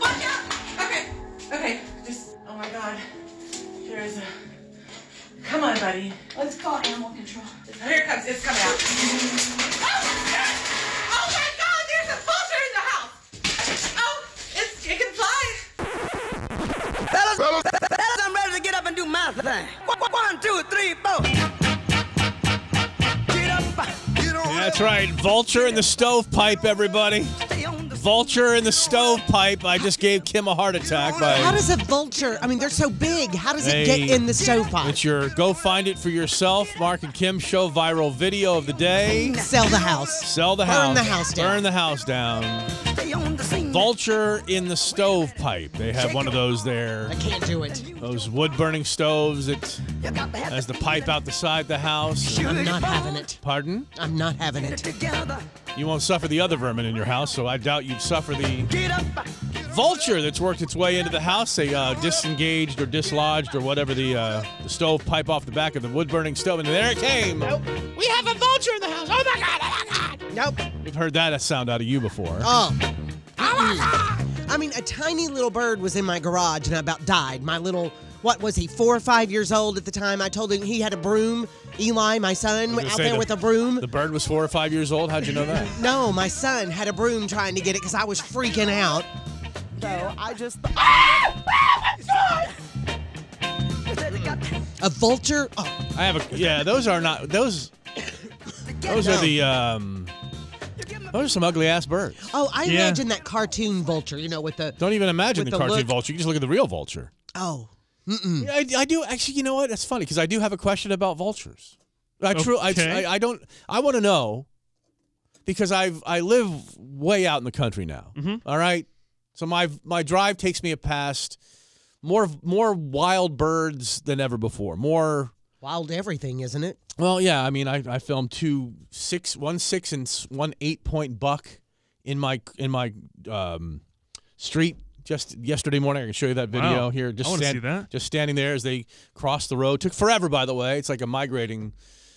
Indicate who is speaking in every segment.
Speaker 1: oh buddy.
Speaker 2: Let's call animal control.
Speaker 1: Here it comes. It's coming out. Oh my god, there's a vulture in the house. Oh, it's, it can fly.
Speaker 3: Fellas, fellas, I'm ready to get up and do my thing. One, one, two, three, four. Get up, get on
Speaker 4: That's right. Vulture in the stovepipe, everybody.
Speaker 3: up, stay on the-
Speaker 4: Vulture in the stovepipe. I just gave Kim a heart attack
Speaker 5: How
Speaker 4: by.
Speaker 5: does a vulture? I mean, they're so big. How does it
Speaker 4: They-
Speaker 5: get in the stovepipe?
Speaker 4: It's your go find it for yourself. Mark and Kim show viral video of the day.
Speaker 5: Sell the house.
Speaker 4: Sell the
Speaker 5: Burn
Speaker 4: house.
Speaker 5: the house down.
Speaker 4: Burn the house down.
Speaker 3: Stay on the scene.
Speaker 4: Vulture in the stovepipe. They have one of those there.
Speaker 5: I can't do it.
Speaker 4: Those wood burning stoves that
Speaker 3: You got to have
Speaker 4: has the pipe out the side of the house.
Speaker 5: I'm not having it.
Speaker 4: Pardon?
Speaker 5: I'm not having it.
Speaker 3: Together.
Speaker 4: You won't suffer the other vermin in your house, so I doubt you'd suffer the
Speaker 3: Get up.
Speaker 4: vulture that's worked its way into the house. They uh, disengaged or dislodged or whatever the, uh, the stove pipe off the back of the wood burning stove, and there it came.
Speaker 6: We have a vulture in the house. Oh my god! Oh my god!
Speaker 5: Nope.
Speaker 4: We've heard that sound out of you before.
Speaker 5: Oh. I mean, a tiny little bird was in my garage and I about died. My little, what was he, four or five years old at the time? I told him he had a broom. Eli, my son,
Speaker 4: was gonna
Speaker 5: out
Speaker 4: say
Speaker 5: there
Speaker 4: the-
Speaker 5: with a broom.
Speaker 4: The bird was four or five years old. How'd you know that?
Speaker 5: No, my son had a broom trying to get it because I was freaking out. So I just.
Speaker 3: Ah!
Speaker 5: A vulture? Oh,
Speaker 4: I have a yeah. Those are not those. Those are the um. Those are some ugly ass birds.
Speaker 5: oh I
Speaker 4: Yeah.
Speaker 5: imagine that cartoon vulture, you know, with the.
Speaker 4: Don't even imagine
Speaker 5: With
Speaker 4: the,
Speaker 5: the
Speaker 4: cartoon
Speaker 5: look-
Speaker 4: vulture. You can just look at the real vulture.
Speaker 5: Oh.
Speaker 4: I, I do actually. You know what? That's funny because I do have a question about vultures. I true. I,
Speaker 6: Okay.
Speaker 4: I I don't. I want to know because I've I live way out in the country now. All right. So my my drive takes me past more more wild birds than ever before. More
Speaker 5: Wild everything, isn't it?
Speaker 4: Well, yeah. I mean, I, I filmed two six, one six and s- one eight point buck in my in my um, street just yesterday morning. I can show you that video
Speaker 6: Wow.
Speaker 4: here. Just
Speaker 6: I wanna
Speaker 4: stand-
Speaker 6: see that.
Speaker 4: Just standing there as they crossed the road. Took forever, by the way. It's like a migrating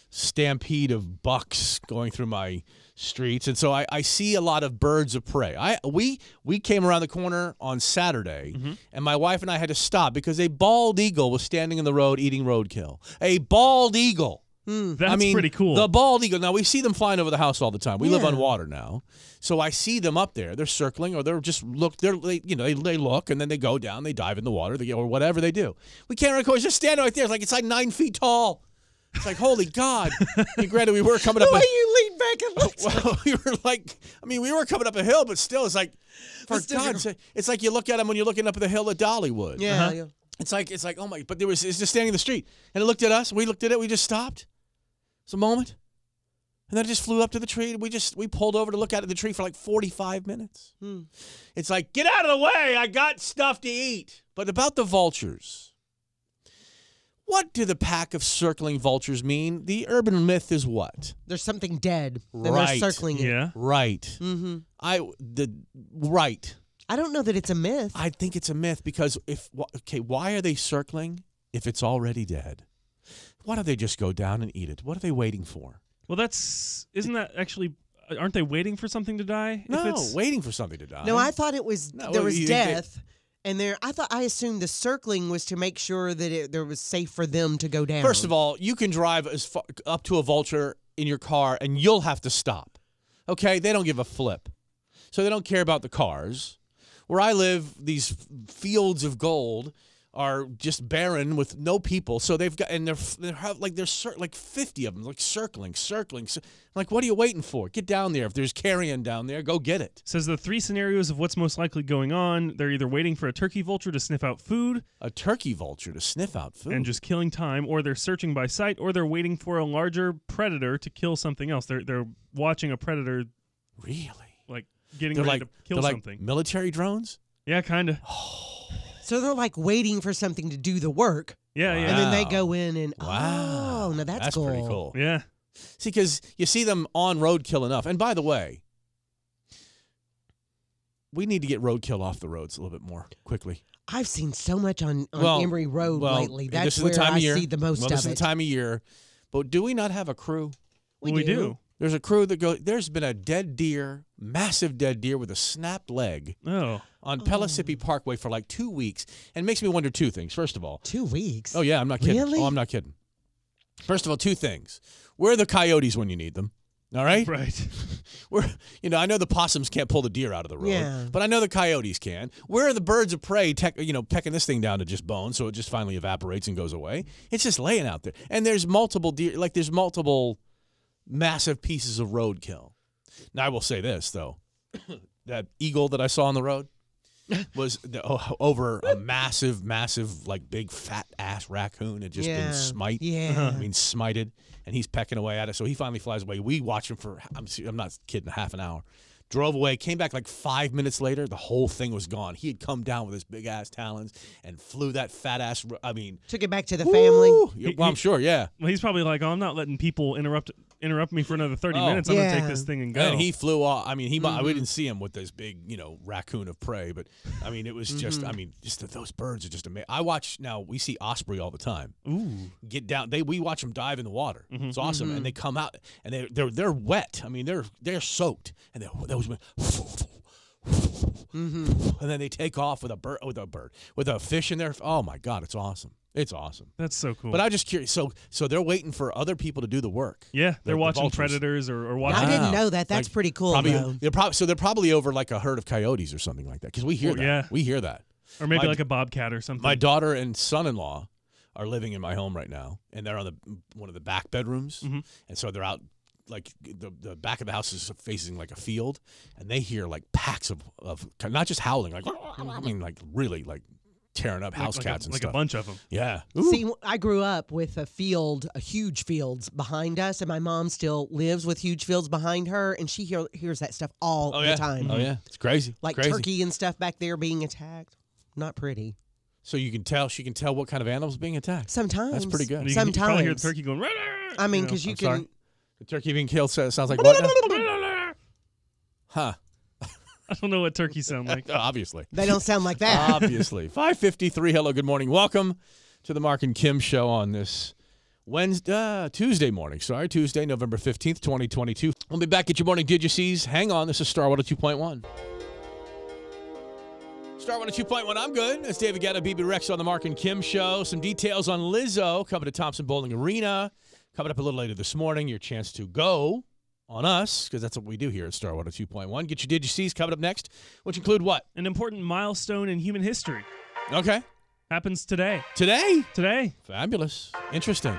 Speaker 4: stampede of bucks going through my streets, and so I, I see a lot of birds of prey. I we we came around the corner on Saturday,
Speaker 6: Mm-hmm.
Speaker 4: and my wife and I had to stop because a bald eagle was standing in the road eating roadkill. A bald eagle.
Speaker 6: That's
Speaker 4: I mean,
Speaker 6: pretty cool.
Speaker 4: The bald eagle. Now we see them flying over the house all the time. We live on water now, so I see them up there. They're circling, or they're just look. They're they, you know they, they look and then they go down. They dive in the water, they, or whatever they do. We can't record. It's just standing right there. It's like it's like nine feet tall. It's like holy god. and granted, we were coming up.
Speaker 5: Why
Speaker 4: A,
Speaker 5: you lean back and look?
Speaker 4: well, we were like, I mean, we were coming up a hill, but still, it's like, for God's sake, it's like you look at them when you're looking up at the hill at Dollywood.
Speaker 5: Yeah, yeah.
Speaker 4: It's like it's like oh my! But there was it's just standing in the street, and it looked at us. We looked at it. We just stopped. It's a moment, and then it just flew up to the tree. And we just we pulled over to look out at the tree for like forty five minutes. It's like get out of the way! I got stuff to eat. But about the vultures, what do the pack of circling vultures mean? The urban myth is what
Speaker 5: There's something dead. Then
Speaker 4: Right.
Speaker 5: they're circling it.
Speaker 6: yeah.
Speaker 4: right.
Speaker 5: Mm-hmm.
Speaker 4: I the right.
Speaker 5: I don't know that it's a myth.
Speaker 4: I think it's a myth because if wh- okay, why are they circling if it's already dead? Why don't they just go down and eat it? What are they waiting for?
Speaker 6: Well, that's isn't that actually? Aren't they waiting for something to die? If
Speaker 4: No,
Speaker 6: it's-
Speaker 4: waiting for something to die.
Speaker 5: No, I thought it was
Speaker 4: No,
Speaker 5: there
Speaker 4: well,
Speaker 5: was
Speaker 4: you think they-
Speaker 5: death, and there I thought I assumed the circling was to make sure that it there was safe for them to go down.
Speaker 4: First of all, you can drive as far, up to a vulture in your car, and you'll have to stop. Okay, they don't give a flip, so they don't care about the cars. Where I live, these f- fields of gold are just barren with no people. So they've got and they're, f- they're have, like there's cir- like fifty of them, like circling, circling. cir- like, what are you waiting for? Get down there. If there's carrion down there, go get it.
Speaker 6: Says the three scenarios of what's most likely going on. They're either waiting for a turkey vulture to sniff out food
Speaker 4: A turkey vulture to sniff out food.
Speaker 6: and just killing time, or they're searching by sight, or they're waiting for a larger predator to kill something else. They're they're watching a predator
Speaker 4: really.
Speaker 6: like getting
Speaker 4: They're
Speaker 6: ready
Speaker 4: like,
Speaker 6: to kill
Speaker 4: they're
Speaker 6: something.
Speaker 4: like military drones.
Speaker 6: yeah, kind of.
Speaker 5: so they're like waiting for something to do the work,
Speaker 6: Yeah, yeah,
Speaker 5: and then they
Speaker 4: Wow.
Speaker 5: go in and
Speaker 4: Wow.
Speaker 5: oh, now that's,
Speaker 4: that's
Speaker 5: cool.
Speaker 4: pretty cool.
Speaker 6: yeah.
Speaker 4: See, because you see them on roadkill enough. And by the way, we need to get roadkill off the roads a little bit more quickly.
Speaker 5: I've seen so much on, on
Speaker 4: Well,
Speaker 5: Emory Road
Speaker 4: well,
Speaker 5: lately.
Speaker 4: and
Speaker 5: That's
Speaker 4: this is
Speaker 5: where
Speaker 4: the time
Speaker 5: I
Speaker 4: of year.
Speaker 5: see the most
Speaker 4: well,
Speaker 5: of
Speaker 4: this is
Speaker 5: it.
Speaker 4: the time of year. But do we not have a crew?
Speaker 6: Well, we do.
Speaker 4: There's a crew that go. There's been a dead deer, massive dead deer with a snapped leg
Speaker 6: Oh,
Speaker 4: on Pellissippi Parkway for like two weeks, and it makes me wonder two things. First of all,
Speaker 5: Two weeks.
Speaker 4: oh yeah, I'm not kidding.
Speaker 5: Really?
Speaker 4: Oh, I'm not kidding. First of all, two things. Where are the coyotes when you need them? All right?
Speaker 6: Right.
Speaker 4: Where you know, I know the possums can't pull the deer out of the road,
Speaker 5: Yeah.
Speaker 4: but I know the coyotes can. Where are the birds of prey, tech, you know, pecking this thing down to just bone, so it just finally evaporates and goes away? It's just laying out there, and there's multiple deer, like there's multiple massive pieces of roadkill. Now I will say this though, that eagle that I saw on the road was the, oh, over a massive, massive, like big fat ass raccoon had just
Speaker 5: Yeah.
Speaker 4: been smite.
Speaker 5: Yeah.
Speaker 4: I mean smited, and he's pecking away at it. So he finally flies away. We watch him for I'm se- I'm not kidding, half an hour. Drove away, came back like five minutes later. The whole thing was gone. He had come down with his big ass talons and flew that fat ass. r- I mean,
Speaker 5: Took it back to the family.
Speaker 4: woo! well, I'm sure, yeah.
Speaker 6: Well, he's probably like, oh, I'm not letting people interrupt interrupt me for another thirty
Speaker 4: Oh.
Speaker 6: minutes. I'm gonna
Speaker 5: Yeah.
Speaker 6: take this thing and go.
Speaker 4: And he flew off. I mean, he mi- we didn't see him with this big, you know, raccoon of prey, but I mean, it was just. I mean, just that those birds are just amazing. I watch now. We see osprey all the time.
Speaker 6: Ooh. Mm-hmm.
Speaker 4: Get down. They we watch them dive in the water. It's awesome, and they come out and they they're they're wet. I mean, they're they're soaked, and they those went. And then they take off with a bird with a bird with a fish in there. Oh my god, it's awesome! It's awesome.
Speaker 6: That's so cool.
Speaker 4: But I'm just curious. So so they're waiting for other people to do the work.
Speaker 6: yeah, they're
Speaker 4: the
Speaker 6: watching
Speaker 4: vultures.
Speaker 6: predators or, or
Speaker 5: I
Speaker 6: watching.
Speaker 5: didn't
Speaker 4: Wow.
Speaker 5: know that. That's
Speaker 4: Like,
Speaker 5: pretty cool.
Speaker 4: Probably,
Speaker 5: though.
Speaker 4: they're probably so they're probably over like a herd of coyotes or something like that because we hear
Speaker 6: Oh,
Speaker 4: that.
Speaker 6: yeah.
Speaker 4: We hear that.
Speaker 6: or maybe
Speaker 4: My-
Speaker 6: like a bobcat or something.
Speaker 4: My daughter and son-in-law are living in my home right now, and they're on the one of the back bedrooms,
Speaker 6: Mm-hmm.
Speaker 4: and so they're out like the the back of the house is facing like a field, and they hear like packs of of not just howling like I mean like really like tearing up
Speaker 6: Like-
Speaker 4: house
Speaker 6: like
Speaker 4: cats
Speaker 6: a,
Speaker 4: and
Speaker 6: like
Speaker 4: stuff.
Speaker 6: a bunch of them.
Speaker 4: Yeah.
Speaker 5: See, w- I grew up with a field, a huge fields behind us, and my mom still lives with huge fields behind her, and she hear, hears that stuff all
Speaker 4: Oh
Speaker 5: the
Speaker 4: yeah.
Speaker 5: time.
Speaker 4: Oh yeah. It's crazy.
Speaker 5: Like
Speaker 4: Crazy.
Speaker 5: turkey and stuff back there being attacked. Not pretty.
Speaker 4: So you can tell she can tell what kind of animals being attacked.
Speaker 5: Sometimes.
Speaker 4: That's pretty good.
Speaker 6: You can- you can probably hear the
Speaker 5: Sometimes.
Speaker 6: turkey going.
Speaker 5: I mean,
Speaker 6: you know.
Speaker 5: because you,
Speaker 4: I'm
Speaker 5: can.
Speaker 4: sorry. The turkey being killed so- sounds like what? now? Huh.
Speaker 6: I don't know what turkeys sound like.
Speaker 4: Obviously.
Speaker 5: They don't sound like
Speaker 4: Ah,
Speaker 5: that.
Speaker 4: Obviously. 553. Hello, good morning. Welcome to the Mark and Kim show on this Wednesday, uh, Tuesday morning. Sorry, Tuesday, November 15th, 2022. We'll be back at your morning Did You Sees. Hang on. This is Star 102.1. Star 102.1. I'm good. It's David Guetta, BB Rex on the Mark and Kim show. Some details on Lizzo coming to Thompson Bowling Arena. Coming up a little later this morning, your chance to go on us, because that's what we do here at Star 102.1. Get your Did You Sees coming up next, which include what?
Speaker 6: An important milestone in human history
Speaker 4: Okay.
Speaker 6: happens today.
Speaker 4: Today.
Speaker 6: Today.
Speaker 4: Fabulous. Interesting.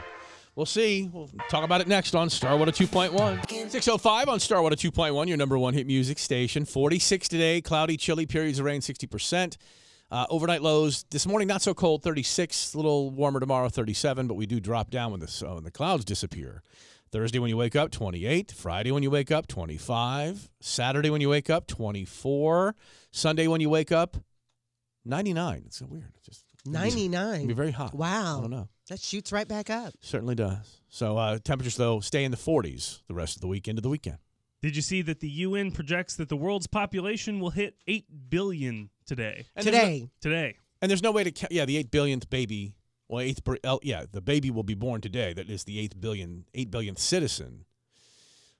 Speaker 4: We'll see. We'll talk about it next on Star Starwater 2.1. 605 on Star Starwater 2.1, your number one hit music station. 46 today, cloudy, chilly, periods of rain, 60%. Uh, overnight lows this morning, not so cold, 36. A little warmer tomorrow, 37. But we do drop down when the, s- uh, when the clouds disappear. Thursday when you wake up, 28. Friday when you wake up, 25. Saturday when you wake up, 24. Sunday when you wake up, 99. It's so weird. It's just It'll be
Speaker 5: 99.
Speaker 4: very hot.
Speaker 5: Wow.
Speaker 4: I don't know.
Speaker 5: That shoots right back up.
Speaker 4: Certainly does. So uh, temperatures though stay in the 40s the rest of the week into the weekend.
Speaker 6: Did you see that the UN projects that the world's population will hit 8 billion today?
Speaker 4: And there's no-
Speaker 5: Today.
Speaker 6: Today.
Speaker 4: and there's no way to count. Yeah, the eight billionth baby. Well, eighth. bri- el- Yeah, the baby will be born today. That is the eighth billion, eight billionth citizen.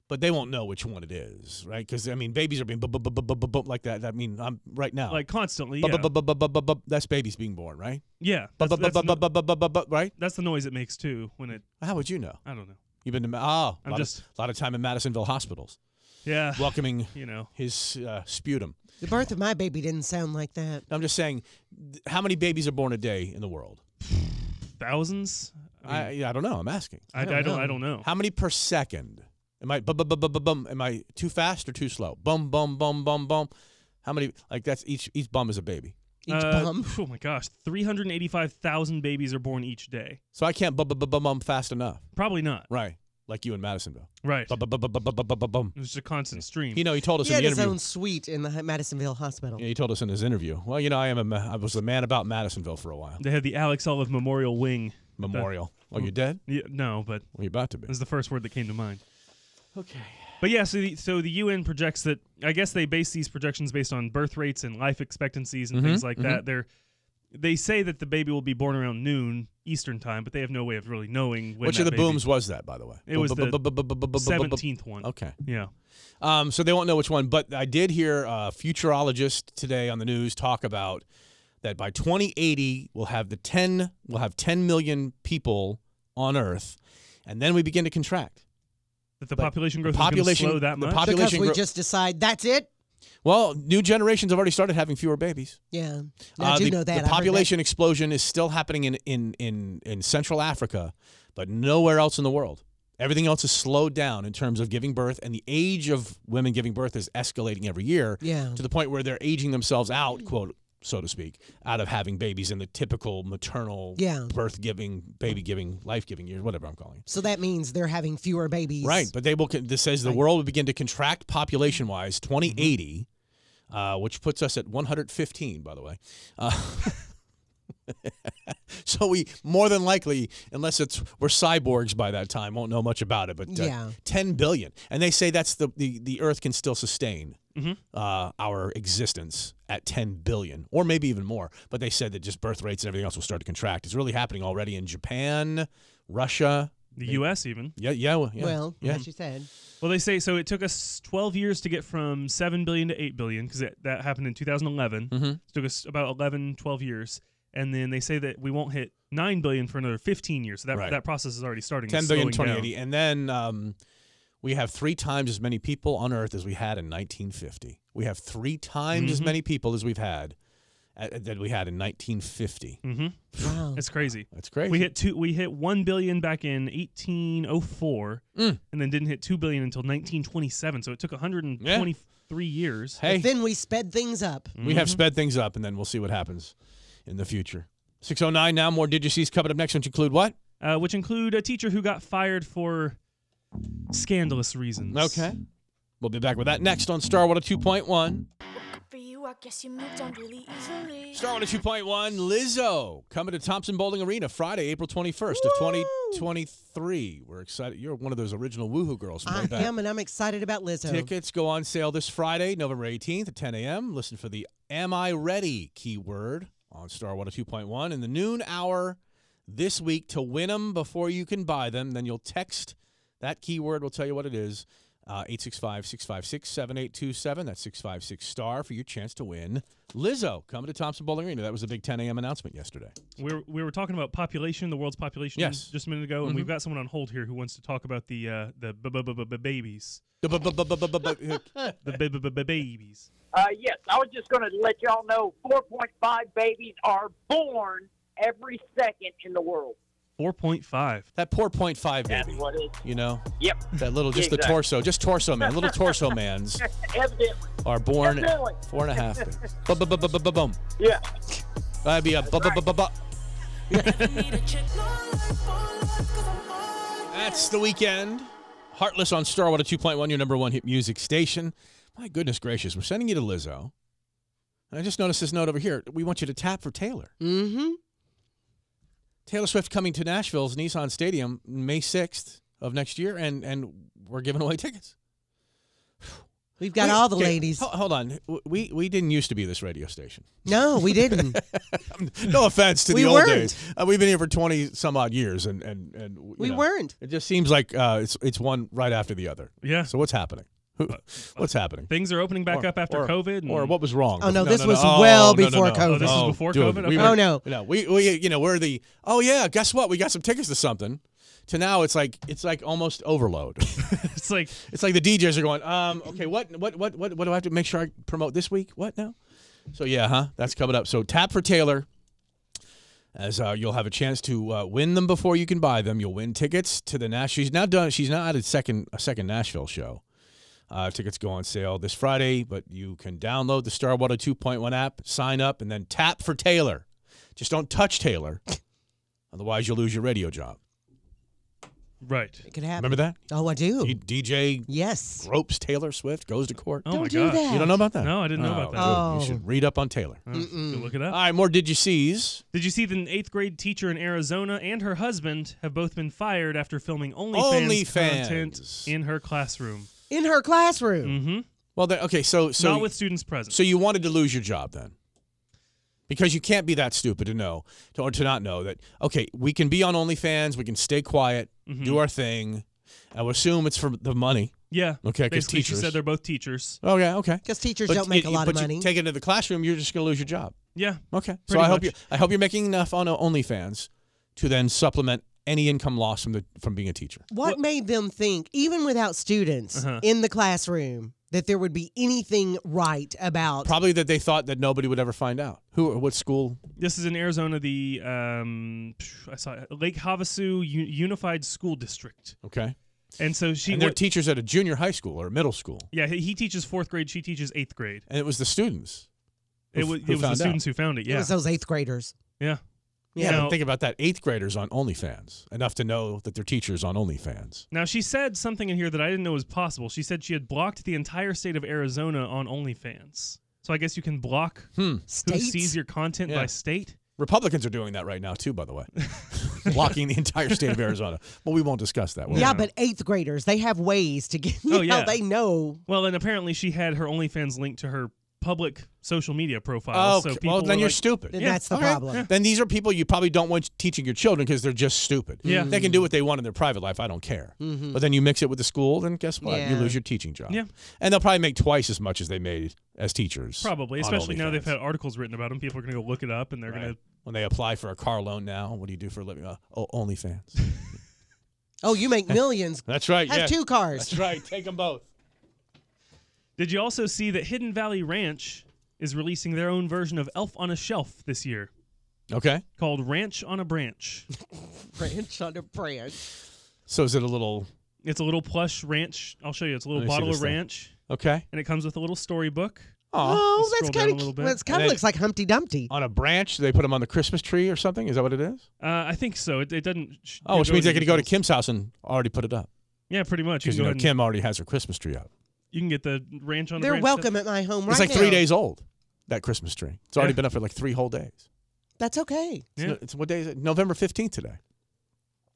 Speaker 4: But they won't know which one it is, right? Because I mean, babies are being bu- bu- bu- bu- bu- bu- bu- like that. I mean, I'm right now.
Speaker 6: Like constantly.
Speaker 4: bu-
Speaker 6: Yeah.
Speaker 4: bu- bu- bu- bu- bu- bu- that's babies being born, right?
Speaker 6: yeah.
Speaker 4: Bu-
Speaker 6: That's,
Speaker 4: bu- bu-
Speaker 6: that's,
Speaker 4: bu-
Speaker 6: the,
Speaker 4: bu- bu- bu- bu- bu- Right?
Speaker 6: that's the noise it makes too when it.
Speaker 4: How would you know?
Speaker 6: I don't know.
Speaker 4: You've been to Ma- ah, a
Speaker 6: I'm
Speaker 4: lot of-
Speaker 6: just-
Speaker 4: lot of time in Madisonville hospitals,
Speaker 6: Yeah.
Speaker 4: welcoming
Speaker 6: you know.
Speaker 4: his uh, sputum.
Speaker 5: The birth of my baby didn't sound like that.
Speaker 4: I'm just saying, th- how many babies are born a day in the world?
Speaker 6: Thousands?
Speaker 4: I I don't know. I'm asking.
Speaker 6: I, I don't, I don't, know.
Speaker 4: How many per second? Am I bum bum bum bum bum? bum am I too fast or too slow? Bum bum bum bum bum. How many? Like that's each each bum is a baby.
Speaker 5: Each
Speaker 6: Uh,
Speaker 5: bum.
Speaker 6: Oh my gosh. 385,000 babies are born each day.
Speaker 4: So I can't bum bum bum bum bum fast enough.
Speaker 6: Probably not.
Speaker 4: Right. Like you in Madisonville.
Speaker 6: Right.
Speaker 4: Bum bum bum bum bum bum bum bum. bum.
Speaker 6: It was just a constant stream.
Speaker 4: You know, he told us
Speaker 5: He
Speaker 4: in
Speaker 5: had
Speaker 4: the
Speaker 5: his
Speaker 4: interview.
Speaker 5: own suite in the H- Madisonville Hospital.
Speaker 4: Yeah, he told us in his interview. Well, you know, I am a ma- I was a man about Madisonville for a while.
Speaker 6: they had the Alex Olive Memorial Wing.
Speaker 4: Memorial. Oh, you're dead?
Speaker 6: Yeah, no, but
Speaker 4: Well, you're about to be.
Speaker 6: Is the first word that came to mind. Okay. But yeah, so the, so the UN projects that I guess they base these projections based on birth rates and life expectancies
Speaker 4: Mm-hmm,
Speaker 6: and things like that. They're they say that the baby will be born around noon Eastern time, but they have no way of really knowing when.
Speaker 4: Which
Speaker 6: that
Speaker 4: of the
Speaker 6: baby-
Speaker 4: booms was that, by the way?
Speaker 6: It was
Speaker 4: Bum,
Speaker 6: the
Speaker 4: bum, bum, bum, bum, bum, bum, bum, bum.
Speaker 6: 17th one.
Speaker 4: Okay.
Speaker 6: Yeah.
Speaker 4: Um, so they won't know which one, but I did hear a futurologist today on the news talk about that by 2080 we'll have the 10 we'll have 10 million people on Earth, and then we begin to contract.
Speaker 6: That the population growth is
Speaker 4: population-
Speaker 6: going to slow that
Speaker 4: the
Speaker 6: much.
Speaker 4: popu-
Speaker 5: Because
Speaker 4: Population
Speaker 5: we
Speaker 4: grow-
Speaker 5: just decide that's it.
Speaker 4: Well, new generations have already started having fewer babies.
Speaker 5: Yeah,
Speaker 4: Uh,
Speaker 5: I do
Speaker 4: the,
Speaker 5: know that. I heard
Speaker 4: The
Speaker 5: that.
Speaker 4: population explosion is still happening in, in, in, in Central Africa, but nowhere else in the world. Everything else is slowed down in terms of giving birth, and the age of women giving birth is escalating every year
Speaker 5: Yeah.
Speaker 4: to the point where they're aging themselves out, quote, so to speak, out of having babies in the typical maternal
Speaker 5: Yeah.
Speaker 4: birth giving, baby giving, life giving years, whatever I'm calling it.
Speaker 5: So that means they're having fewer babies.
Speaker 4: Right, but they will. con- This says the world will begin to contract population wise
Speaker 5: Mm-hmm.
Speaker 4: 2080, uh, which puts us at 115. By the way, uh, so we more than likely, unless it's we're cyborgs by that time, won't know much about it. But uh,
Speaker 5: Yeah.
Speaker 4: 10 billion, and they say that's the the, the Earth can still sustain.
Speaker 5: Mm-hmm.
Speaker 4: Uh, our existence at 10 billion, or maybe even more. But they said that just birth rates and everything else will start to contract. It's really happening already in Japan, Russia.
Speaker 6: the U.S. even.
Speaker 4: Yeah, yeah, well, yeah.
Speaker 5: Well,
Speaker 4: yeah.
Speaker 5: as you said.
Speaker 6: Well, they say so. It took us 12 years to get from 7 billion to 8 billion because that, that happened in 2011.
Speaker 4: Mm-hmm.
Speaker 6: It took us about 11, 12 years. And then they say that we won't hit 9 billion for another 15 years. So that,
Speaker 4: Right.
Speaker 6: that process is already starting.
Speaker 4: Ten
Speaker 6: It's
Speaker 4: billion, twenty,
Speaker 6: slowing down.
Speaker 4: eighty, And then um, we have three times as many people on Earth as we had in 1950. We have three times
Speaker 6: Mm-hmm.
Speaker 4: as many people as we've had uh, that we had in 1950.
Speaker 5: Wow.
Speaker 6: It's crazy.
Speaker 4: That's crazy.
Speaker 6: Mm-hmm. We hit two. We hit one billion back in 1804,
Speaker 4: Mm.
Speaker 6: and then didn't hit two billion until 1927. So it took 123 years.
Speaker 4: hey, Mm,
Speaker 5: Then we sped things up.
Speaker 4: we
Speaker 6: Mm-hmm.
Speaker 4: have sped things up, and then we'll see what happens in the future. 609 now, more Did You See's coming up next, which include what?
Speaker 6: uh, which include a teacher who got fired for scandalous reasons.
Speaker 4: Okay. We'll be back with that next on Star 102.1.
Speaker 2: For you, I guess you moved on really easily.
Speaker 4: Star 102.1, Lizzo coming to Thompson Bowling Arena Friday, April 21st of 2023. We're excited. You're one of those original woohoo girls. from way
Speaker 5: I
Speaker 4: back.
Speaker 5: am, and I'm excited about Lizzo.
Speaker 4: Tickets go on sale this Friday, November 18th at 10 a.m. Listen for the Am I Ready keyword on Star 102.1 in the noon hour this week to win them before you can buy them. Then you'll text that keyword, we'll tell you what it is. uh, 865 656 7827. That's 656 star for your chance to win. Lizzo coming to Thompson Bowling Arena. That was a big 10 a.m. announcement yesterday.
Speaker 6: We were, we were talking about population, the world's population,
Speaker 4: Yes. Mm-hmm.
Speaker 6: just a minute ago, and we've got someone on hold here who wants to talk about the uh, the b- b- b- b- babies, the b- b- b- babies.
Speaker 7: Uh, yes, I was just going to let y'all know 4.5 babies are born every second in the world.
Speaker 6: 4.5.
Speaker 4: That poor point five
Speaker 7: That's
Speaker 4: baby.
Speaker 7: what it is.
Speaker 4: You know,
Speaker 7: Yep,
Speaker 4: that little, just the
Speaker 7: Exactly.
Speaker 4: torso, just torso man, little torso man's.
Speaker 7: evidently.
Speaker 4: are born
Speaker 7: Really?
Speaker 4: four and a half. babies. Bu- bu- bu- bu- bu- bu- Boom.
Speaker 7: Yeah.
Speaker 4: That'd be a bu- bu- bu- bu- bu- That's the weekend. Heartless on Starwater 2.1, your number one hit music station. My goodness gracious, we're sending you to Lizzo. And I just noticed this note over here. We want you to tap for Taylor.
Speaker 5: Mm-hmm.
Speaker 4: Taylor Swift coming to Nashville's Nissan Stadium May 6th of next year, and, and we're giving away tickets.
Speaker 5: We've got
Speaker 4: Wait,
Speaker 5: all the
Speaker 4: okay,
Speaker 5: ladies.
Speaker 4: ho- Hold on. W- We, we didn't used to be this radio station.
Speaker 5: No, we didn't.
Speaker 4: no offense to the
Speaker 5: We
Speaker 4: old
Speaker 5: weren't.
Speaker 4: days. Uh, we've been here for twenty some odd years, and and and you
Speaker 5: We
Speaker 4: know,
Speaker 5: weren't.
Speaker 4: It just seems like uh, it's it's one right after the other.
Speaker 6: Yeah.
Speaker 4: So what's happening? Who- what's happening?
Speaker 6: Things are opening back
Speaker 4: Or-
Speaker 6: up after
Speaker 4: or-
Speaker 6: COVID. and-
Speaker 4: or what was wrong?
Speaker 5: Oh, no, this was well before COVID.
Speaker 6: Oh, this was before
Speaker 4: dude,
Speaker 6: COVID?
Speaker 4: we
Speaker 6: Okay.
Speaker 5: Oh, no.
Speaker 4: no, we we you know we're the oh yeah. Guess what? We got some tickets to something. To now, it's like it's like almost overload.
Speaker 6: It's like
Speaker 4: It's like the DJs are going, um, okay, what, what, what, what, what do I have to make sure I promote this week? What now? So yeah, huh? That's coming up. So tap for Taylor, as uh, you'll have a chance to uh, win them before you can buy them. You'll win tickets to the Nash. She's now done. She's now at a second a second Nashville show. Uh, tickets go on sale this Friday, but you can download the Star 2.1 app, sign up, and then tap for Taylor. Just don't touch Taylor, otherwise you'll lose your radio job.
Speaker 6: right.
Speaker 5: It could happen.
Speaker 4: Remember that?
Speaker 5: Oh, I do.
Speaker 4: He- DJ
Speaker 5: yes.
Speaker 4: gropes Taylor Swift, goes to court.
Speaker 6: Oh
Speaker 5: Don't
Speaker 6: my
Speaker 5: do
Speaker 6: gosh.
Speaker 5: that.
Speaker 4: You don't know about that?
Speaker 6: No, I didn't know about that.
Speaker 4: dude,
Speaker 5: Oh.
Speaker 4: You should read up on Taylor.
Speaker 6: Oh, go Look it
Speaker 4: All
Speaker 6: up.
Speaker 4: right, more did you sees?
Speaker 6: Did you see that an eighth grade teacher in Arizona and her husband have both been fired after filming OnlyFans,
Speaker 4: OnlyFans.
Speaker 6: content in her classroom?
Speaker 5: In her
Speaker 4: Mm.
Speaker 5: classroom.
Speaker 6: Mm-hmm.
Speaker 4: Well, then, okay, so so
Speaker 6: Not with students present.
Speaker 4: so you wanted to lose your job then, because you can't be that stupid to know to, or to not know that. Okay, we can be on OnlyFans, we can stay quiet,
Speaker 6: Mm-hmm.
Speaker 4: do our thing. I would assume it's for the money.
Speaker 6: yeah.
Speaker 4: Okay, 'cause
Speaker 6: Basically, she
Speaker 4: teachers-
Speaker 6: said they're both teachers.
Speaker 4: Oh yeah, okay.
Speaker 5: Because teachers don't make
Speaker 4: you-
Speaker 5: a lot
Speaker 4: but
Speaker 5: of money.
Speaker 4: You take it into the classroom, you're just going to lose your job.
Speaker 6: Yeah.
Speaker 4: Okay. so
Speaker 6: Pretty
Speaker 4: I hope you
Speaker 6: much.
Speaker 4: I hope you're making enough on OnlyFans to then supplement any income loss from the from being a teacher.
Speaker 5: What made them think, even without students
Speaker 4: Uh-huh.
Speaker 5: in the classroom, that there would be anything right about?
Speaker 4: Probably that they thought that nobody would ever find out who or what school.
Speaker 6: This is in Arizona, the um, phew, I saw it, Lake Havasu U- Unified School District,
Speaker 4: Okay,
Speaker 6: and so she.
Speaker 4: and they're
Speaker 6: what-
Speaker 4: teachers at a junior high school or middle school,
Speaker 6: yeah, he he teaches fourth grade. She teaches eighth grade.
Speaker 4: and it was the students. who
Speaker 6: It
Speaker 4: f-
Speaker 6: was,
Speaker 4: who
Speaker 6: it was the
Speaker 4: found out.
Speaker 6: students who found it.
Speaker 5: It
Speaker 6: Yeah,
Speaker 5: was those eighth graders.
Speaker 6: yeah,
Speaker 4: Yeah,
Speaker 6: Now-
Speaker 4: but think about that. Eighth graders on OnlyFans enough to know that their teachers on OnlyFans.
Speaker 6: Now she said something in here that I didn't know was possible. She said she had blocked the entire state of Arizona on OnlyFans. So I guess you can block who
Speaker 5: States.
Speaker 6: sees your content
Speaker 4: Hmm. Yeah.
Speaker 6: by state.
Speaker 4: Republicans are doing that right now too, by the way, blocking the entire state of Arizona. But we won't discuss that. will
Speaker 5: yeah,
Speaker 4: we?
Speaker 5: but eighth graders, they have ways to get. You
Speaker 6: Oh,
Speaker 5: know,
Speaker 6: yeah.
Speaker 5: they know.
Speaker 6: Well, and apparently she had her OnlyFans linked to her public social media
Speaker 4: Oh,
Speaker 6: profile. so
Speaker 4: okay.
Speaker 6: people
Speaker 4: well,
Speaker 6: were
Speaker 4: then you're
Speaker 6: like,
Speaker 4: stupid.
Speaker 5: Then
Speaker 6: Yeah,
Speaker 5: that's the
Speaker 4: Okay.
Speaker 5: problem.
Speaker 4: Then these are people you probably don't want teaching your children because they're just stupid.
Speaker 6: Yeah.
Speaker 4: They can do what they want in their private life. I don't care.
Speaker 5: Hmm. Mm-hmm.
Speaker 4: But then you mix it with the school, then guess what? You
Speaker 5: Yeah.
Speaker 4: lose your teaching job.
Speaker 6: Yeah.
Speaker 4: And they'll probably make twice as much as they made as teachers.
Speaker 6: Probably,
Speaker 4: on
Speaker 6: especially now they've
Speaker 4: OnlyFans.
Speaker 6: had articles written about them. People are going to go look it up, and they're
Speaker 4: Right.
Speaker 6: going to.
Speaker 4: When they apply for a car loan now, what do you do for a living? Uh, oh, OnlyFans.
Speaker 5: Oh, you make millions.
Speaker 4: That's right.
Speaker 5: Have
Speaker 4: yeah.
Speaker 5: two cars.
Speaker 4: That's right. Take them both.
Speaker 6: Did you also see that Hidden Valley Ranch is releasing their own version of Elf on a Shelf this year,
Speaker 4: Okay.
Speaker 6: called Ranch on a Branch?
Speaker 5: branch on a branch.
Speaker 4: So is it a little
Speaker 6: It's a little plush ranch. I'll show you. It's a
Speaker 4: Let
Speaker 6: little
Speaker 4: me see
Speaker 6: bottle
Speaker 4: this
Speaker 6: of
Speaker 4: thing.
Speaker 6: ranch.
Speaker 4: okay?
Speaker 6: and it comes with a little storybook.
Speaker 4: Aw.
Speaker 5: Oh,
Speaker 6: Let's
Speaker 5: that's
Speaker 6: scroll down a
Speaker 5: kind
Speaker 6: little
Speaker 5: of
Speaker 6: bit.
Speaker 5: that's kind
Speaker 4: And
Speaker 5: of
Speaker 4: then-
Speaker 5: looks like Humpty Dumpty.
Speaker 4: On a branch, do they put them on the Christmas tree or something? Is that what it is?
Speaker 6: Uh, I think so. It, it doesn't. sh-
Speaker 4: Oh, which
Speaker 6: go
Speaker 4: means they
Speaker 6: into
Speaker 4: could go to
Speaker 6: details.
Speaker 4: Kim's house and already put it up
Speaker 6: Yeah, pretty much. You
Speaker 4: because
Speaker 6: can,
Speaker 4: you
Speaker 6: go
Speaker 4: know
Speaker 6: ahead and-
Speaker 4: Kim already has her Christmas tree up.
Speaker 6: you can get the ranch on. a
Speaker 5: They're
Speaker 6: branch
Speaker 5: welcome at my home right
Speaker 4: it's like
Speaker 5: now.
Speaker 4: three days old. That Christmas tree. It's already
Speaker 6: Yeah.
Speaker 4: been up for like three whole days. It's,
Speaker 5: That's okay.
Speaker 6: Yeah.
Speaker 4: no- it's- what day is it? November fifteenth today.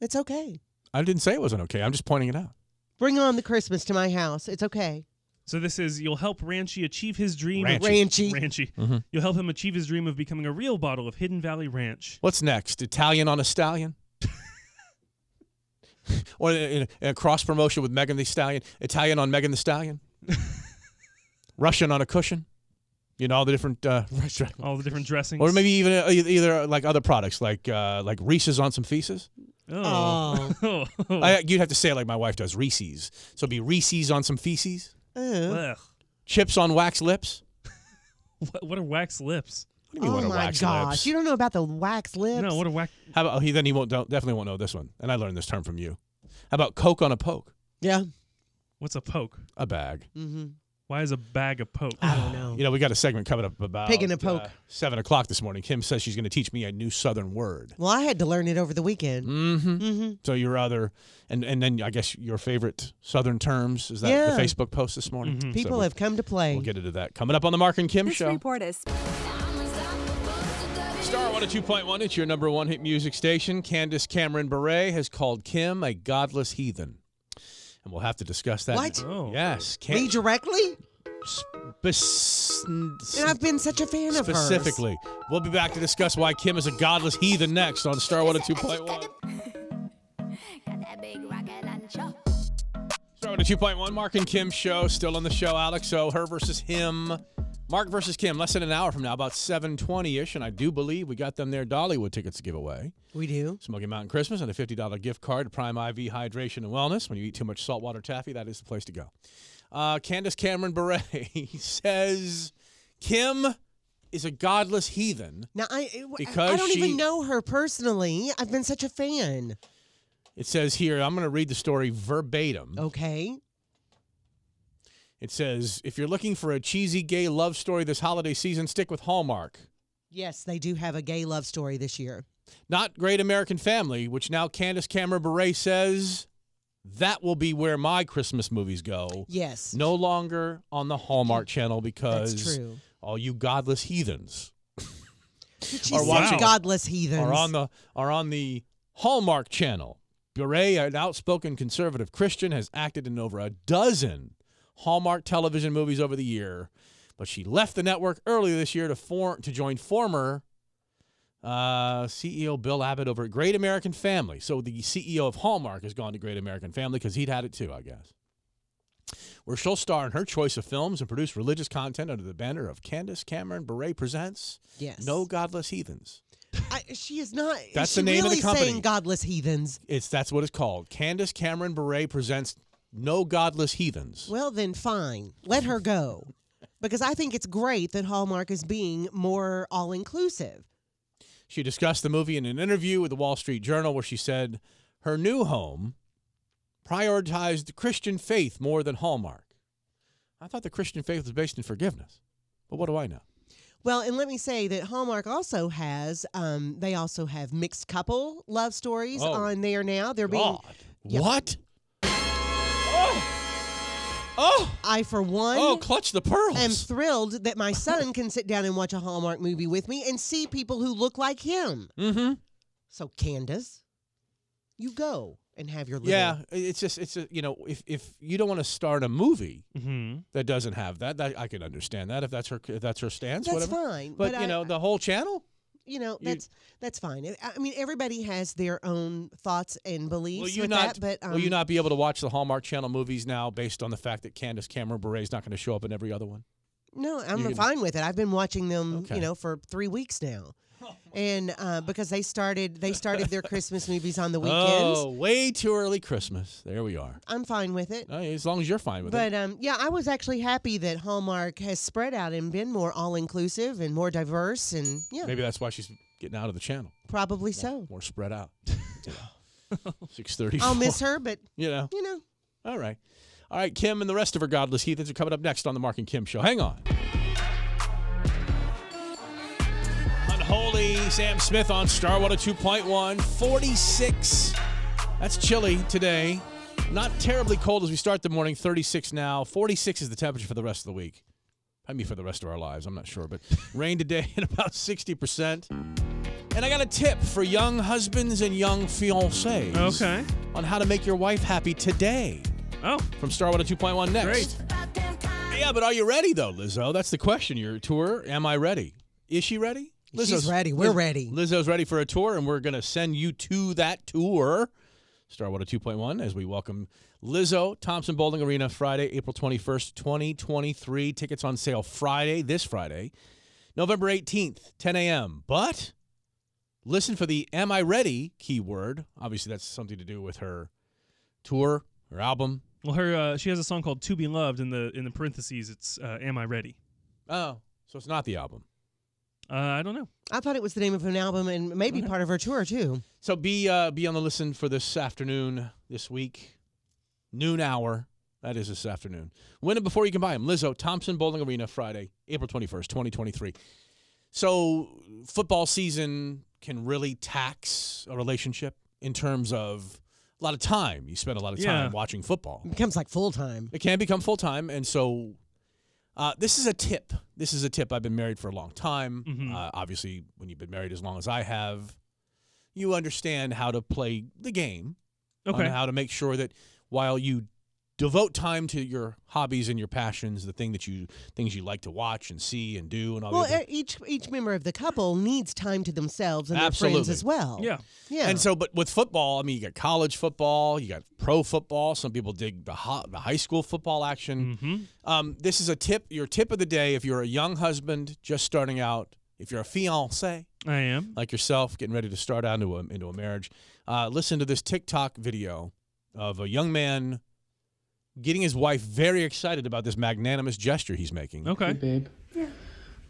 Speaker 5: It's okay.
Speaker 4: I didn't say it wasn't okay. I'm just pointing it out.
Speaker 5: Bring on the Christmas to my house. It's okay.
Speaker 6: So this is you'll help Ranchi achieve his dream.
Speaker 4: Ranchi.
Speaker 5: Ranchy.
Speaker 6: Of, Ranchi.
Speaker 4: Mm-hmm.
Speaker 6: You'll help him achieve his dream of becoming a real bottle of Hidden Valley Ranch.
Speaker 4: What's next? Italian on a stallion. or in a, in a cross promotion with Megan the Stallion, Italian on Megan the Stallion, Russian on a cushion, you know all the different uh, restaurant-
Speaker 6: All the different dressings.
Speaker 4: or maybe even uh, e- either like other products like uh, like Reese's on some feces.
Speaker 6: Oh.
Speaker 4: I, you'd have to say it like my wife does, Reese's. So it'd be Reese's on some feces,
Speaker 5: Oh,
Speaker 6: Ugh.
Speaker 4: chips on wax lips.
Speaker 6: What, what are wax lips?
Speaker 4: What do you mean? what
Speaker 5: oh
Speaker 4: are
Speaker 5: my
Speaker 4: wax
Speaker 5: gosh.
Speaker 4: lips?
Speaker 5: You don't know about the wax lips?
Speaker 6: No, what are wax?
Speaker 4: How about oh, he? Then he won't don't, definitely won't know this one. And I learned this term from you. How about Coke on a poke?
Speaker 5: yeah.
Speaker 6: What's a poke?
Speaker 4: A bag.
Speaker 5: Mm-hmm.
Speaker 6: Why is a bag a poke?
Speaker 5: I don't know.
Speaker 4: You know, we got a segment coming up about
Speaker 5: Oh. Pig in a poke.
Speaker 4: uh, seven o'clock this morning. Kim says she's going to teach me a new Southern word.
Speaker 5: Well, I had to learn it over the weekend.
Speaker 4: Mm-hmm.
Speaker 5: Mm-hmm.
Speaker 4: So your other, and and then I guess your favorite Southern terms is that
Speaker 5: Yeah. Mm-hmm.
Speaker 4: the Facebook post this morning. So
Speaker 5: People
Speaker 4: we'll,
Speaker 5: have come to play.
Speaker 4: we'll get into that coming up on the Mark and Kim
Speaker 8: This
Speaker 4: show.
Speaker 8: report is
Speaker 4: Star 102.1, it's your number one hit music station. Candace Cameron Bure has called Kim a godless heathen. And we'll have to discuss that.
Speaker 5: What?
Speaker 6: Oh.
Speaker 4: Yes. Cam-
Speaker 5: Me directly?
Speaker 4: Bes-
Speaker 5: And I've been such a fan of her.
Speaker 4: specifically. We'll be back to discuss why Kim is a godless heathen next on Star 102.1. Star 102.1, Mark and Kim show. Still on the show, Alex O. Her versus him. Mark versus Kim, less than an hour from now, about 7.20ish. And I do believe we got them their Dollywood tickets to give away.
Speaker 5: We do.
Speaker 4: Smoky Mountain Christmas and a $50 gift card to Prime IV Hydration and Wellness. When you eat too much saltwater taffy, that is the place to go. Uh, Candace Cameron Bure says Kim is a godless heathen.
Speaker 5: Now I I- I
Speaker 4: Because
Speaker 5: don't
Speaker 4: she-
Speaker 5: even know her personally. I've been such a fan.
Speaker 4: It says here, I'm going to read the story verbatim.
Speaker 5: Okay.
Speaker 4: It says, if you're looking for a cheesy gay love story this holiday season, stick with Hallmark.
Speaker 5: Yes, they do have a gay love story this year.
Speaker 4: Not Great American Family, which now Candace Cameron Bure says that will be where my Christmas movies go.
Speaker 5: Yes.
Speaker 4: No longer on the Hallmark Channel because
Speaker 5: That's true.
Speaker 4: all you godless heathens
Speaker 5: She's
Speaker 4: Or
Speaker 5: such
Speaker 4: wow.
Speaker 5: godless heathens.
Speaker 4: are on the are on the Hallmark Channel. Bure, an outspoken conservative Christian, has acted in over a dozen Hallmark television movies over the year, but she left the network earlier this year to for, to join former uh, CEO Bill Abbott over at Great American Family. So the CEO of Hallmark has gone to Great American Family because he'd had it too, I guess. Where she'll star in her choice of films and produce religious content under the banner of Candace Cameron Bure presents
Speaker 5: yes.
Speaker 4: No Godless Heathens.
Speaker 5: I, I, she is not. is
Speaker 4: That's
Speaker 5: she
Speaker 4: the name of the
Speaker 5: really
Speaker 4: company.
Speaker 5: Saying godless heathens.
Speaker 4: It's that's what it's called. Candace Cameron Bure presents No Godless Heathens.
Speaker 5: Well, then fine. Let her go. Because I think it's great that Hallmark is being more all inclusive.
Speaker 4: She discussed the movie in an interview with the Wall Street Journal where she said her new home prioritized Christian faith more than Hallmark. I thought the Christian faith was based in forgiveness. But what do I know?
Speaker 5: Well, and let me say that Hallmark also has, um, they also have mixed couple love stories
Speaker 4: Oh.
Speaker 5: on there now. They're being,
Speaker 4: God. What? Oh!
Speaker 5: I for one,
Speaker 4: Oh, clutch the pearls.
Speaker 5: am thrilled that my son can sit down and watch a Hallmark movie with me and see people who look like him.
Speaker 4: mm-hmm.
Speaker 5: So, Candace, you go and have your little.
Speaker 4: Yeah, it's just it's a, you know, if if you don't want to start a movie
Speaker 6: hmm
Speaker 4: that doesn't have that, that I can understand that if that's her if that's her stance,
Speaker 5: That's
Speaker 4: whatever.
Speaker 5: fine.
Speaker 4: But,
Speaker 5: I-
Speaker 4: you know, the whole channel?
Speaker 5: you know that's that's fine. I- I mean, everybody has their own thoughts and beliefs
Speaker 4: Will you
Speaker 5: with
Speaker 4: not?
Speaker 5: that. But um,
Speaker 4: will you not be able to watch the Hallmark Channel movies now, based on the fact that Candace Cameron Bure is not going to show up in every other one?
Speaker 5: No, I'm
Speaker 4: you can-
Speaker 5: fine with it. I've been watching them,
Speaker 4: Okay. Oh,
Speaker 5: you know, for three weeks now, and uh, because they started they started their Christmas movies on the weekends.
Speaker 4: Oh, way too early Christmas. There we are.
Speaker 5: I'm fine with it.
Speaker 4: Oh, yeah, As long as you're fine with
Speaker 5: But
Speaker 4: it.
Speaker 5: um, yeah, I was actually happy that Hallmark has spread out and been more all inclusive and more diverse, and yeah,
Speaker 4: Maybe that's why she's getting out of the channel,
Speaker 5: probably so.
Speaker 4: more spread out. Six thirty.
Speaker 5: I'll miss her, but
Speaker 4: You know.
Speaker 5: you know,
Speaker 4: All right. All right, Kim and the rest of her godless heathens are coming up next on the Mark and Kim show. Hang on. Unholy Sam Smith on Star 102.1, 46. That's chilly today. Not terribly cold as we start the morning, 36 now. 46 is the temperature for the rest of the week. I mean, for the rest of our lives, I'm not sure, but rain today at about 60%. And I got a tip for young husbands and young fiancés
Speaker 6: Mm-hmm. Okay.
Speaker 4: on how to make your wife happy today
Speaker 6: Oh,
Speaker 4: from Star 102.1 next.
Speaker 6: Great.
Speaker 4: Yeah, but are you ready though, Lizzo? That's the question. Your tour, am I ready? Is she ready?
Speaker 5: She's ready. We're ready.
Speaker 4: Lizzo's ready for a tour, and we're going to send you to that tour. Star 102.1 as we welcome Lizzo, Thompson Bowling Arena, Friday, April 21st, 2023. Tickets on sale Friday, this Friday, November 18th, 10 a.m. But listen for the Am I Ready keyword. Obviously, that's something to do with her tour, her album,
Speaker 6: well, her uh, she has a song called "To Be Loved" in the in the parentheses. It's uh, "Am I Ready?"
Speaker 4: Oh, so it's not the album.
Speaker 6: Uh, I don't know.
Speaker 5: I thought it was the name of an album and maybe part of her tour too.
Speaker 4: So be uh, be on the listen for this afternoon, this week, noon hour. That is this afternoon. Win it before you can buy them. Lizzo, Thompson Bowling Arena, Friday, April twenty first, twenty twenty three. So football season can really tax a relationship in terms of a lot of time. You spend a lot of time
Speaker 6: Yeah.
Speaker 4: watching football.
Speaker 5: becomes like full time.
Speaker 4: It can become full time, and so uh, this is a tip. This is a tip. I've been married for a long time.
Speaker 6: Mhm.
Speaker 4: Uh, obviously, when you've been married as long as I have, you understand how to play the game. on
Speaker 6: Okay.
Speaker 4: how to make sure that while you devote time to your hobbies and your passions, the thing that you things you like to watch and see and do and all
Speaker 5: Well,
Speaker 4: the other,
Speaker 5: e- each each member of the couple needs time to themselves and their friends
Speaker 4: Absolutely.
Speaker 5: as well.
Speaker 6: Yeah.
Speaker 5: yeah.
Speaker 4: And so, but with football, I mean, you got college football, you got pro football. Some people dig the, ho- the high school football action.
Speaker 6: Mm-hmm.
Speaker 4: Um, this is a tip, your tip of the day if you're a young husband just starting out, if you're a fiance
Speaker 6: I am.
Speaker 4: like yourself, getting ready to start out into a, into a marriage, uh, listen to this TikTok video of a young man getting his wife very excited about this magnanimous gesture he's making.
Speaker 8: Hey,
Speaker 6: Okay.
Speaker 8: babe.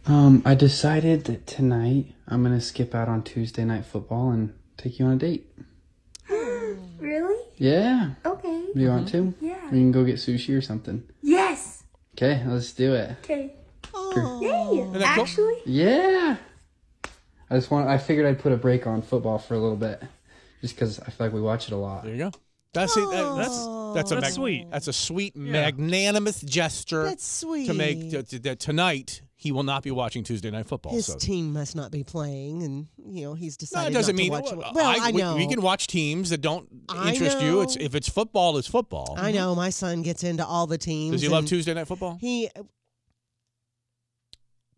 Speaker 8: Um, I decided that tonight I'm gonna skip out on Tuesday night football and take you on a date.
Speaker 9: Really?
Speaker 8: Yeah.
Speaker 9: Okay.
Speaker 8: You want to?
Speaker 9: Yeah.
Speaker 8: We can go get sushi or something.
Speaker 9: Yes.
Speaker 8: Okay, let's do it.
Speaker 9: Okay.
Speaker 4: Isn't
Speaker 9: Yay.
Speaker 4: that cool?
Speaker 9: Actually,
Speaker 8: Yeah. I just want. I figured I'd put a break on football for a little bit, just because I feel like we watch it a lot.
Speaker 4: There you go. That's it. That- that's that's a
Speaker 6: That's sweet.
Speaker 4: That's a sweet magnanimous gesture
Speaker 5: That's sweet.
Speaker 4: to make to, to- that tonight he will not be watching Tuesday night football.
Speaker 5: his
Speaker 4: so
Speaker 5: team must not be playing, and you know he's
Speaker 4: No, it
Speaker 5: decided
Speaker 4: doesn't
Speaker 5: not to
Speaker 4: mean
Speaker 5: watch. it.
Speaker 4: well,
Speaker 5: well,
Speaker 4: I-
Speaker 5: I,
Speaker 4: we-
Speaker 5: know.
Speaker 4: We, can watch teams that don't
Speaker 5: I
Speaker 4: interest you. It's
Speaker 5: know.
Speaker 4: if it's football, it's football.
Speaker 5: I know my son gets into all the teams.
Speaker 4: Does he love
Speaker 5: and
Speaker 4: Tuesday night football?
Speaker 5: He uh,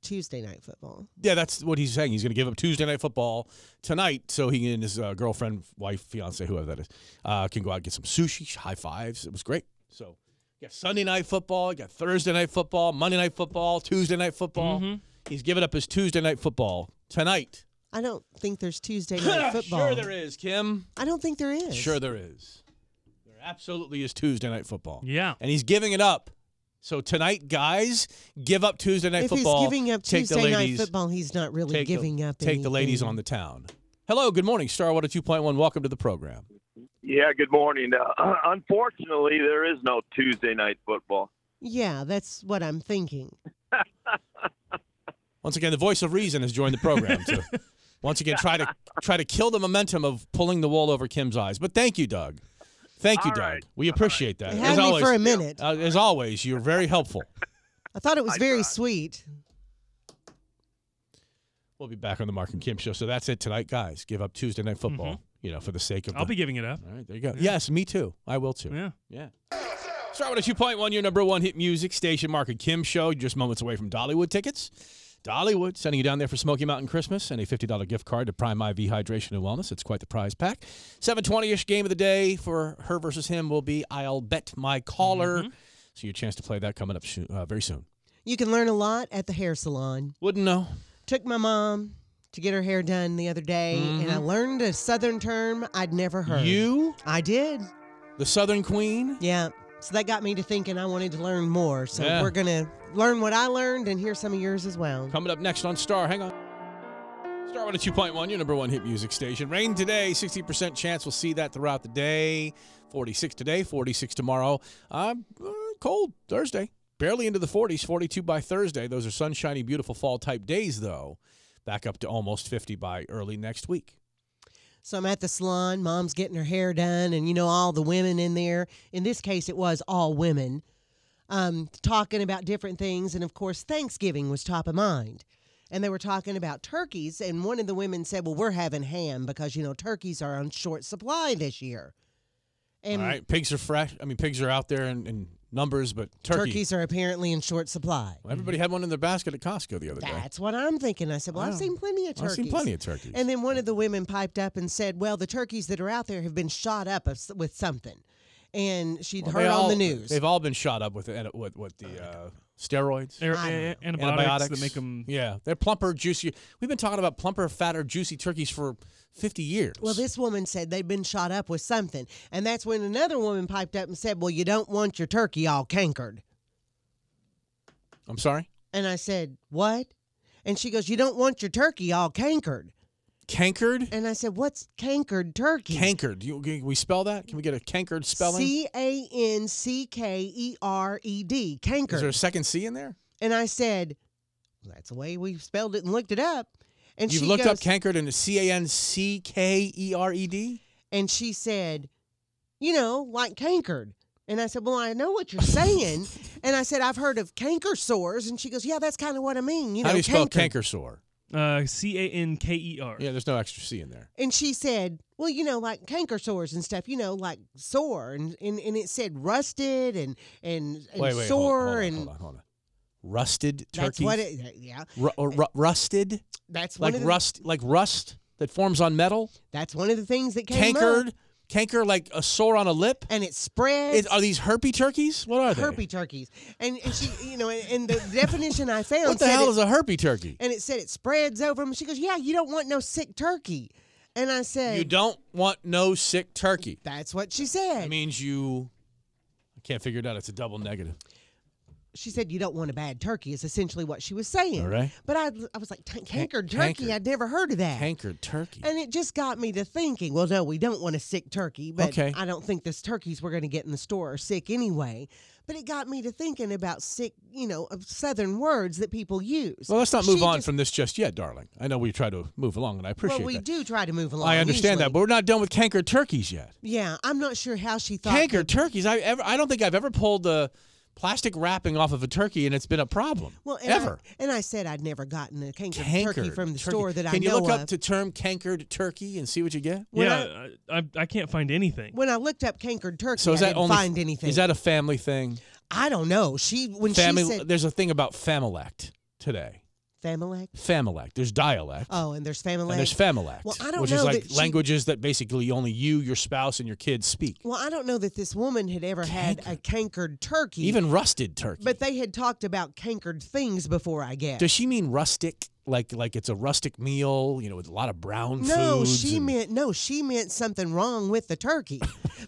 Speaker 5: Tuesday night football.
Speaker 4: yeah, that's what he's saying. He's going to give up Tuesday night football tonight, so he and his uh, girlfriend, wife, fiance, whoever that is, uh, can go out and get some sushi, high fives. It was great. So, you got Sunday night football, you got Thursday night football, Monday night football, Tuesday night football. He's giving up his Tuesday night football tonight.
Speaker 5: I don't think there's Tuesday night football.
Speaker 4: Sure, there is, Kim.
Speaker 5: I don't think there is.
Speaker 4: Sure, there is. There absolutely is Tuesday night football.
Speaker 6: Yeah.
Speaker 4: and he's giving it up. So tonight, guys, give up Tuesday night
Speaker 5: If
Speaker 4: football.
Speaker 5: he's giving up
Speaker 4: take
Speaker 5: Tuesday
Speaker 4: the
Speaker 5: night
Speaker 4: ladies,
Speaker 5: football, he's not really
Speaker 4: take
Speaker 5: giving
Speaker 4: the,
Speaker 5: up.
Speaker 4: Take the ladies on the town. Hello, good morning, Starwater 2.1. Welcome to the program.
Speaker 10: Yeah, good morning. Uh, unfortunately, there is no Tuesday night football.
Speaker 5: Yeah, that's what I'm thinking.
Speaker 4: Once again, the voice of reason has joined the program to once again try to try to kill the momentum of pulling the wool over Kim's eyes. But thank you, Doug. Thank you,
Speaker 10: All
Speaker 4: Doug.
Speaker 10: right.
Speaker 4: We appreciate that.
Speaker 5: It had
Speaker 4: as
Speaker 5: me
Speaker 4: always,
Speaker 5: for a minute.
Speaker 4: uh, as always, you're very helpful.
Speaker 5: I thought it was very sweet.
Speaker 4: We'll be back on the Mark and Kim show. So that's it tonight, guys. Give up Tuesday night football.
Speaker 5: Mm-hmm.
Speaker 4: You know, for the sake of
Speaker 6: I'll
Speaker 4: the-
Speaker 6: be giving it up.
Speaker 4: All right, there you go. Yes, me too. I will too.
Speaker 6: Yeah.
Speaker 4: Yeah. Start with a 2.1, your number one hit music station, Mark and Kim show, just moments away from Dollywood tickets. Dollywood, sending you down there for Smoky Mountain Christmas and a $50 gift card to Prime IV Hydration and Wellness. It's quite the prize pack. 720-ish game of the day for her versus him will be I'll Bet My Caller. So your chance to play that coming up soon, uh, very soon.
Speaker 5: You can learn a lot at the hair salon.
Speaker 4: Wouldn't know.
Speaker 5: Took my mom to get her hair done the other day, and I learned a southern term I'd never heard.
Speaker 4: Mm-hmm. You,
Speaker 5: I did.
Speaker 4: the Southern Queen.
Speaker 5: Yeah. So that got me to thinking I wanted to learn more. So
Speaker 4: Yeah.
Speaker 5: we're going to learn what I learned and hear some of yours as well.
Speaker 4: Coming up next on Star. Hang on. Star one two point one, your number one hit music station. Rain today, sixty percent chance we'll see that throughout the day. Forty six today, forty six tomorrow. Uh, uh, cold Thursday, barely into the forties. Forty two by Thursday. Those are sunshiny, beautiful fall type days though. Back up to almost fifty by early next week.
Speaker 5: So I'm at the salon, mom's getting her hair done, and you know, all the women in there. In this case, it was all women um, talking about different things. And of course, Thanksgiving was top of mind. And they were talking about turkeys. And one of the women said, Well, we're having ham because, you know, turkeys are on short supply this year. And
Speaker 4: All right, pigs are fresh. I mean, pigs are out there in, in numbers, but turkey.
Speaker 5: turkeys are apparently in short supply.
Speaker 4: Well, everybody had one in their basket at Costco the other day.
Speaker 5: That's what I'm thinking. I said, Well, I've seen plenty of
Speaker 4: I've
Speaker 5: turkeys.
Speaker 4: seen plenty of turkeys.
Speaker 5: And then one of the women piped up and said, "Well, the turkeys that are out there have been shot up of- with something," and she'd
Speaker 4: They
Speaker 5: heard
Speaker 4: all-
Speaker 5: on the news. Oh,
Speaker 4: They've all been shot up with the- with, with the uh, steroids.
Speaker 6: They're
Speaker 5: I
Speaker 6: a-
Speaker 5: don't
Speaker 6: antibiotics, that make them.
Speaker 4: Yeah, they're plumper, juicier. We've been talking about plumper, fatter, juicy turkeys for 50 years.
Speaker 5: Well, this woman said they'd been shot up with something, and that's when another woman piped up and said, "Well, you don't want your turkey all cankered."
Speaker 4: I'm sorry,
Speaker 5: And I said, "What?" And she goes, "You don't want your turkey all cankered."
Speaker 4: cankered,
Speaker 5: And I said, "What's cankered turkey?"
Speaker 4: cankered. You, can we spell that? Can we get a cankered spelling?
Speaker 5: C A N C K E R E D, cankered.
Speaker 4: Is there a second C in there?
Speaker 5: And I said, "That's the way we spelled it and looked it up." And
Speaker 4: You've
Speaker 5: she
Speaker 4: looked
Speaker 5: goes,
Speaker 4: up cankered and it's C A N C K E R E D.
Speaker 5: and she said, you know, like cankered. And I said, well, I know what you're saying. and I said, I've heard of canker sores. And she goes, yeah, that's kind of what I mean. You know,
Speaker 4: How do you spell
Speaker 5: cankered."
Speaker 4: canker sore?
Speaker 6: Uh, C A N K E R.
Speaker 4: Yeah, there's no extra C in there.
Speaker 5: And she said, well, you know, like canker sores and stuff, you know, like sore. And, and, and it said rusted and, and, and
Speaker 4: wait, wait, hold-
Speaker 5: sore.
Speaker 4: hold, on,
Speaker 5: and
Speaker 4: hold on, hold on. Rusted turkeys.
Speaker 5: that's what it, yeah,
Speaker 4: Ru- or ru- rusted,
Speaker 5: that's one
Speaker 4: like
Speaker 5: of the,
Speaker 4: rust, like rust that forms on metal.
Speaker 5: that's one of the things that came
Speaker 4: Cankered,
Speaker 5: up.
Speaker 4: canker like a sore on a lip.
Speaker 5: And it spreads.
Speaker 4: Is, are these herpy turkeys? What are they?
Speaker 5: herpy turkeys. And, and she, you know, and, and the definition I found
Speaker 4: What the
Speaker 5: said
Speaker 4: hell
Speaker 5: it-
Speaker 4: is a herpy turkey?
Speaker 5: and it said it spreads over them. She goes, "Yeah, you don't want no sick turkey." And I said,
Speaker 4: You don't want no sick turkey.
Speaker 5: That's what she said.
Speaker 4: That means you. I can't figure it out. It's a double negative.
Speaker 5: she said, "You don't want a bad turkey." Is essentially what she was saying.
Speaker 4: All right.
Speaker 5: But I, I was like, "Tan- "Cankered
Speaker 4: cankered.
Speaker 5: turkey? I'd never heard of that."
Speaker 4: Cankered turkey.
Speaker 5: and it just got me to thinking. Well, no, we don't want a sick turkey, but
Speaker 4: Okay.
Speaker 5: I don't think this turkeys we're going to get in the store are sick anyway. But it got me to thinking about sick, you know, of southern words that people use.
Speaker 4: Well, let's not move
Speaker 5: She
Speaker 4: on
Speaker 5: just-
Speaker 4: from this just yet, darling. I know we try to move along, and I appreciate
Speaker 5: Well, we
Speaker 4: that.
Speaker 5: do try to move along.
Speaker 4: I understand that, but
Speaker 5: usually.
Speaker 4: we're not done with cankered turkeys yet.
Speaker 5: yeah, I'm not sure how she thought.
Speaker 4: Cankered turkeys. I ever. I don't think I've ever pulled the plastic wrapping off of a turkey, and it's been a problem.
Speaker 5: Well, and
Speaker 4: ever.
Speaker 5: I, and I said I'd never gotten a canker turkey
Speaker 4: Cankered
Speaker 5: from the
Speaker 4: turkey.
Speaker 5: store that I
Speaker 4: Can you
Speaker 5: know
Speaker 4: look
Speaker 5: of.
Speaker 4: up to term cankered turkey and see what you get?
Speaker 5: when
Speaker 6: yeah, I, I, I can't find anything.
Speaker 5: when I looked up cankered turkey,
Speaker 4: So is
Speaker 5: I
Speaker 4: that
Speaker 5: didn't
Speaker 4: only
Speaker 5: find anything.
Speaker 4: Is that a family thing?
Speaker 5: I don't know. She when
Speaker 4: Family.
Speaker 5: she said
Speaker 4: there's a thing about Familect today.
Speaker 5: Familek?
Speaker 4: Familect. There's dialect.
Speaker 5: Oh, and there's Familek.
Speaker 4: and there's Familect,
Speaker 5: Well, I don't
Speaker 4: which
Speaker 5: know
Speaker 4: is like
Speaker 5: that she-
Speaker 4: languages that basically only you, your spouse, and your kids speak.
Speaker 5: Well, I don't know that this woman had ever had a cankered turkey.
Speaker 4: Even rusted turkey.
Speaker 5: But they had talked about cankered things before, I guess.
Speaker 4: Does she mean rustic? Like like it's a rustic meal, you know, with a lot of brown
Speaker 5: No,
Speaker 4: foods
Speaker 5: she
Speaker 4: and-
Speaker 5: meant no, she meant something wrong with the turkey.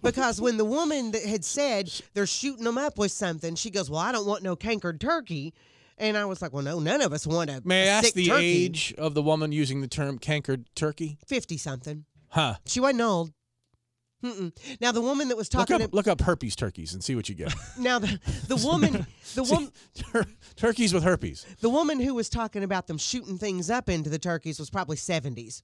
Speaker 5: because when the woman that had said they're shooting them up with something, she goes, "Well, I don't want no cankered turkey." And I was like, "Well, no, none of us want a
Speaker 4: May I
Speaker 5: a
Speaker 4: ask
Speaker 5: sick
Speaker 4: the
Speaker 5: turkey."
Speaker 4: age of the woman using the term cankered turkey?
Speaker 5: 50 something.
Speaker 4: Huh.
Speaker 5: She wasn't old. Mm-mm. Now the woman that was
Speaker 4: Look
Speaker 5: talking
Speaker 4: up, look up herpes turkeys and see what you get.
Speaker 5: ab- now the, the woman the woman
Speaker 4: Tur- turkeys with herpes.
Speaker 5: the woman who was talking about them shooting things up into the turkeys was probably 70s.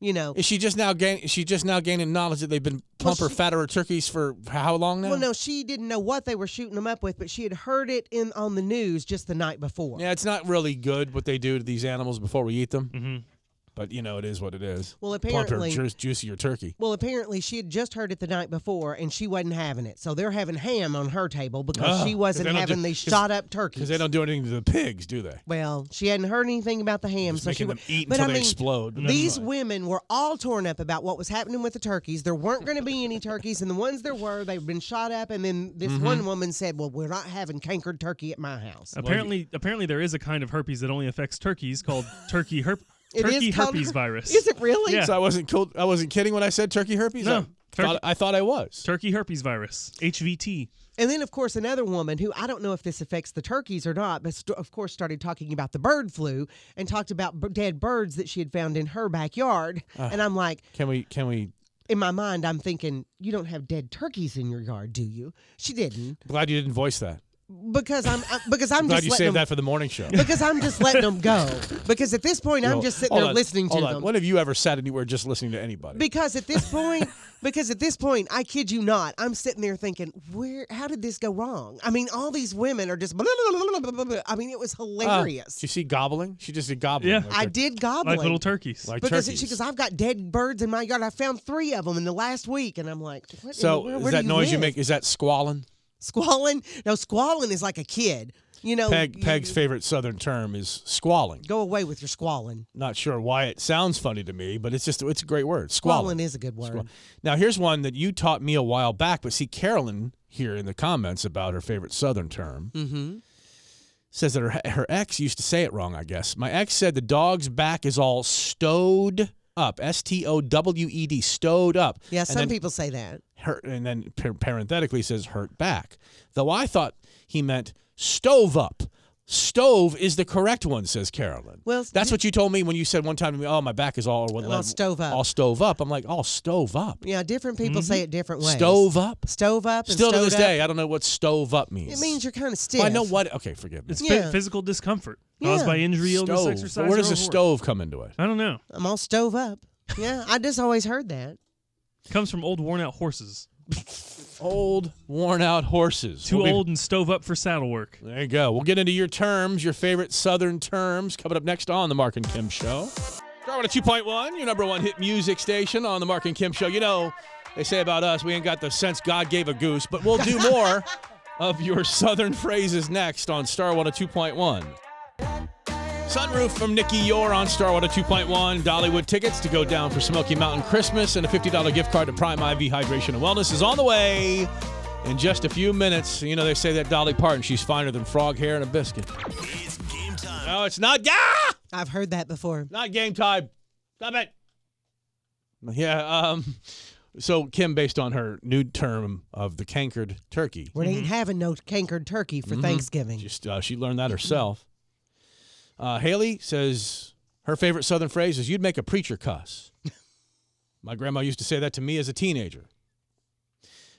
Speaker 5: You know.
Speaker 4: Is she just now gain? Is she just now gaining knowledge that they've been
Speaker 5: Well,
Speaker 4: plumper,
Speaker 5: she-
Speaker 4: fatter turkeys for how long now?
Speaker 5: Well, no, she didn't know what they were shooting them up with, but she had heard it in on the news just the night before.
Speaker 4: Yeah, it's not really good what they do to these animals before we eat them.
Speaker 6: Mhm.
Speaker 4: But you know, it is what it is.
Speaker 5: Well,
Speaker 4: plumper,
Speaker 5: apparently-
Speaker 4: ju- juicier turkey.
Speaker 5: Well, apparently she had just heard it the night before, and she wasn't having it. So they're having ham on her table because
Speaker 4: Ah, 'cause
Speaker 5: she
Speaker 4: they
Speaker 5: wasn't
Speaker 4: don't do-
Speaker 5: having these
Speaker 4: 'cause-
Speaker 5: shot up
Speaker 4: Because
Speaker 5: turkeys.
Speaker 4: they don't do anything to the pigs, do they?
Speaker 5: Well, she hadn't heard anything about the ham,
Speaker 4: Just
Speaker 5: so she
Speaker 4: making
Speaker 5: wa-
Speaker 4: them eat
Speaker 5: but
Speaker 4: until
Speaker 5: I
Speaker 4: they
Speaker 5: mean,
Speaker 4: explode. That's
Speaker 5: These
Speaker 4: fine.
Speaker 5: women were all torn up about what was happening with the turkeys. There weren't going to be any turkeys, and the ones there were, they'd been shot up. And then this
Speaker 4: Mm-hmm.
Speaker 5: one woman said, "Well, we're not having cankered turkey at my house."
Speaker 6: Apparently, apparently there is a kind of herpes that only affects turkeys called turkey herp-
Speaker 5: It is
Speaker 6: turkey
Speaker 5: called-
Speaker 6: herpes virus.
Speaker 5: Is it really?
Speaker 6: Yeah.
Speaker 4: So I wasn't cool, I wasn't kidding when I said turkey herpes. I,
Speaker 6: No, turkey-
Speaker 4: Thought, I thought I was.
Speaker 6: Turkey herpes virus, HVT.
Speaker 5: And then, of course, another woman who I don't know if this affects the turkeys or not, but st- of course started talking about the bird flu and talked about b- dead birds that she had found in her backyard.
Speaker 4: Uh.
Speaker 5: and I'm like,
Speaker 4: Can we? Can we?
Speaker 5: in my mind, I'm thinking, you don't have dead turkeys in your yard, do you? She didn't
Speaker 4: Glad you didn't voice that.
Speaker 5: because I'm I, because I'm
Speaker 4: Glad
Speaker 5: just letting
Speaker 4: you saved
Speaker 5: them,
Speaker 4: that for the morning show.
Speaker 5: because I'm just letting them go because at this point I'm
Speaker 4: Well,
Speaker 5: just sitting
Speaker 4: hold
Speaker 5: there
Speaker 4: on,
Speaker 5: listening to
Speaker 4: hold on.
Speaker 5: them.
Speaker 4: When have you ever sat anywhere just listening to anybody?
Speaker 5: Because at this point, because at this point, I kid you not, I'm sitting there thinking, where? How did this go wrong? I mean, all these women are just. blah, blah, blah, blah, blah, blah. I mean, it was
Speaker 4: Ah,
Speaker 5: hilarious.
Speaker 4: did you see gobbling? She just did gobbling.
Speaker 6: Yeah.
Speaker 4: like
Speaker 5: I
Speaker 4: tur-
Speaker 5: did gobbling.
Speaker 6: Like little turkeys.
Speaker 4: Like
Speaker 5: because
Speaker 4: turkeys.
Speaker 5: she goes, I've got dead birds in my yard. I found three of them in the last week, and I'm like, what in
Speaker 4: so
Speaker 5: the world?
Speaker 4: is
Speaker 5: Where do
Speaker 4: that noise you
Speaker 5: live?
Speaker 4: make? Is that squalling?
Speaker 5: Squalling? No, squalling is like a kid. You know,
Speaker 4: Peg
Speaker 5: you-
Speaker 4: Peg's favorite Southern term is squalling.
Speaker 5: go away with your squalling.
Speaker 4: Not sure why it sounds funny to me, but it's just it's a great word. Squalling.
Speaker 5: Squalling is a good word.
Speaker 4: Squall- Now here's one that you taught me a while back, but see Carolyn here in the comments about her favorite Southern term
Speaker 5: Mm-hmm.
Speaker 4: says that her her ex used to say it wrong. I guess my ex said the dog's back is all stowed up, S T O W E D, stowed up.
Speaker 5: Yeah,
Speaker 4: And
Speaker 5: some
Speaker 4: then
Speaker 5: people say that.
Speaker 4: hurt and then par- parenthetically says hurt back though i thought he meant stove up stove is the correct one says carolyn
Speaker 5: Well,
Speaker 4: that's
Speaker 5: you-
Speaker 4: what you told me when you said one time to me oh my back is all
Speaker 5: All stove up."
Speaker 4: all stove up i'm like all stove up
Speaker 5: Yeah, different people say it different ways.
Speaker 4: Mm-hmm. stove up
Speaker 5: stove up. And
Speaker 4: still to
Speaker 5: stowed
Speaker 4: this
Speaker 5: up.
Speaker 4: day i don't know what stove up means
Speaker 5: It means you're kind of stiff.
Speaker 4: well, i know what okay forgive me
Speaker 6: It's phy-
Speaker 5: Yeah.
Speaker 6: physical discomfort caused
Speaker 5: Yeah.
Speaker 6: by injury, illness,
Speaker 4: Stove.
Speaker 6: exercise.
Speaker 4: where
Speaker 6: or
Speaker 4: does a
Speaker 6: overwork.
Speaker 4: stove come into it
Speaker 6: I don't know.
Speaker 5: I'm all stove up. Yeah, I just always heard that.
Speaker 6: Comes from old, worn-out horses.
Speaker 4: old worn out horses
Speaker 6: Too
Speaker 4: We'll be-
Speaker 6: old and stove up for saddle work.
Speaker 4: there you go we'll get into your terms your favorite southern terms coming up next on the mark and kim show Starwood at 2.1, your number one hit music station on the Mark and Kim Show. You know, they say about us, we ain't got the sense God gave a goose, but we'll do more of your southern phrases next on Starwood at 2.1. Sunroof from Nikki Yore on Starwood at 2.1. Dollywood tickets to go down for Smoky Mountain Christmas and a $50 gift card to Prime IV Hydration and Wellness is on the way in just a few minutes. You know, they say that Dolly Parton, she's finer than frog hair in a biscuit.
Speaker 11: It's game time.
Speaker 4: No, it's not. Ah!
Speaker 5: I've heard that before.
Speaker 4: Not game time. Stop it. Yeah. Um. So Kim, based on her new term of the cankered turkey,
Speaker 5: We ain't having no cankered turkey for Thanksgiving.
Speaker 4: Mm-hmm. just uh, she learned that herself. Uh, Haley says her favorite Southern phrase is "You'd make a preacher cuss." My grandma used to say that to me as a teenager.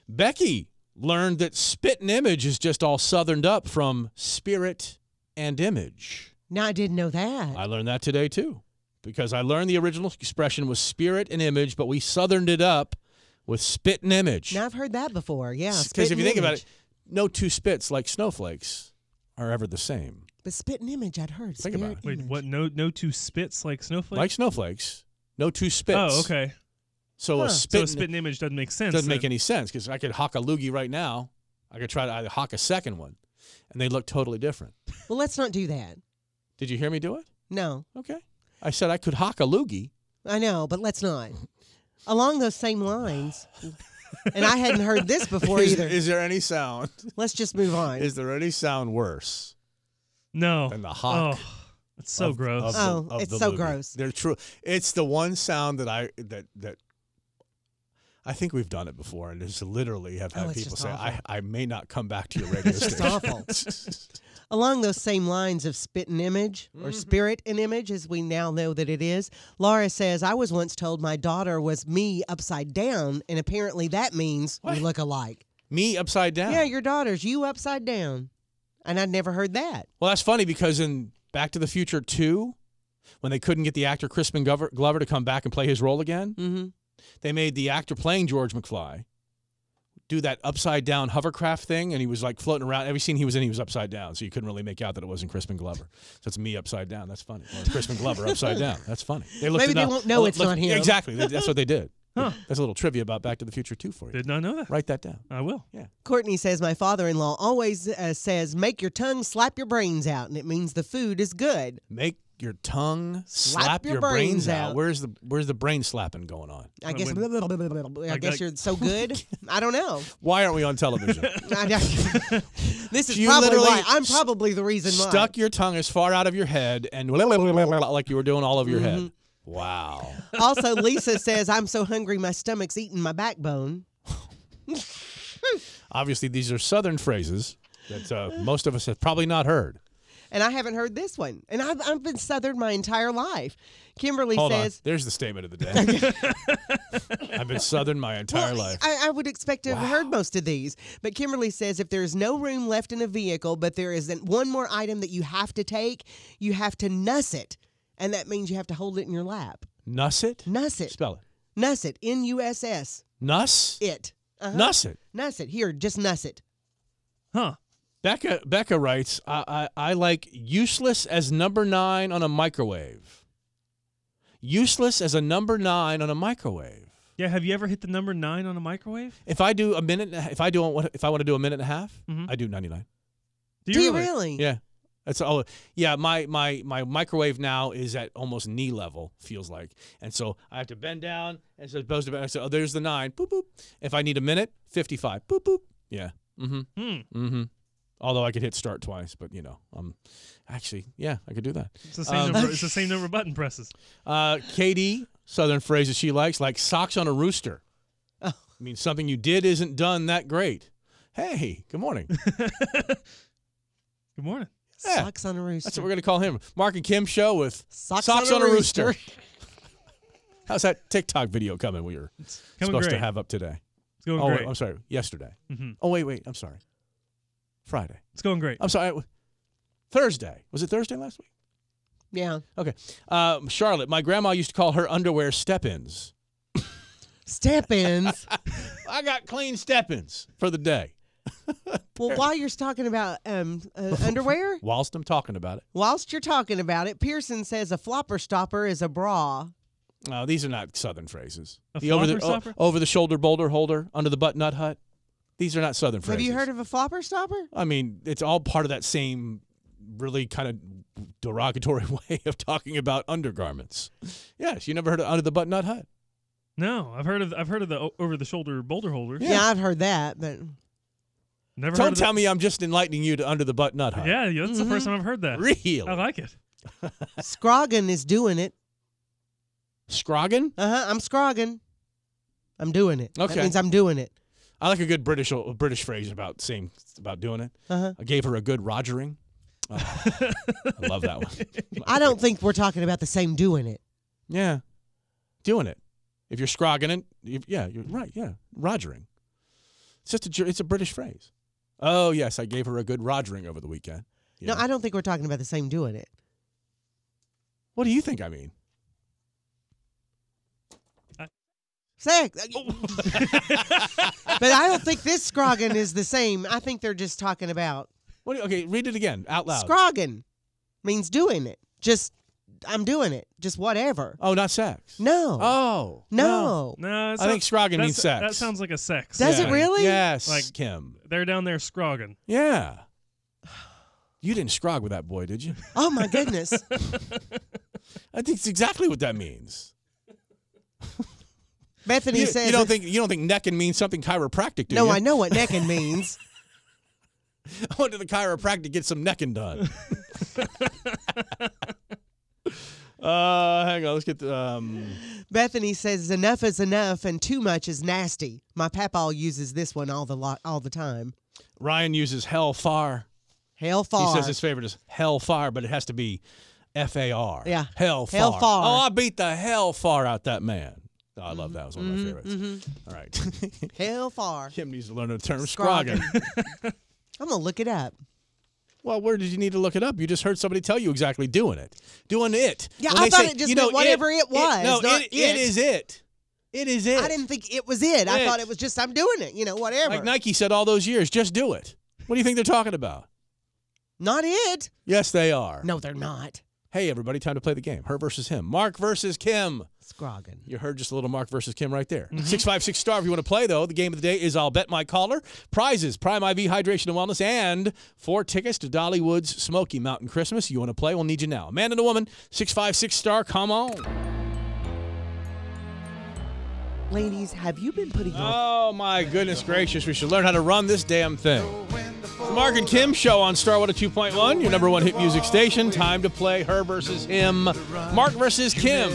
Speaker 4: Becky learned that spit and image is just all Southerned up from spirit and image.
Speaker 5: Now I didn't know that.
Speaker 4: I learned that today too, because I learned the original expression was spirit and image, but we southerned it up with spit and image.
Speaker 5: now I've heard that before. Yeah.
Speaker 4: Because
Speaker 5: spit
Speaker 4: if you
Speaker 5: and
Speaker 4: think about
Speaker 5: image.
Speaker 4: it, no two spits like snowflakes are ever the same.
Speaker 5: but spit and image I'd heard.
Speaker 4: Think
Speaker 5: Spirit
Speaker 4: about it.
Speaker 6: Wait,
Speaker 5: image.
Speaker 6: what? No, no two spits like snowflakes.
Speaker 4: Like snowflakes, no two spits.
Speaker 6: Oh, okay.
Speaker 4: So
Speaker 5: Huh.
Speaker 4: a
Speaker 5: So
Speaker 4: spit,
Speaker 6: so a
Speaker 4: and-
Speaker 6: spitting image doesn't make sense.
Speaker 4: doesn't make
Speaker 6: then.
Speaker 4: any sense because I could hock a loogie right now. I could try to either hock a second one, and they look totally different.
Speaker 5: Well, let's not do that.
Speaker 4: Did you hear me do it?
Speaker 5: No.
Speaker 4: Okay. I said I could hock a loogie.
Speaker 5: I know, but let's not. Along those same lines, and I hadn't heard this before
Speaker 4: Is-
Speaker 5: either.
Speaker 4: Is there any sound?
Speaker 5: Let's just move on.
Speaker 4: Is there any sound worse?
Speaker 6: No.
Speaker 4: Than the hock.
Speaker 6: Oh, it's so
Speaker 4: of-
Speaker 6: gross.
Speaker 4: of the-
Speaker 5: Oh,
Speaker 4: of
Speaker 5: it's
Speaker 4: the
Speaker 5: so
Speaker 4: loogie.
Speaker 5: gross.
Speaker 4: They're true. It's the one sound that I that that I think we've done it before, and just literally have
Speaker 5: Oh,
Speaker 4: had
Speaker 5: it's
Speaker 4: people
Speaker 5: just
Speaker 4: say, I,
Speaker 5: awful.
Speaker 4: "I may not come back to your radio
Speaker 5: It's just
Speaker 4: station."
Speaker 5: awful. Along those same lines of spit and image, or spirit and image, as we now know that it is, Laura says, I was once told my daughter was me upside down, and apparently that means we look alike.
Speaker 4: Me upside down.
Speaker 5: Yeah, your daughter's you upside down. And I'd never heard that.
Speaker 4: Well, that's funny because in Back to the Future 2, when they couldn't get the actor Crispin Glover, Glover to come back and play his role again,
Speaker 5: Mm-hmm.
Speaker 4: they made the actor playing George McFly do that upside down hovercraft thing, and he was like floating around. Every scene he was in, he was upside down, so you couldn't really make out that it wasn't Crispin Glover. So it's me upside down. That's funny. Or Crispin Glover upside down. That's funny. They looked
Speaker 5: Maybe
Speaker 4: it
Speaker 5: they
Speaker 4: up.
Speaker 5: won't know
Speaker 4: Look-
Speaker 5: it's
Speaker 4: look-
Speaker 5: not him.
Speaker 4: Exactly. They- That's what they did.
Speaker 6: Huh.
Speaker 4: That's a little trivia about Back to the Future 2 for you.
Speaker 6: Did not know that.
Speaker 4: Write that down.
Speaker 6: I will.
Speaker 5: Courtney says, My father in law always uh, says, make your tongue slap your brains out, and it means the food is good.
Speaker 4: Make your tongue slap,
Speaker 5: Slap
Speaker 4: your,
Speaker 5: your
Speaker 4: brains,
Speaker 5: brains
Speaker 4: out.
Speaker 5: out.
Speaker 4: Where's the where's the brain slapping going on?
Speaker 5: I guess,
Speaker 6: When-
Speaker 5: I
Speaker 6: Like-
Speaker 5: guess
Speaker 6: like-
Speaker 5: you're so good. I don't know.
Speaker 4: Why aren't we on television?
Speaker 5: I don't- this is
Speaker 4: You
Speaker 5: probably
Speaker 4: literally
Speaker 5: why. I'm probably the reason why.
Speaker 4: Stuck your tongue as far out of your head and like you were doing all over your head.
Speaker 5: Mm-hmm.
Speaker 4: Wow.
Speaker 5: Also, Lisa says, I'm so hungry, my stomach's eating my backbone.
Speaker 4: Obviously, these are Southern phrases that uh, most of us have probably not heard.
Speaker 5: And I haven't heard this one. And I've, I've been Southern my entire life. Kimberly
Speaker 4: Hold
Speaker 5: says,
Speaker 4: on. There's the statement of the day. I've been Southern my entire life.
Speaker 5: I, I would expect to have heard most of these. But Kimberly says, if there is no room left in a vehicle, but there isn't one more item that you have to take, you have to nuss it. And that means you have to hold it in your lap.
Speaker 4: Nuss it?
Speaker 5: Nuss it.
Speaker 4: Spell it.
Speaker 5: Nuss it. N U S S.
Speaker 4: Nuss?
Speaker 5: It. Uh-huh.
Speaker 4: Nuss it.
Speaker 5: Nuss it. Here, just nuss it.
Speaker 6: Huh.
Speaker 4: Becca Becca writes, I, I, I like useless as number nine on a microwave. Useless as a number nine on a microwave.
Speaker 6: Yeah. Have you ever hit the number nine on a microwave?
Speaker 4: If I do a minute, and a- if I do, want- if I want to do a minute and a half,
Speaker 6: Mhm.
Speaker 4: I do ninety nine.
Speaker 5: Do you really?
Speaker 4: Yeah, that's all. Yeah, my my my microwave now is at almost knee level, feels like, and so I have to bend down and so supposed to. Bend, so oh, there's the nine. Boop boop. If I need a minute, fifty five. Boop boop. Yeah. Mm
Speaker 6: Hmm.
Speaker 4: hmm. Mm hmm. Although I could hit start twice, but you know, um, actually, yeah, I could do that.
Speaker 6: It's the same
Speaker 4: Um,
Speaker 6: number. It's the same number of button presses.
Speaker 4: Uh, KD, Southern phrases she likes, like socks on a rooster.
Speaker 5: Oh.
Speaker 4: I mean, something you did isn't done that great. Hey, good morning.
Speaker 6: Good morning.
Speaker 4: Yeah.
Speaker 5: Socks on a rooster.
Speaker 4: That's what we're going to call him. Mark and Kim show with
Speaker 5: Socks
Speaker 4: on, a rooster. How's that TikTok video coming we were
Speaker 6: Coming
Speaker 4: supposed to
Speaker 6: great.
Speaker 4: have up today?
Speaker 6: It's going
Speaker 4: oh, wait,
Speaker 6: great.
Speaker 4: I'm sorry. Yesterday.
Speaker 6: Mhm.
Speaker 4: Oh, wait, wait. I'm sorry. Friday.
Speaker 6: It's going great.
Speaker 4: I'm sorry. I- Thursday. Was it Thursday last week?
Speaker 5: yeah.
Speaker 4: Okay. Um, Charlotte, my grandma used to call her underwear step ins.
Speaker 5: Step ins.
Speaker 4: I got clean step ins for the day.
Speaker 5: well, while you're talking about um, uh, underwear,
Speaker 4: Whilst I'm talking about it.
Speaker 5: whilst you're talking about it, Pearson says a flopper stopper is a bra.
Speaker 4: No, Uh, these are not Southern phrases.
Speaker 6: A
Speaker 4: the over the uh,
Speaker 6: flopper stopper?
Speaker 4: over the shoulder boulder holder, under the butt nut hut. These are not Southern phrases.
Speaker 5: Have you heard of a flopper stopper?
Speaker 4: I mean, it's all part of that same really kind of derogatory way of talking about undergarments. Yes, you never heard of under the butt nut hut.
Speaker 6: No, I've heard of I've heard of the over the shoulder boulder holder.
Speaker 5: Yeah, I've heard that, but
Speaker 6: Never heard
Speaker 4: Don't
Speaker 6: of
Speaker 4: tell me I'm just enlightening you to under the butt nut
Speaker 6: that.
Speaker 4: hut.
Speaker 6: Yeah, yeah, that's the first time I've heard that.
Speaker 4: Really?
Speaker 6: I like it.
Speaker 5: Scroggin is doing it.
Speaker 4: Scroggin?
Speaker 5: Uh huh. I'm Scroggin. I'm doing it.
Speaker 4: Okay.
Speaker 5: That means I'm doing it.
Speaker 4: I like a good British British phrase about same about doing it.
Speaker 5: Uh huh.
Speaker 4: I gave her a good rogering. Oh, I love that one.
Speaker 5: I don't think we're talking about the same doing it.
Speaker 4: Yeah. Doing it. If you're scrogging it, you- yeah, you're right. Yeah. Rogering. It's just a, Jer- it's a British phrase. Oh, yes. I gave her a good rogering over the weekend. You
Speaker 5: No,
Speaker 4: know?
Speaker 5: I don't think we're talking about the same doing it.
Speaker 4: what do you think I mean?
Speaker 5: Sex. but I don't think this Scroggin is the same. I think they're just talking about
Speaker 4: What do you, okay, read it again out loud.
Speaker 5: Scroggin means doing it. Just I'm doing it. Just whatever.
Speaker 4: oh, not sex.
Speaker 5: No.
Speaker 4: Oh.
Speaker 5: no.
Speaker 6: No, it
Speaker 4: I think
Speaker 6: sounds-
Speaker 4: scrogging
Speaker 6: that's-
Speaker 4: means sex.
Speaker 6: That sounds like a sex.
Speaker 5: Does it
Speaker 6: thing.
Speaker 5: really?
Speaker 4: Yes. Like
Speaker 6: Like-
Speaker 4: Kim.
Speaker 6: They're down there scrogging.
Speaker 4: Yeah. You didn't scrog with that boy, did you?
Speaker 5: Oh my goodness.
Speaker 4: I think it's exactly what that means.
Speaker 5: Bethany
Speaker 4: you,
Speaker 5: says
Speaker 4: you don't
Speaker 5: it's-
Speaker 4: think you don't think necking means something chiropractic, do
Speaker 5: no,
Speaker 4: you?
Speaker 5: I know what necking means.
Speaker 4: I went to the chiropractor to get some necking done. uh, hang on, let's get the. Um,
Speaker 5: Bethany says enough is enough and too much is nasty. My papaw uses this one all the lo- all the time.
Speaker 4: Ryan uses hellfire.
Speaker 5: Hellfire.
Speaker 4: He says his favorite is hellfire, but it has to be F A R.
Speaker 5: Yeah.
Speaker 4: Hellfire.
Speaker 5: Hellfire.
Speaker 4: Oh, I beat the hellfire out that man. Oh, I
Speaker 5: Mm-hmm.
Speaker 4: love that. It was one of my favorites.
Speaker 5: Mhm.
Speaker 4: All right.
Speaker 5: Hellfire.
Speaker 4: Kim needs to learn the term scrogging.
Speaker 5: I'm gonna look it up.
Speaker 4: well, where did you need to look it up? You just heard somebody tell you exactly doing it. Doing it.
Speaker 5: Yeah,
Speaker 4: When
Speaker 5: I
Speaker 4: they
Speaker 5: thought
Speaker 4: say,
Speaker 5: it just
Speaker 4: you know,
Speaker 5: meant whatever it, was.
Speaker 4: no,
Speaker 5: not
Speaker 4: it, it is it. It is it.
Speaker 5: I didn't think it was it. I
Speaker 4: It.
Speaker 5: thought it was just I'm doing it. You know, whatever.
Speaker 4: Like Nike said all those years, just do it. What do you think they're talking about?
Speaker 5: Not it.
Speaker 4: Yes, they are.
Speaker 5: No, they're not.
Speaker 4: Hey, everybody, time to play the game. Her versus him. Mark versus Kim.
Speaker 5: Scrogging.
Speaker 4: You heard just a little Mark versus Kim right there. 656 star if you want to play, though. The game of the day is I'll Bet My Caller. Prizes, Prime IV Hydration and Wellness, and four tickets to Dollywood's Smoky Mountain Christmas. You want to play? We'll need you now. A man and a woman, 656 star, come on.
Speaker 5: Ladies, have you been putting off?
Speaker 4: Oh, my goodness gracious. We should learn how to run this damn thing. The Mark and Kim show on Starwater 2.1, your number one hit music station. Time to play her versus him. Mark versus Kim.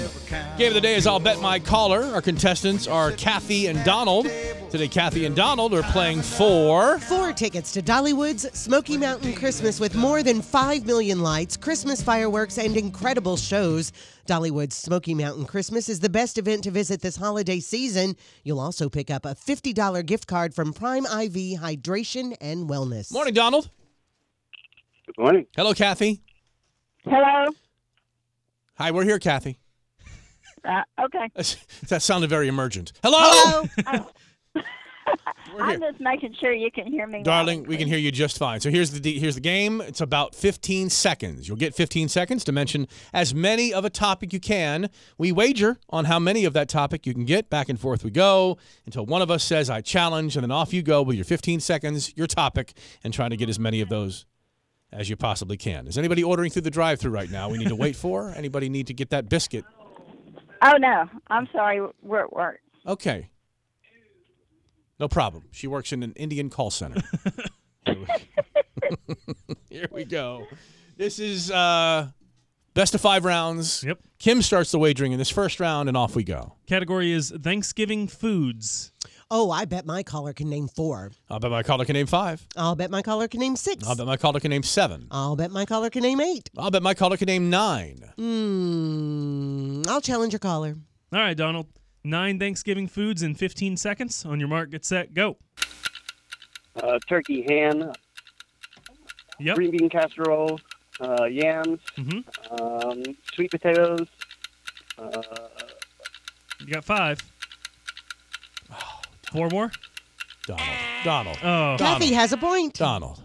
Speaker 4: Game of the day is I'll bet my caller. Our contestants are Kathy and Donald. Today, Kathy and Donald are playing for.
Speaker 5: Four tickets to Dollywood's Smoky Mountain Christmas with more than 5 million lights, Christmas fireworks, and incredible shows. Dollywood's Smoky Mountain Christmas is the best event to visit this holiday season. You'll also pick up a $50 gift card from Prime IV Hydration and Wellness.
Speaker 4: Morning, Donald.
Speaker 12: Good morning.
Speaker 4: Hello, Kathy.
Speaker 12: Hello.
Speaker 4: Hi, we're here, Kathy.
Speaker 12: Uh, okay.
Speaker 4: That sounded very emergent. Hello,
Speaker 12: I'm just making sure you can hear me.
Speaker 4: darling. We can hear you just fine. So here's the de- here's the game. It's about 15 seconds. You'll get 15 seconds to mention as many of a topic you can. We wager on how many of that topic you can get. Back and forth we go until one of us says I challenge, and then off you go with your 15 seconds, your topic, and trying to get as many of those as you possibly can. Is anybody ordering through the drive-through right now? We need to wait for anybody need to get that biscuit.
Speaker 12: Oh no, I'm sorry. We're at work.
Speaker 4: Okay. No problem. She works in an Indian call center. Here we go. This is uh, best of five rounds. Yep. Kim starts the wagering in this first round, and off we go.
Speaker 6: Category is Thanksgiving foods.
Speaker 5: Oh, I bet my caller can name four.
Speaker 4: I'll bet my caller can name five.
Speaker 5: I'll bet my caller can name six.
Speaker 4: I'll bet my caller can name seven.
Speaker 5: I'll bet my caller can name eight.
Speaker 4: I'll bet my caller can name nine.
Speaker 5: Mm, I'll challenge your caller.
Speaker 6: All right, Donald. Nine Thanksgiving foods in 15 seconds. On your mark, get set, go.
Speaker 13: uh, turkey ham, green bean casserole, uh, yams,
Speaker 6: Mm-hmm.
Speaker 13: um, sweet potatoes. Uh,
Speaker 6: You got five.
Speaker 4: Oh,
Speaker 6: Four more.
Speaker 4: Donald. Donald.
Speaker 6: Oh.
Speaker 5: Kathy has a point.
Speaker 4: Donald.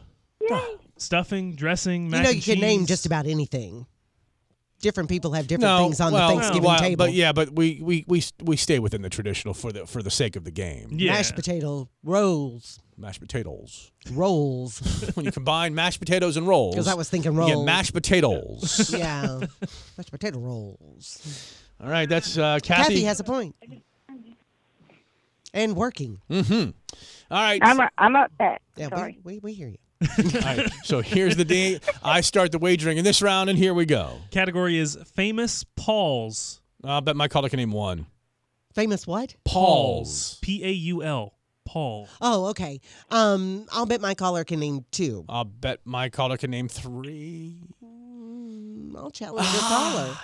Speaker 6: Stuffing, dressing, mac
Speaker 5: you know,
Speaker 6: and
Speaker 5: you can name
Speaker 6: cheese.
Speaker 5: just about anything. Different people have different things on
Speaker 4: well,
Speaker 5: the Thanksgiving
Speaker 4: well,
Speaker 5: table.
Speaker 4: But yeah, but we, we we we stay within the traditional for the for the sake of the game.
Speaker 5: Mashed potato rolls.
Speaker 4: mashed potatoes.
Speaker 5: Rolls.
Speaker 4: when you combine mashed potatoes and rolls.
Speaker 5: 'Cause I was thinking
Speaker 4: You get
Speaker 5: rolls.
Speaker 4: mashed potatoes.
Speaker 5: yeah, mashed potato rolls.
Speaker 4: All right, that's uh,
Speaker 5: Kathy,
Speaker 4: Kathy.
Speaker 5: has a point. And working.
Speaker 4: mm-hmm. All right.
Speaker 12: I'm a, I'm up back.
Speaker 5: Yeah, we-
Speaker 12: sorry.
Speaker 5: We, we hear you.
Speaker 4: All right. So here's the day. I start the wagering in this round, and here we go.
Speaker 6: Category is famous Pauls.
Speaker 4: I'll bet my caller can name one.
Speaker 5: Famous what?
Speaker 4: Pauls.
Speaker 6: P A U L. Paul.
Speaker 5: Oh, okay. Um, I'll bet my caller can name two.
Speaker 4: I'll bet my caller can name three.
Speaker 5: Mm, I'll challenge your
Speaker 4: Ah.
Speaker 5: caller.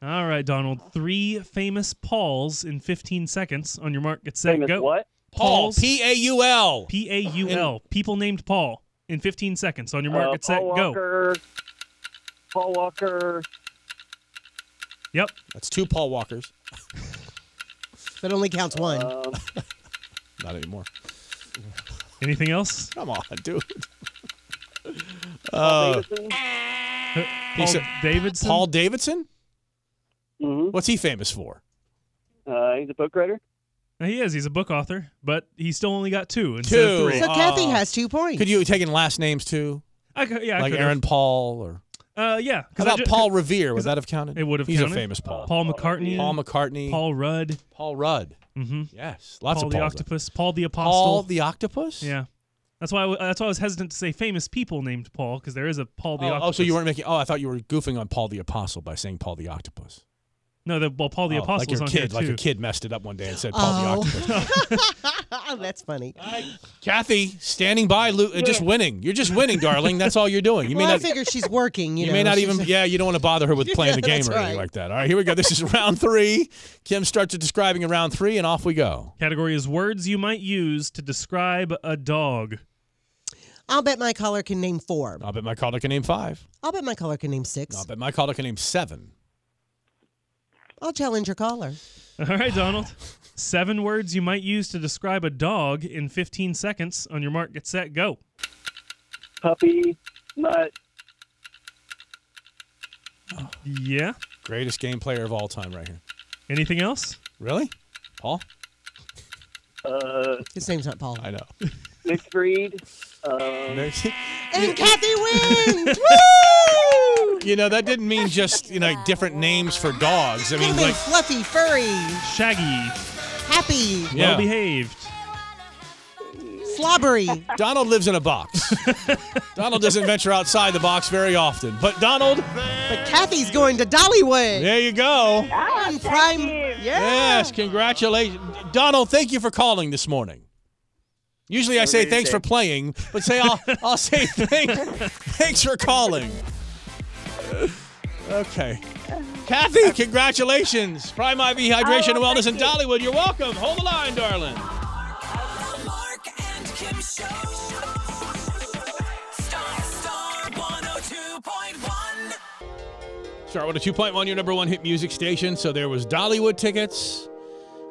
Speaker 6: All right, Donald. Three famous Pauls in 15 seconds. On your mark, get set,
Speaker 13: Famous
Speaker 6: go.
Speaker 13: what?
Speaker 4: Paul.
Speaker 6: Pauls.
Speaker 4: P A U L.
Speaker 6: P A U L. People named Paul in 15 seconds. On your mark,
Speaker 13: uh,
Speaker 6: get set,
Speaker 13: Paul
Speaker 6: go.
Speaker 13: Walker. Paul Walker.
Speaker 6: Yep.
Speaker 4: That's two Paul Walkers.
Speaker 5: That only counts one.
Speaker 4: Uh,
Speaker 13: Um,
Speaker 4: Not anymore.
Speaker 6: Anything else?
Speaker 4: Come on, dude.
Speaker 13: Paul
Speaker 4: Uh,
Speaker 13: Davidson.
Speaker 6: Paul
Speaker 4: he said-
Speaker 6: Davidson.
Speaker 4: Paul Davidson?
Speaker 13: Mhm.
Speaker 4: What's he famous for?
Speaker 13: Uh, he's a book writer.
Speaker 6: He is. He's a book author, but he still only got two instead of
Speaker 4: Two.
Speaker 6: three.
Speaker 5: so Kathy
Speaker 4: Oh.
Speaker 5: has two points.
Speaker 4: Could you have taken last names too?
Speaker 6: I cou- yeah, I
Speaker 4: like
Speaker 6: could've.
Speaker 4: Aaron Paul or
Speaker 6: uh, yeah.
Speaker 4: How
Speaker 6: 'cause I
Speaker 4: about
Speaker 6: ju-
Speaker 4: Paul Revere? Would that have counted?
Speaker 6: It would have.
Speaker 4: He's
Speaker 6: counted.
Speaker 4: a famous Paul.
Speaker 6: Paul McCartney.
Speaker 4: Paul McCartney.
Speaker 6: Paul Rudd.
Speaker 4: Paul Rudd.
Speaker 6: Mm-hmm.
Speaker 4: Yes, lots
Speaker 6: Paul
Speaker 4: of
Speaker 6: the
Speaker 4: Pauls.
Speaker 6: Octopus. Paul the Apostle.
Speaker 4: Paul the Octopus.
Speaker 6: Yeah. That's why I, w- that's why I was hesitant to say famous people named Paul because there is a Paul the
Speaker 4: Oh,
Speaker 6: Octopus.
Speaker 4: oh, so you weren't making? Oh, I thought you were goofing on Paul the Apostle by saying Paul the Octopus.
Speaker 6: No, the, well, Paul the
Speaker 4: Oh,
Speaker 6: Apostle
Speaker 4: like
Speaker 6: is
Speaker 4: your
Speaker 6: on
Speaker 4: kid,
Speaker 6: here
Speaker 4: like
Speaker 6: too.
Speaker 4: your kid messed it up one day and said Paul
Speaker 5: Oh,
Speaker 4: the Octopus.
Speaker 5: Ah, that's funny.
Speaker 4: Kathy, standing by, lo- uh, just winning. You're just winning, darling. That's all you're doing. You
Speaker 5: well,
Speaker 4: may
Speaker 5: I
Speaker 4: not.
Speaker 5: figure she's working. You,
Speaker 4: You,
Speaker 5: know,
Speaker 4: may not
Speaker 5: she's-
Speaker 4: even. Yeah, you don't want to bother her with playing the
Speaker 5: Yeah,
Speaker 4: game
Speaker 5: that's
Speaker 4: or anything
Speaker 5: right.
Speaker 4: like that. All right, here we go. This is round three. Kim starts at describing in round three, and off we go.
Speaker 6: Category is words you might use to describe a dog.
Speaker 5: I'll bet my caller can name four.
Speaker 4: I'll bet my caller can name five.
Speaker 5: I'll bet my caller can name six.
Speaker 4: I'll bet my caller can name seven.
Speaker 5: I'll challenge your caller.
Speaker 6: All right, Donald. Seven words you might use to describe a dog in 15 seconds. On your mark, get set, go.
Speaker 13: Puppy, nut,
Speaker 6: Yeah.
Speaker 4: Greatest game player of all time, right here.
Speaker 6: Anything else?
Speaker 4: Really, Paul?
Speaker 13: uh,
Speaker 5: His name's not Paul.
Speaker 4: I know.
Speaker 13: mixed breed. Uh,
Speaker 5: And Kathy wins.
Speaker 4: you know that didn't mean just you know different names for dogs. I mean
Speaker 5: Woo!
Speaker 4: like
Speaker 5: Fluffy, furry,
Speaker 6: Shaggy,
Speaker 5: happy,
Speaker 4: Yeah.
Speaker 6: well behaved.
Speaker 5: slobbery.
Speaker 4: Donald lives in a box. Donald doesn't venture outside the box very often. But Donald,
Speaker 5: But Kathy's going to Dollywood.
Speaker 4: there you go.
Speaker 5: On prime. Yeah.
Speaker 4: Yes, congratulations. Donald, thank you for calling this morning. Usually I say
Speaker 13: Everybody's
Speaker 4: thanks for
Speaker 13: safe.
Speaker 4: playing, but say I'll, I'll say thanks, thanks for calling. Okay. Kathy, congratulations. Prime IV Hydration and
Speaker 13: Oh,
Speaker 4: Wellness in
Speaker 13: thank you.
Speaker 4: Dollywood. You're welcome. Hold the line, darling. Start with a 2.1, your number one hit music station. So there was Dollywood tickets.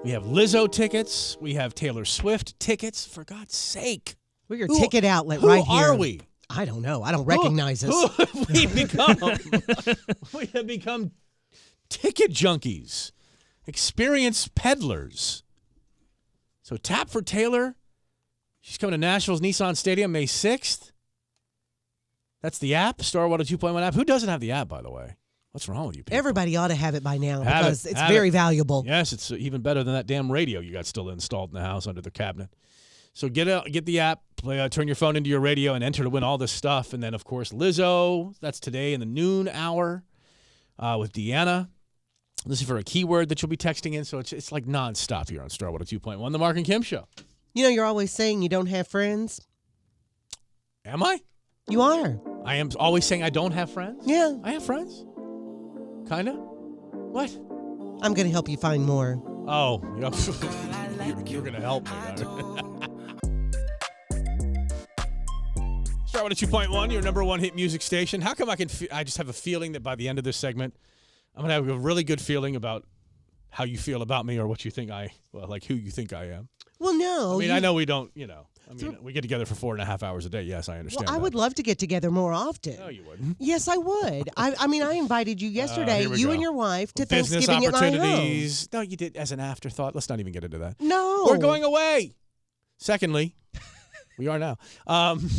Speaker 4: We have Lizzo tickets. We have Taylor Swift tickets. For God's sake.
Speaker 5: We're your
Speaker 4: Who-
Speaker 5: ticket outlet
Speaker 4: who
Speaker 5: right here.
Speaker 4: are we?
Speaker 5: I don't know. I don't recognize
Speaker 4: who,
Speaker 5: us.
Speaker 4: Who have we become? we have become ticket junkies, experienced peddlers. So tap for Taylor. She's coming to Nashville's Nissan Stadium May 6th. That's the app, Starwater 2.1 app. Who doesn't have the app, by the way? What's wrong with you people?
Speaker 5: Everybody ought to have it by now
Speaker 4: Have it,
Speaker 5: because it's
Speaker 4: have
Speaker 5: very
Speaker 4: it.
Speaker 5: valuable.
Speaker 4: Yes, it's even better than that damn radio you got still installed in the house under the cabinet. So get out, get the app, play, uh, turn your phone into your radio, and enter to win all this stuff. And then, of course, Lizzo. That's today in the noon hour uh, with Deanna. This is for a keyword that you'll be texting in. So it's, it's like nonstop here on oh Starwater 2.1, The Mark and Kim Show.
Speaker 5: You know, you're always saying you don't have friends.
Speaker 4: Am I?
Speaker 5: You are.
Speaker 4: I am always saying I don't have friends.
Speaker 5: Yeah.
Speaker 4: I have friends. Kinda. What?
Speaker 5: I'm going to help you find more.
Speaker 4: Oh, yeah. you're, you're gonna help me. Start with a 2.1, your number one hit music station. How come I can? Fe- I just have a feeling that by the end of this segment, I'm gonna have a really good feeling about how you feel about me or what you think I, well, like who you think I am.
Speaker 5: Well, no.
Speaker 4: I mean,
Speaker 5: Oh, you-
Speaker 4: I know we don't, you know. I mean, we get together for four and a half hours a day. Yes, I
Speaker 5: Well,
Speaker 4: understand.
Speaker 5: I
Speaker 4: that.
Speaker 5: would love to get together more often.
Speaker 4: No, you wouldn't.
Speaker 5: Yes, I would. I, I mean, I invited you yesterday,
Speaker 4: Uh, here we
Speaker 5: you
Speaker 4: go.
Speaker 5: and your wife, to
Speaker 4: Business
Speaker 5: Thanksgiving at my home.
Speaker 4: opportunities. No, you did as an afterthought. Let's not even get into that.
Speaker 5: No,
Speaker 4: We're going away. Secondly, we are now. Um,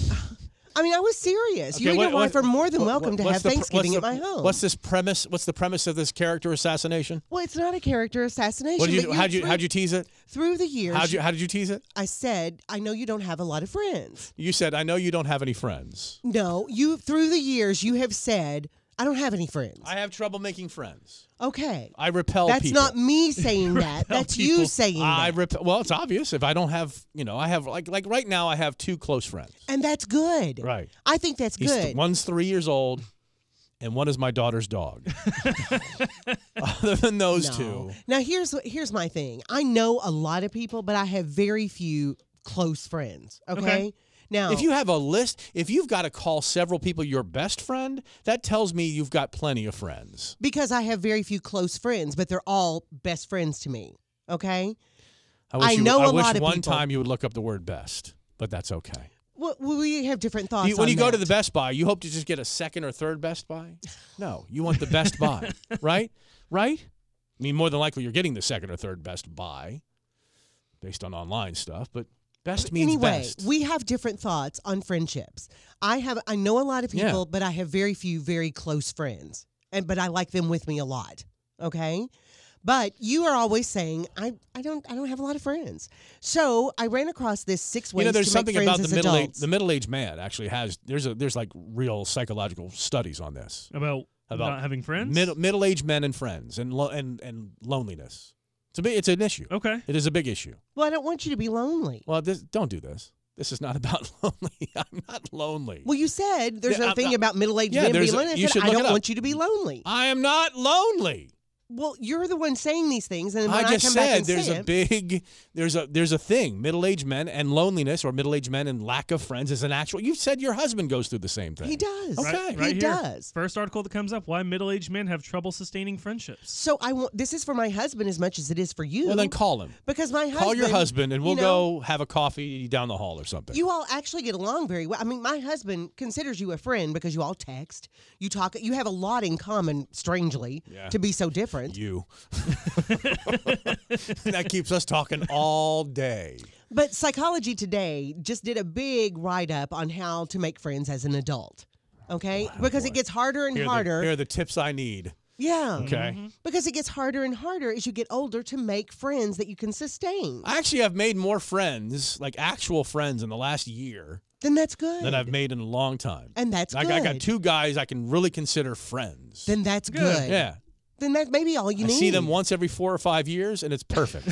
Speaker 5: I mean, I was serious. you
Speaker 4: Okay,
Speaker 5: and
Speaker 4: what-
Speaker 5: your wife
Speaker 4: what-
Speaker 5: are more than
Speaker 4: what-
Speaker 5: welcome to
Speaker 4: what's
Speaker 5: have
Speaker 4: the pr-
Speaker 5: Thanksgiving
Speaker 4: what's
Speaker 5: at
Speaker 4: the-
Speaker 5: my home.
Speaker 4: What's this premise? What's the premise of this character assassination?
Speaker 5: well, it's not a character assassination.
Speaker 4: What did you?
Speaker 5: but
Speaker 4: do? How'd you?
Speaker 5: through-
Speaker 4: How'd you tease it?
Speaker 5: Through the years,
Speaker 4: How'd you? How did you tease it?
Speaker 5: I said, I know you don't have a lot of friends.
Speaker 4: You said, "I know you don't have any friends.
Speaker 5: No, you through the years you have said, I don't have any friends.
Speaker 4: I have trouble making friends.
Speaker 5: Okay.
Speaker 4: I repel
Speaker 5: That's
Speaker 4: people."
Speaker 5: not me saying that. That's you saying
Speaker 4: I
Speaker 5: that.
Speaker 4: rep- well, it's obvious. If I don't have, you know, I have like like right now, I have two close friends.
Speaker 5: And that's good.
Speaker 4: Right.
Speaker 5: I think that's
Speaker 4: He's th-
Speaker 5: good.
Speaker 4: one's three years old, and one is my daughter's dog. Other than those two,
Speaker 5: Now here's what- here's my thing. I know a lot of people, but I have very few close friends. Okay.
Speaker 6: Okay.
Speaker 5: Now
Speaker 4: If you have a list, if you've got to call several people your best friend, that tells me you've got plenty of friends.
Speaker 5: because I have very few close friends, but they're all best friends to me. Okay.
Speaker 4: I, wish
Speaker 5: I
Speaker 4: you,
Speaker 5: know
Speaker 4: I
Speaker 5: a
Speaker 4: wish
Speaker 5: lot of
Speaker 4: one
Speaker 5: people.
Speaker 4: time you would look up the word best, but that's okay.
Speaker 5: Well, we have different thoughts.
Speaker 4: You- when
Speaker 5: on
Speaker 4: you go to
Speaker 5: that.
Speaker 4: the Best Buy, you hope to just get a second or third Best Buy? No, you want the Best Buy, right? Right? I mean, more than likely you're getting the second or third Best Buy based on online stuff, but Best means
Speaker 5: anyway,
Speaker 4: best.
Speaker 5: we have different thoughts on friendships. I have I know a lot of
Speaker 4: Yeah.
Speaker 5: people, but I have very few very close friends. And but I like them with me a lot. Okay? But you are always saying I, I don't I don't have a lot of friends. So I ran across this six ways
Speaker 4: you know, there's
Speaker 5: to
Speaker 4: something
Speaker 5: make friends
Speaker 4: about
Speaker 5: as
Speaker 4: the middle age,
Speaker 5: adults.
Speaker 4: the middle aged man actually has there's a there's like real psychological studies on this
Speaker 6: About not having friends?
Speaker 4: middle middle aged men and friends and lo- and and loneliness. It's a big, it's an issue.
Speaker 6: Okay,
Speaker 4: it is a big issue.
Speaker 5: Well, I don't want you to be lonely.
Speaker 4: Well, this, don't do this. This is not about lonely. I'm not lonely.
Speaker 5: Well, you said there's
Speaker 4: Yeah,
Speaker 5: a
Speaker 4: I'm
Speaker 5: thing
Speaker 4: not-
Speaker 5: about middle aged
Speaker 4: Yeah,
Speaker 5: men
Speaker 4: there's
Speaker 5: being
Speaker 4: a-
Speaker 5: lonely. I,
Speaker 4: you
Speaker 5: said,
Speaker 4: should
Speaker 5: I
Speaker 4: look it
Speaker 5: don't
Speaker 4: up.
Speaker 5: want you to be lonely.
Speaker 4: I am not lonely.
Speaker 5: Well, you're the one saying these things, and when
Speaker 4: I
Speaker 5: I,
Speaker 4: just
Speaker 5: come back
Speaker 4: said
Speaker 5: and
Speaker 4: there's
Speaker 5: say
Speaker 4: a
Speaker 5: it-
Speaker 4: big there's a there's a thing. Middle aged men and loneliness or middle aged men and lack of friends is an actual you've said your husband goes through the same thing.
Speaker 5: He does.
Speaker 4: Okay.
Speaker 6: Right,
Speaker 5: He
Speaker 6: right here.
Speaker 5: does.
Speaker 6: First article that comes up: Why middle-aged men have trouble sustaining friendships.
Speaker 5: So I want this is for my husband as much as it is for you.
Speaker 4: Well then call him.
Speaker 5: because my husband.
Speaker 4: Call your husband and
Speaker 5: you
Speaker 4: we'll
Speaker 5: know,
Speaker 4: go have a coffee down the hall or something.
Speaker 5: You all actually get along very well. I mean, my husband considers you a friend because you all text, you talk, you have a lot in common. Strangely,
Speaker 4: Yeah.
Speaker 5: to be so different.
Speaker 4: You. that keeps us talking all day.
Speaker 5: But Psychology Today just did a big write up on how to make friends as an adult. Okay, because it gets harder and
Speaker 4: Here are the-
Speaker 5: harder.
Speaker 4: here are the tips I need.
Speaker 5: yeah.
Speaker 4: Okay. Mhm.
Speaker 5: Because it gets harder and harder as you get older to make friends that you can sustain.
Speaker 4: I actually have made more friends, like actual friends, in the last year
Speaker 5: Then that's good.
Speaker 4: than I've made in a long time.
Speaker 5: and that's
Speaker 4: Like
Speaker 5: good.
Speaker 4: I got two guys I can really consider friends.
Speaker 5: Then that's good.
Speaker 4: Yeah.
Speaker 5: Then that's maybe all you
Speaker 4: I
Speaker 5: need.
Speaker 4: see them once every four or five years, and it's perfect.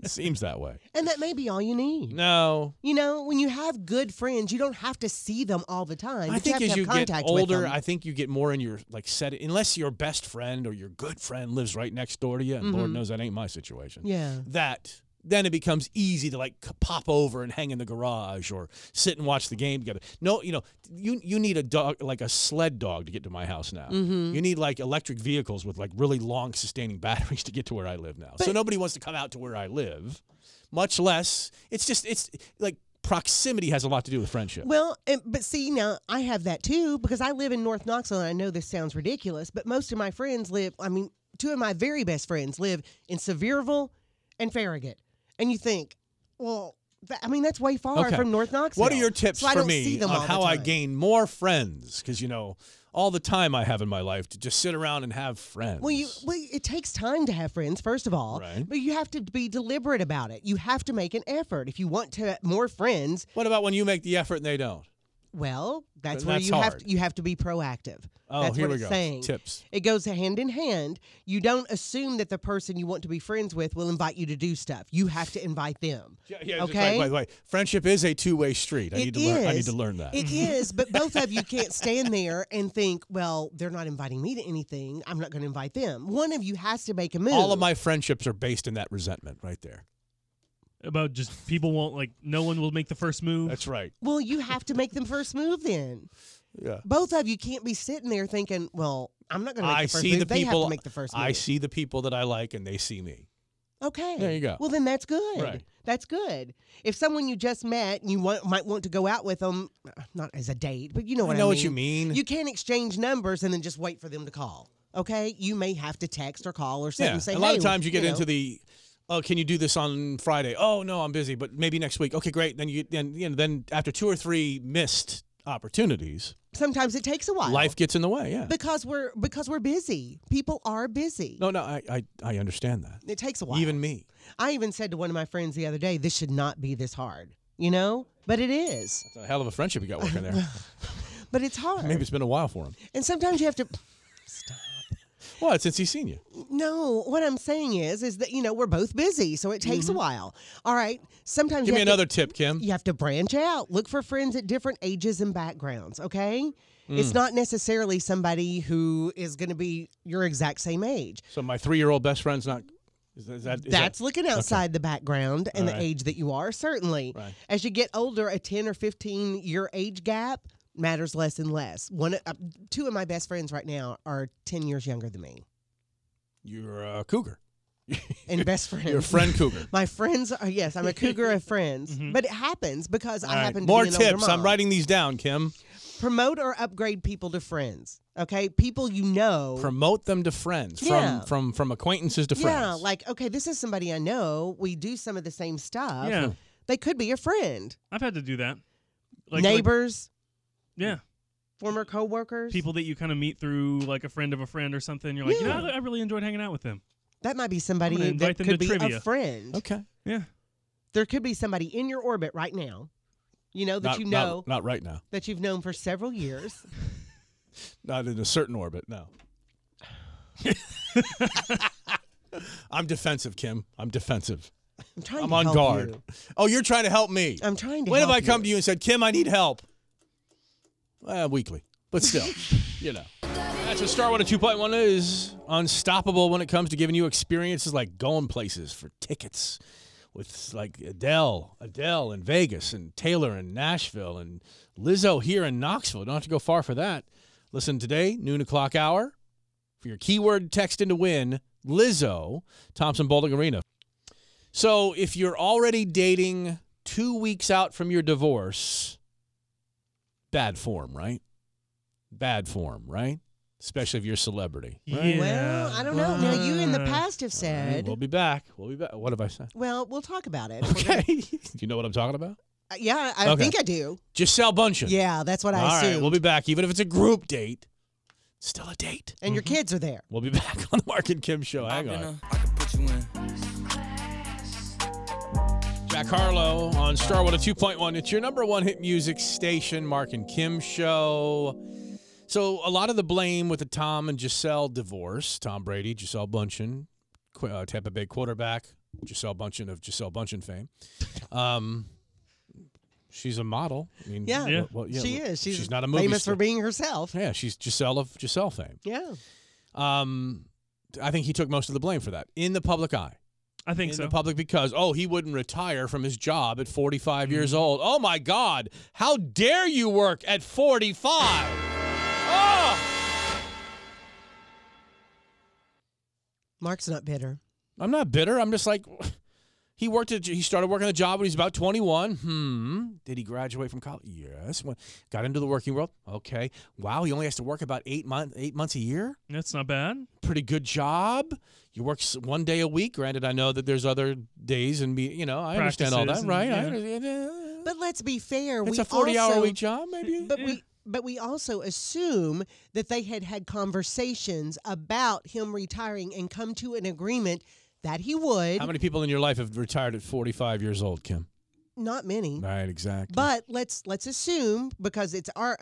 Speaker 4: Seems that way.
Speaker 5: and that may be all you need.
Speaker 4: No,
Speaker 5: You know, when you have good friends, you don't have to see them all the time.
Speaker 4: I
Speaker 5: but you
Speaker 4: think
Speaker 5: have to
Speaker 4: as
Speaker 5: have
Speaker 4: you get
Speaker 5: contact with
Speaker 4: older,
Speaker 5: them.
Speaker 4: I think you get more in your like set. Unless your best friend or your good friend lives right next door to you, and Lord
Speaker 5: Mhm.
Speaker 4: knows that ain't my situation.
Speaker 5: Yeah.
Speaker 4: that then it becomes easy to like c- pop over and hang in the garage or sit and watch the game together. No, you know, you you need a dog like a sled dog to get to my house now.
Speaker 5: Mhm.
Speaker 4: You need like electric vehicles with like really long sustaining batteries to get to where I live now. so nobody wants to come out to where I live, much less it's just it's like proximity has a lot to do with friendship.
Speaker 5: Well, and, but see, now I have that too because I live in North Knoxville and I know this sounds ridiculous, but most of my friends live, I mean, two of my very best friends live in Sevierville and Farragut. And you think, well, that, I mean, that's way far
Speaker 4: Okay.
Speaker 5: from North Knoxville.
Speaker 4: What are your tips
Speaker 5: So I
Speaker 4: for
Speaker 5: don't see
Speaker 4: me
Speaker 5: them all
Speaker 4: on
Speaker 5: the
Speaker 4: how I
Speaker 5: time.
Speaker 4: gain more friends? Because you know, all the time I have in my life to just sit around and have friends.
Speaker 5: Well, you well, it takes time to have friends, first of all,
Speaker 4: Right.
Speaker 5: but you have to be deliberate about it. You have to make an effort if you want to have more friends.
Speaker 4: what about when you make the effort and they don't?
Speaker 5: Well, that's
Speaker 4: Th-
Speaker 5: where
Speaker 4: that's
Speaker 5: you have
Speaker 4: hard.
Speaker 5: to, you have to be proactive.
Speaker 4: Oh,
Speaker 5: that's
Speaker 4: here
Speaker 5: what
Speaker 4: we
Speaker 5: it's
Speaker 4: go.
Speaker 5: saying.
Speaker 4: Tips.
Speaker 5: It goes hand in hand. You don't assume that the person you want to be friends with will invite you to do stuff. You have to invite them.
Speaker 4: Yeah, yeah, just like,
Speaker 5: okay.
Speaker 4: by the way, friendship is a two-way street. I
Speaker 5: It
Speaker 4: need to learn. I need
Speaker 5: is.
Speaker 4: to learn that.
Speaker 5: It is, but both of you can't stand there and think, well, they're not inviting me to anything. I'm not going to invite them. One of you has to make a move.
Speaker 4: Mm-hmm. All of my friendships are based in that resentment right there.
Speaker 6: About just people won't like. No one will make the first move.
Speaker 4: That's right.
Speaker 5: Well, you have to make the first move then.
Speaker 4: Yeah.
Speaker 5: Both of you can't be sitting there thinking, well, I'm not going to make
Speaker 4: I
Speaker 5: the first
Speaker 4: see
Speaker 5: move.
Speaker 4: the
Speaker 5: they
Speaker 4: people.
Speaker 5: have to make the first move.
Speaker 4: I see the people that I like, and they see me.
Speaker 5: Okay.
Speaker 4: There you go.
Speaker 5: Well, then that's good.
Speaker 4: Right.
Speaker 5: That's good. If someone you just met and you want, might want to go out with them, not as a date, but you know
Speaker 4: I
Speaker 5: what I,
Speaker 4: know
Speaker 5: mean.
Speaker 4: what you mean.
Speaker 5: You can't exchange numbers and then just wait for them to call. Okay. You may have to text or call or something.
Speaker 4: yeah.
Speaker 5: and say,
Speaker 4: a lot
Speaker 5: "Hey,"
Speaker 4: of times you get
Speaker 5: know.
Speaker 4: into the. Oh, can you do this on Friday? Oh no, I'm busy, but maybe next week. Okay, great. Then you then you know, then after two or three missed opportunities,
Speaker 5: Sometimes it takes a while.
Speaker 4: life gets in the way. Yeah.
Speaker 5: Because we're because we're busy. People are busy.
Speaker 4: No, no, I I, I understand that.
Speaker 5: It takes a while.
Speaker 4: Even me.
Speaker 5: I even said to one of my friends the other day, "This should not be this hard," you know, but it is.
Speaker 4: It's a hell of a friendship you got working there.
Speaker 5: But it's hard.
Speaker 4: Maybe it's been a while for him.
Speaker 5: And sometimes you have to.
Speaker 4: What? Since he's seen you.
Speaker 5: No, what I'm saying is, is that you know we're both busy, so it takes a while. All right. Sometimes
Speaker 4: Mm-hmm. Give
Speaker 5: you
Speaker 4: me
Speaker 5: have to-
Speaker 4: another tip, Kim.
Speaker 5: you have to branch out. Look for friends at different ages and backgrounds. Okay. It's
Speaker 4: Mm.
Speaker 5: not necessarily somebody who is going to be your exact same age.
Speaker 4: So my three-year-old best friend's not. Is that, is that, is
Speaker 5: That's
Speaker 4: that,
Speaker 5: looking outside the background and the
Speaker 4: All right.
Speaker 5: age that you are, certainly. As you get older, a 10 or 15 year age gap matters less and less. One, uh, Two of my best friends right now are 10 years younger than me.
Speaker 4: You're a uh, cougar.
Speaker 5: and best friends.
Speaker 4: You're a friend cougar.
Speaker 5: My friends are yes, I'm a cougar of friends, but it happens because
Speaker 4: All
Speaker 5: I
Speaker 4: right,
Speaker 5: happen to
Speaker 4: More
Speaker 5: be an older
Speaker 4: tips. I'm
Speaker 5: mom.
Speaker 4: writing these down, Kim.
Speaker 5: Promote or upgrade people to friends. Okay, people you know.
Speaker 4: Promote them to friends
Speaker 5: Yeah.
Speaker 4: from from from acquaintances to friends.
Speaker 5: Yeah, like okay, this is somebody I know. We do some of the same stuff.
Speaker 6: Yeah.
Speaker 5: they could be your friend,
Speaker 6: I've had to do that.
Speaker 5: neighbors,
Speaker 6: yeah,
Speaker 5: former coworkers.
Speaker 6: people that you kind of meet through like a friend of a friend or something. You're like,
Speaker 5: Yeah.
Speaker 6: you know, I, I really enjoyed hanging out with them.
Speaker 5: That might be somebody
Speaker 6: I'm gonna
Speaker 5: that
Speaker 6: invite them
Speaker 5: could
Speaker 6: to
Speaker 5: be
Speaker 6: trivia.
Speaker 5: a friend.
Speaker 4: Okay.
Speaker 6: Yeah.
Speaker 5: There could be somebody in your orbit right now, you know, that
Speaker 4: Not-
Speaker 5: you
Speaker 4: not-
Speaker 5: know,
Speaker 4: not right now.
Speaker 5: that you've known for several years.
Speaker 4: Not in a certain orbit, no. I'm defensive, Kim. I'm defensive.
Speaker 5: I'm trying
Speaker 4: I'm
Speaker 5: to
Speaker 4: on
Speaker 5: help
Speaker 4: guard.
Speaker 5: you.
Speaker 4: Oh, you're trying to help me.
Speaker 5: I'm trying to
Speaker 4: When have
Speaker 5: help
Speaker 4: I come to you and said, Kim, I need help? Uh, weekly, but still, you know. That's what Star 102.1 is. Unstoppable when it comes to giving you experiences like going places for tickets with like Adele, Adele in Vegas, and Taylor in Nashville, and Lizzo here in Knoxville. Don't have to go far for that. Listen today, noon o'clock hour, for your keyword text in to win Lizzo, Thompson Bowling Arena. So if you're already dating two weeks out from your divorce, bad form, right? Bad form, right? Especially if you're a celebrity. right?
Speaker 5: Well, I don't know. Now you in the past have said,
Speaker 4: Uh, We'll be back. We'll be back. What have I said?
Speaker 5: well, we'll talk about it.
Speaker 4: Okay. Do you know what I'm talking about?
Speaker 5: Uh, Yeah, I
Speaker 4: Okay.
Speaker 5: think I do.
Speaker 4: Giselle Bundchen.
Speaker 5: Yeah, that's what I
Speaker 4: All right,
Speaker 5: assumed.
Speaker 4: we'll be back. Even if it's a group date, still a date.
Speaker 5: And your kids are there.
Speaker 4: We'll be back on the Mark and Kim show. Hang on. Jack Harlow on Starwood at 2.1. It's your number one hit music station, Mark and Kim show. So a lot of the blame with the Tom and Giselle divorce, Tom Brady, Giselle Bundchen, qu- uh, Tampa Bay quarterback, Giselle Bundchen of Giselle Bundchen fame. Um, she's a model. I mean,
Speaker 5: Yeah,
Speaker 4: well, well, yeah,
Speaker 5: she
Speaker 4: well,
Speaker 5: is. She's,
Speaker 4: not a movie
Speaker 5: famous
Speaker 4: star.
Speaker 5: for being herself.
Speaker 4: Yeah, she's Giselle of Giselle fame.
Speaker 5: Yeah.
Speaker 4: Um, I think he took most of the blame for that in the public eye.
Speaker 6: I think
Speaker 4: in
Speaker 6: so.
Speaker 4: the public because oh, he wouldn't retire from his job at 45 years old. Oh my God, how dare you work at 45? Oh,
Speaker 5: Mark's not bitter.
Speaker 4: I'm not bitter. I'm just like he worked at he started working the job when he's about 21. Hmm. Did he graduate from college? Yes. When- Got into the working world. Okay. Wow. He only has to work about eight month eight months a year.
Speaker 6: That's not bad.
Speaker 4: pretty good job. You work s- one day a week. Granted, I know that there's other days and be, you know, I understand all that,
Speaker 6: Practices
Speaker 4: right?
Speaker 6: and-
Speaker 4: I
Speaker 6: yeah.
Speaker 4: under-
Speaker 5: But let's be fair.
Speaker 4: It's
Speaker 5: we
Speaker 4: a 40-hour
Speaker 5: also-
Speaker 4: week job, maybe?
Speaker 5: But we but we also assume that they had had conversations about him retiring and come to an agreement that he would.
Speaker 4: How many people in your life have retired at 45 years old, Kim?
Speaker 5: Not many.
Speaker 4: Right, exactly.
Speaker 5: But let's let's assume because it's our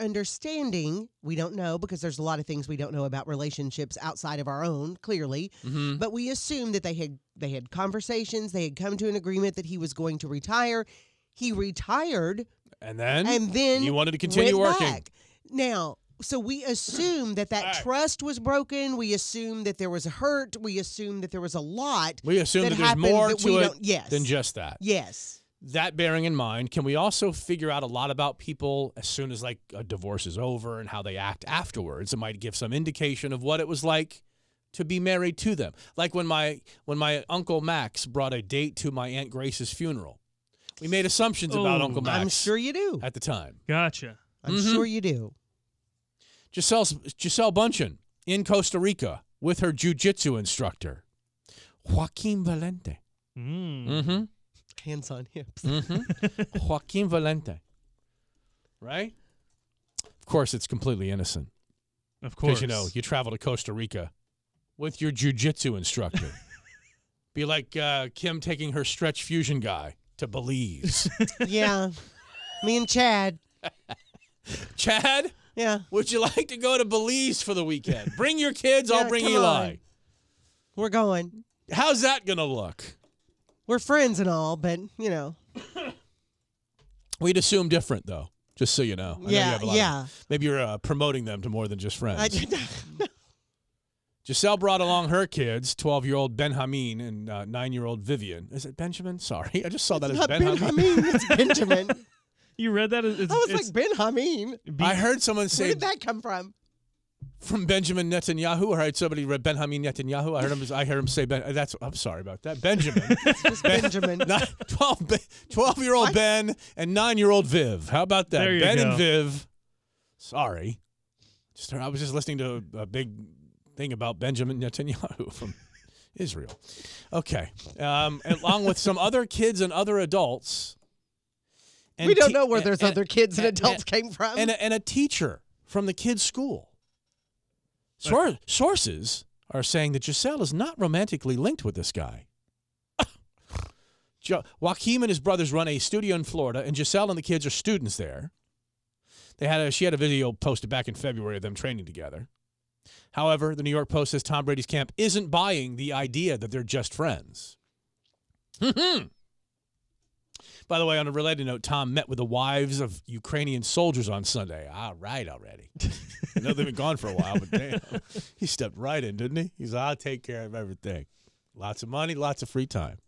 Speaker 5: understanding, we don't know because there's a lot of things we don't know about relationships outside of our own, clearly.
Speaker 4: Mhm.
Speaker 5: But we assume that they had they had conversations, they had come to an agreement that he was going to retire. He retired
Speaker 4: and then
Speaker 5: and then
Speaker 4: you wanted to continue
Speaker 5: went
Speaker 4: working.
Speaker 5: back. Now, so we assume that that trust was broken, we assume that there was hurt, we assume that there was a lot.
Speaker 4: We assume that, there's
Speaker 5: happened
Speaker 4: more
Speaker 5: that we
Speaker 4: to it
Speaker 5: don't- yes.
Speaker 4: than just that.
Speaker 5: Yes.
Speaker 4: That bearing in mind, can we also figure out a lot about people as soon as like a divorce is over and how they act afterwards? It might give some indication of what it was like to be married to them. Like when my when my uncle Max brought a date to my aunt Grace's funeral. We made assumptions about
Speaker 6: Oh.
Speaker 4: Uncle Max.
Speaker 6: I'm
Speaker 5: sure you do.
Speaker 4: At the time.
Speaker 6: Gotcha.
Speaker 5: I'm
Speaker 4: Mm-hmm.
Speaker 5: sure you do.
Speaker 4: Giselle Giselle Bundchen in Costa Rica with her jujitsu instructor, Joaquin Valente.
Speaker 6: Hmm.
Speaker 4: Mm-hmm.
Speaker 5: Hands on hips.
Speaker 4: Mhm. Joaquin Valente. Right? Of course, it's completely innocent.
Speaker 6: Of
Speaker 4: you know,
Speaker 6: course.
Speaker 4: you travel to Costa Rica with your jujitsu instructor. Be like uh, Kim taking her stretch fusion guy to Belize.
Speaker 5: yeah. Me and Chad.
Speaker 4: Chad?
Speaker 5: Yeah.
Speaker 4: Would you like to go to Belize for the weekend? Bring your kids, I'll
Speaker 5: Yeah,
Speaker 4: bring
Speaker 5: come
Speaker 4: Eli.
Speaker 5: on. We're going.
Speaker 4: How's that going to look?
Speaker 5: We're friends and all, but you know.
Speaker 4: We'd assume different, though, just so you know. I know you
Speaker 5: Yeah,
Speaker 4: have a lot of-
Speaker 5: yeah.
Speaker 4: maybe you're uh, promoting them to more than just friends.
Speaker 5: I did
Speaker 4: Giselle brought along her kids, 12 year old Benjamin and uh, 9 year old Vivian. Is it Benjamin? Sorry. I just saw that as
Speaker 5: not
Speaker 4: Benjamin.
Speaker 5: Benjamin, it's Benjamin.
Speaker 6: You read that? As,
Speaker 5: I was like Ben Hameen.
Speaker 4: I heard someone
Speaker 5: Where
Speaker 4: say
Speaker 5: did that come from?
Speaker 4: from Benjamin Netanyahu, or I heard somebody read Benjamin Netanyahu. I heard him. I heard him say Ben. That's. I'm sorry about that. Benjamin. Ben-
Speaker 5: Benjamin.
Speaker 4: Not, 12 Be- 12 year old Ben and nine year old Viv. How about that?
Speaker 6: There you
Speaker 4: ben and
Speaker 6: go.
Speaker 4: Viv. Sorry. Just, I was just listening to a big thing about Benjamin Netanyahu from Israel. Okay. Um, along with some other kids and other adults.
Speaker 14: We don't
Speaker 4: te-
Speaker 14: know where there's other kids and adults
Speaker 4: came from. And a, and a teacher from the kids' school. Sour sources are saying that Giselle is not romantically linked with this guy. jo- Joaquim and his brothers run a studio in Florida, and Giselle and the kids are students there. They had a, she had a video posted back in February of them training together. However, the New York Post says Tom Brady's camp isn't buying the idea that they're just friends. By the way, on a related note, Tom met with the wives of Ukrainian soldiers on Sunday. All right, already. I know they've been gone for a while, but damn, he stepped right in, didn't he? He's, I'll take care of everything. Lots of money, lots of free time.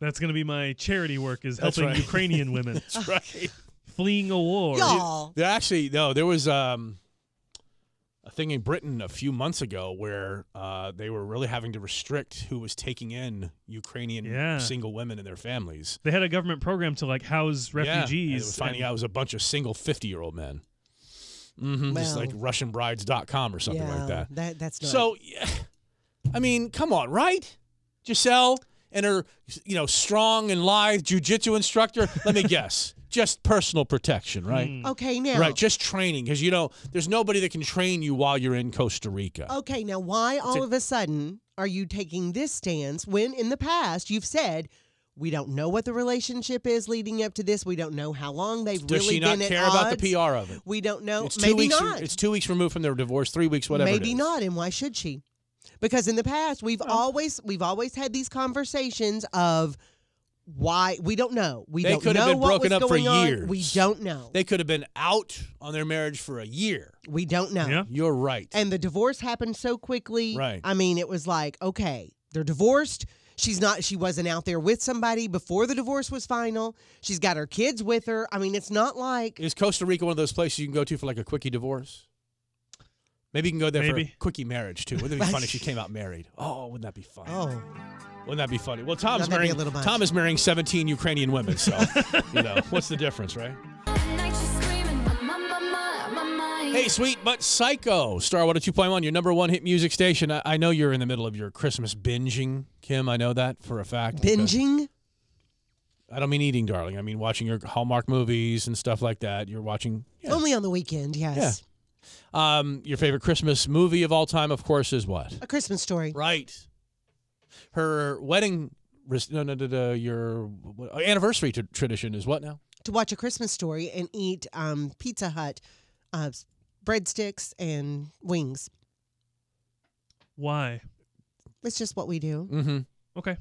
Speaker 6: That's going to be my charity work is
Speaker 4: That's
Speaker 6: helping
Speaker 4: right.
Speaker 6: Ukrainian women.
Speaker 4: That's right.
Speaker 6: Fleeing a war.
Speaker 4: There actually no, there was um, a thing in Britain a few months ago where uh, they were really having to restrict who was taking in Ukrainian
Speaker 6: Yeah.
Speaker 4: single women and their families.
Speaker 6: They had a government program to like house
Speaker 4: Yeah, and
Speaker 6: refugees.
Speaker 4: they were finding
Speaker 6: and-
Speaker 4: out it was a bunch of single fifty-year-old men. hmm just like RussianBrides.com or something like that.
Speaker 5: that that's not
Speaker 4: So, yeah, I mean, come on, right? Giselle and her, you know, strong and lithe jujitsu instructor. Let me guess, just personal protection, right?
Speaker 5: okay now.
Speaker 4: Right, just training because you know there's nobody that can train you while you're in Costa Rica.
Speaker 5: Okay, now why all of a sudden are you taking this stance when in the past you've said we don't know what the relationship is leading up to this. We don't know how long they've
Speaker 4: Does
Speaker 5: really
Speaker 4: she not
Speaker 5: been at
Speaker 4: care about the
Speaker 5: odds.
Speaker 4: PR of it?
Speaker 5: We don't know.
Speaker 4: It's two
Speaker 5: Maybe
Speaker 4: weeks.
Speaker 5: not.
Speaker 4: It's two weeks removed from their divorce. Three weeks, whatever. it
Speaker 5: Maybe
Speaker 4: is.
Speaker 5: not, and why should she? Because in the past we've always we've always had these conversations of why we don't know. We
Speaker 4: They
Speaker 5: don't
Speaker 4: could
Speaker 5: know
Speaker 4: have been
Speaker 5: what
Speaker 4: broken
Speaker 5: was
Speaker 4: up for
Speaker 5: going on.
Speaker 4: years.
Speaker 5: We don't know.
Speaker 4: They could have been out on their marriage for a year.
Speaker 5: We don't know. Yeah.
Speaker 4: You're right.
Speaker 5: And the divorce happened so quickly.
Speaker 4: Right.
Speaker 5: I mean, it was like, okay, they're divorced. She's not she wasn't out there with somebody before the divorce was final. She's got her kids with her. I mean, it's not like
Speaker 4: Is Costa Rica one of those places you can go to for like a quickie divorce? Maybe you can go there for
Speaker 6: Maybe.
Speaker 4: a quickie marriage too. Wouldn't it be fun if she came out married? Oh, wouldn't that be fun?
Speaker 5: Oh.
Speaker 4: Wouldn't that be funny? Well,
Speaker 5: No,
Speaker 4: Tom's
Speaker 5: that'd be a
Speaker 4: marrying
Speaker 5: little much.
Speaker 4: Tom is marrying 17 Ukrainian women, so you know what's the difference, right? Hey, sweet but psycho, Star Water 2.1, your number one hit music station. I, I know you're in the middle of your Christmas binging, Kim. I know that for a fact. because-
Speaker 5: binging.
Speaker 4: I don't mean eating, darling. I mean watching your Hallmark movies and stuff like that. You're watching
Speaker 5: Only on the weekend, yes.
Speaker 4: um, your favorite Christmas movie of all time, of course, is what?
Speaker 5: A Christmas story.
Speaker 4: Right. Her wedding, res- no, no, no, no your what- anniversary t- tradition is what now?
Speaker 5: To watch a Christmas story and eat um, Pizza Hut uh, s- breadsticks and wings.
Speaker 6: Why?
Speaker 5: It's just what we do.
Speaker 4: Mm-hmm.
Speaker 6: Okay.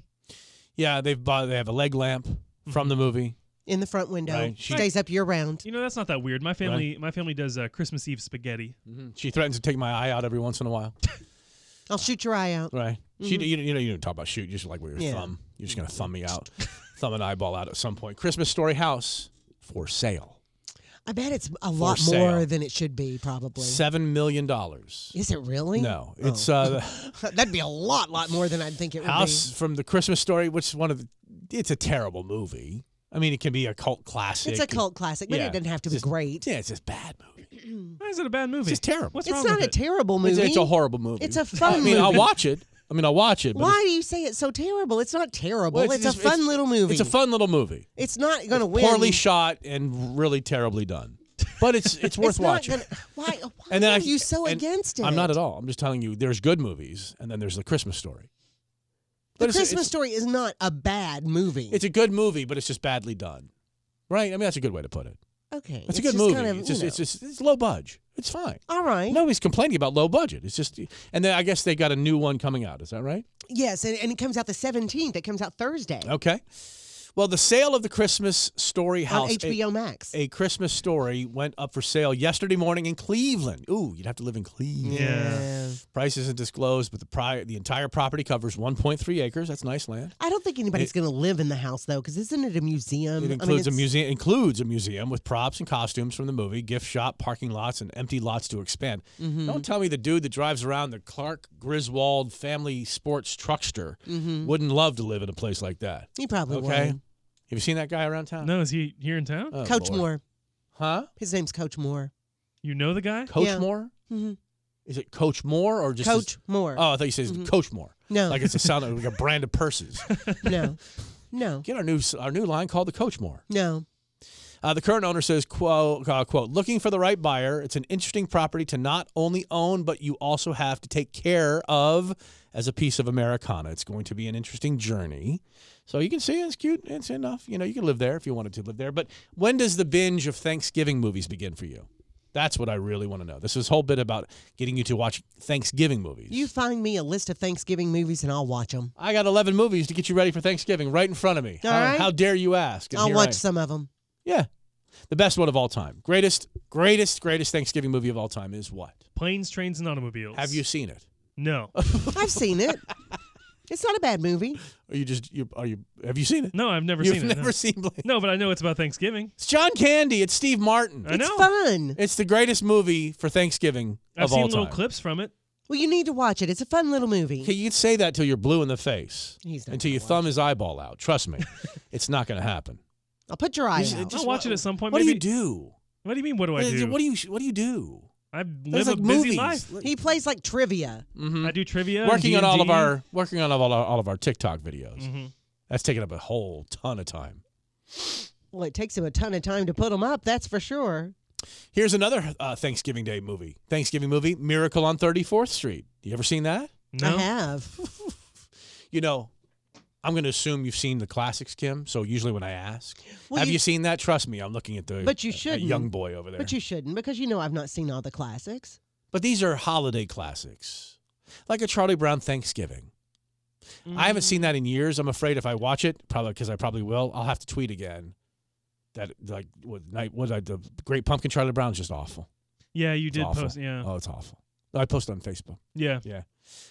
Speaker 4: Yeah, they've bought, they have a leg lamp from the movie.
Speaker 5: In the front window.
Speaker 4: Right, she-
Speaker 5: Stays up year round.
Speaker 6: You know that's not that weird. My family, my family does uh, Christmas Eve spaghetti.
Speaker 5: Mm-hmm.
Speaker 4: She threatens to take my eye out every once in a while.
Speaker 5: I'll shoot your eye out.
Speaker 4: Right. She,
Speaker 5: Mhm.
Speaker 4: you, you know, you don't talk about shoot. You just like with your
Speaker 5: Yeah.
Speaker 4: thumb. You're just gonna thumb me out, thumb an eyeball out at some point. Christmas Story House for sale,
Speaker 5: I bet it's a lot
Speaker 4: sale.
Speaker 5: more than it should be, probably.
Speaker 4: seven million dollars.
Speaker 5: Is it really?
Speaker 4: No,
Speaker 5: Oh.
Speaker 4: it's uh,
Speaker 5: That'd be a lot, lot more than I'd think it
Speaker 4: the
Speaker 5: would
Speaker 4: House from the Christmas Story, which is one of the. It's a terrible movie. I mean, it can be a cult
Speaker 5: be.
Speaker 4: classic.
Speaker 5: It's a cult classic, but
Speaker 4: Yeah.
Speaker 5: it doesn't have to be
Speaker 4: Just-
Speaker 5: great.
Speaker 4: Yeah, it's just bad movie.
Speaker 6: Why is it a bad movie?
Speaker 4: It's just terrible.
Speaker 6: What's
Speaker 5: it's
Speaker 6: wrong
Speaker 5: not
Speaker 6: with
Speaker 5: a
Speaker 6: it?
Speaker 5: terrible
Speaker 4: It's,
Speaker 5: movie.
Speaker 4: it's a horrible movie.
Speaker 5: It's a fun
Speaker 4: I mean, I'll
Speaker 5: movie.
Speaker 4: watch it. I mean, I'll watch it. but
Speaker 5: Why
Speaker 4: it's-
Speaker 5: do you say it's so terrible? It's not terrible.
Speaker 4: well,
Speaker 5: it's,
Speaker 4: just-
Speaker 5: a fun little movie.
Speaker 4: It's a fun little movie.
Speaker 5: It's not going to win.
Speaker 4: Poorly shot and really terribly done, but it's it's worth
Speaker 5: It's not
Speaker 4: watching.
Speaker 5: gonna- why? Why
Speaker 4: and then
Speaker 5: are
Speaker 4: I,
Speaker 5: you so
Speaker 4: and
Speaker 5: against it?
Speaker 4: I'm not at all. I'm just telling you, there's good movies, and then there's the Christmas Story.
Speaker 5: The
Speaker 4: But it's-
Speaker 5: Christmas
Speaker 4: it's-
Speaker 5: Story is not a bad movie.
Speaker 4: It's a good movie, but it's just badly done, right? I mean, that's a good way to put it.
Speaker 5: okay,
Speaker 4: It's, a good
Speaker 5: just
Speaker 4: movie.
Speaker 5: kind of,
Speaker 4: it's just,
Speaker 5: you
Speaker 4: it's just, it's low budge. It's fine.
Speaker 5: know. all right.
Speaker 4: Nobody's complaining about low budget. It's just, and then I guess they got a new one coming out. Is that right?
Speaker 5: Yes, and, and it comes out the 17th. It comes out Thursday
Speaker 4: Okay. Well, the sale of the Christmas Story
Speaker 5: on
Speaker 4: House, a-
Speaker 5: HBO Max.
Speaker 4: a Christmas Story, went up for sale yesterday morning in Cleveland. Ooh, you'd have to live in Cleveland.
Speaker 6: Yeah.
Speaker 4: Price isn't disclosed, but the pri- the entire property covers 1.3 acres. That's nice land.
Speaker 5: I don't think anybody's going to live in the house though, because isn't it a museum?
Speaker 4: It
Speaker 5: Um, I mean,
Speaker 4: includes
Speaker 5: it's-
Speaker 4: a museum includes a museum with props and costumes from the movie, gift shop, parking lots, and empty lots to expand.
Speaker 5: Mhm.
Speaker 4: Don't tell me the dude that drives around the Clark Griswold family sports truckster
Speaker 5: Mhm.
Speaker 4: wouldn't love to live in a place like that.
Speaker 5: He probably
Speaker 4: okay.
Speaker 5: would.
Speaker 4: Have you seen that guy around town?
Speaker 6: No, is he here in town?
Speaker 4: Oh,
Speaker 5: Coach
Speaker 4: Lord.
Speaker 5: Moore.
Speaker 4: Huh?
Speaker 5: His name's Coach Moore.
Speaker 6: You know the guy?
Speaker 4: Coach
Speaker 5: Yeah.
Speaker 4: Moore?
Speaker 5: Mhm.
Speaker 4: Is it Coach Moore or just
Speaker 5: Coach Moore.
Speaker 4: Oh, I thought you said it's
Speaker 5: Mhm.
Speaker 4: Coach Moore.
Speaker 5: No.
Speaker 4: like it's a sound like a brand of purses.
Speaker 5: No. No.
Speaker 4: Get our new our new line called the Coach Moore.
Speaker 5: No.
Speaker 4: Uh, the current owner says, quote, uh, quote, looking for the right buyer. It's an interesting property to not only own, but you also have to take care of as a piece of Americana. It's going to be an interesting journey. So you can see it's cute. It's enough. You know, you can live there if you wanted to live there. But when does the binge of Thanksgiving movies begin for you? That's what I really want to know. This is whole bit about getting you to watch Thanksgiving movies.
Speaker 5: You find me a list of Thanksgiving movies and I'll watch them.
Speaker 4: I got 11 movies to get you ready for Thanksgiving right in front of me.
Speaker 5: All
Speaker 4: how,
Speaker 5: right.
Speaker 4: how dare you ask? And
Speaker 5: I'll
Speaker 4: here I
Speaker 5: watch
Speaker 4: am.
Speaker 5: some of them.
Speaker 4: Yeah. The best one of all time. Greatest, greatest, greatest Thanksgiving movie of all time is what?
Speaker 6: Planes, trains, and automobiles.
Speaker 4: Have you seen it?
Speaker 6: No.
Speaker 5: I've seen it. It's not a bad movie.
Speaker 4: Are you just you are you have you seen it?
Speaker 6: No, I've never
Speaker 4: You've
Speaker 6: seen it.
Speaker 4: never
Speaker 6: no.
Speaker 4: seen Blade.
Speaker 6: No, but I know it's about Thanksgiving.
Speaker 4: It's John Candy, it's Steve Martin.
Speaker 6: I
Speaker 4: it's
Speaker 6: know.
Speaker 5: Fun.
Speaker 4: It's the greatest movie for Thanksgiving
Speaker 6: I've
Speaker 4: of
Speaker 6: seen
Speaker 4: all
Speaker 6: little
Speaker 4: time.
Speaker 6: clips from it.
Speaker 5: Well, you need to watch it. It's a fun little movie.
Speaker 4: Okay, you can say that till you're blue in the face.
Speaker 5: He's not
Speaker 4: until you thumb his eyeball out. Trust me. it's not gonna happen.
Speaker 5: I'll put your eyes
Speaker 4: Just-
Speaker 5: out.
Speaker 6: I'll watch it at some point.
Speaker 4: What do you
Speaker 6: maybe-
Speaker 4: do?
Speaker 6: What do you mean? What do I
Speaker 4: What
Speaker 6: do?
Speaker 4: What do you what do you do?
Speaker 6: I
Speaker 4: There's like
Speaker 6: live a busy
Speaker 4: movies.
Speaker 6: life.
Speaker 5: He plays like trivia.
Speaker 4: Mhm.
Speaker 6: I do trivia. and
Speaker 4: working on all of
Speaker 6: D&D.
Speaker 4: our working on all our, all of our TikTok videos.
Speaker 6: Mhm.
Speaker 4: That's taking up a whole ton of time.
Speaker 5: Well, it takes him a ton of time to put them up, that's for sure.
Speaker 4: Here's another uh, Thanksgiving Day movie. Thanksgiving movie, Miracle on 34th Street. You ever seen that?
Speaker 6: No.
Speaker 5: I have.
Speaker 4: You know, I'm going to assume you've seen the classics, Kim. So usually when I ask,
Speaker 5: Well,
Speaker 4: have you,
Speaker 5: you-
Speaker 4: seen that? Trust me, I'm looking at the
Speaker 5: But you
Speaker 4: at that
Speaker 5: shouldn't.
Speaker 4: young boy over there.
Speaker 5: But you shouldn't because you know I've not seen all the classics.
Speaker 4: But these are holiday classics, like a Charlie Brown Thanksgiving. I haven't seen that in years. I'm afraid if I watch it, probably because I probably will, I'll have to tweet again. That like what night? What I, the Great Pumpkin Charlie Brown's just awful.
Speaker 6: Yeah, you
Speaker 4: It's
Speaker 6: did
Speaker 4: awful.
Speaker 6: post. Yeah.
Speaker 4: Oh, it's awful. I posted on Facebook.
Speaker 6: Yeah.
Speaker 4: Yeah.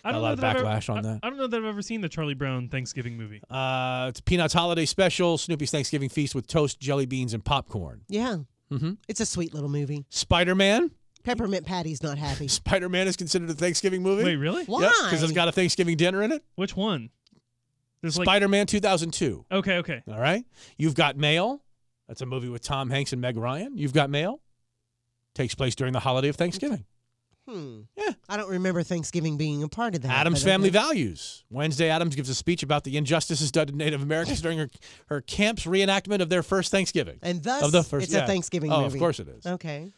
Speaker 6: I
Speaker 4: Got
Speaker 6: don't
Speaker 4: a lot
Speaker 6: know
Speaker 4: of
Speaker 6: that I've ever-
Speaker 4: backlash on
Speaker 6: I-
Speaker 4: that.
Speaker 6: I don't know that I've ever seen the Charlie Brown Thanksgiving movie.
Speaker 4: Uh, it's Peanuts Holiday Special, Snoopy's Thanksgiving Feast with toast, jelly beans, and popcorn.
Speaker 5: Yeah.
Speaker 4: Mm-hmm.
Speaker 5: It's a sweet little movie.
Speaker 4: Spider Man.
Speaker 5: Peppermint Patty's not happy.
Speaker 4: Spider Man is considered a Thanksgiving movie.
Speaker 6: Wait, really?
Speaker 5: Why?
Speaker 4: Because it's got a Thanksgiving dinner in it.
Speaker 6: Which one? There's like
Speaker 4: Spider Man 2002.
Speaker 6: Okay, okay.
Speaker 4: All right. You've got Mail. That's a movie with Tom Hanks and Meg Ryan. You've got Mail. Takes place during the holiday of Thanksgiving.
Speaker 5: Hmm. Yeah. I don't remember Thanksgiving being a part of that.
Speaker 4: Adams
Speaker 5: but okay.
Speaker 4: Family Values. Wednesday, Adams gives a speech about the injustices done to Native Americans during her, her camp's reenactment of their first Thanksgiving.
Speaker 5: And thus,
Speaker 4: Of the first-
Speaker 5: it's
Speaker 4: yeah.
Speaker 5: a Thanksgiving
Speaker 4: Oh,
Speaker 5: movie.
Speaker 4: of course it is.
Speaker 5: Okay.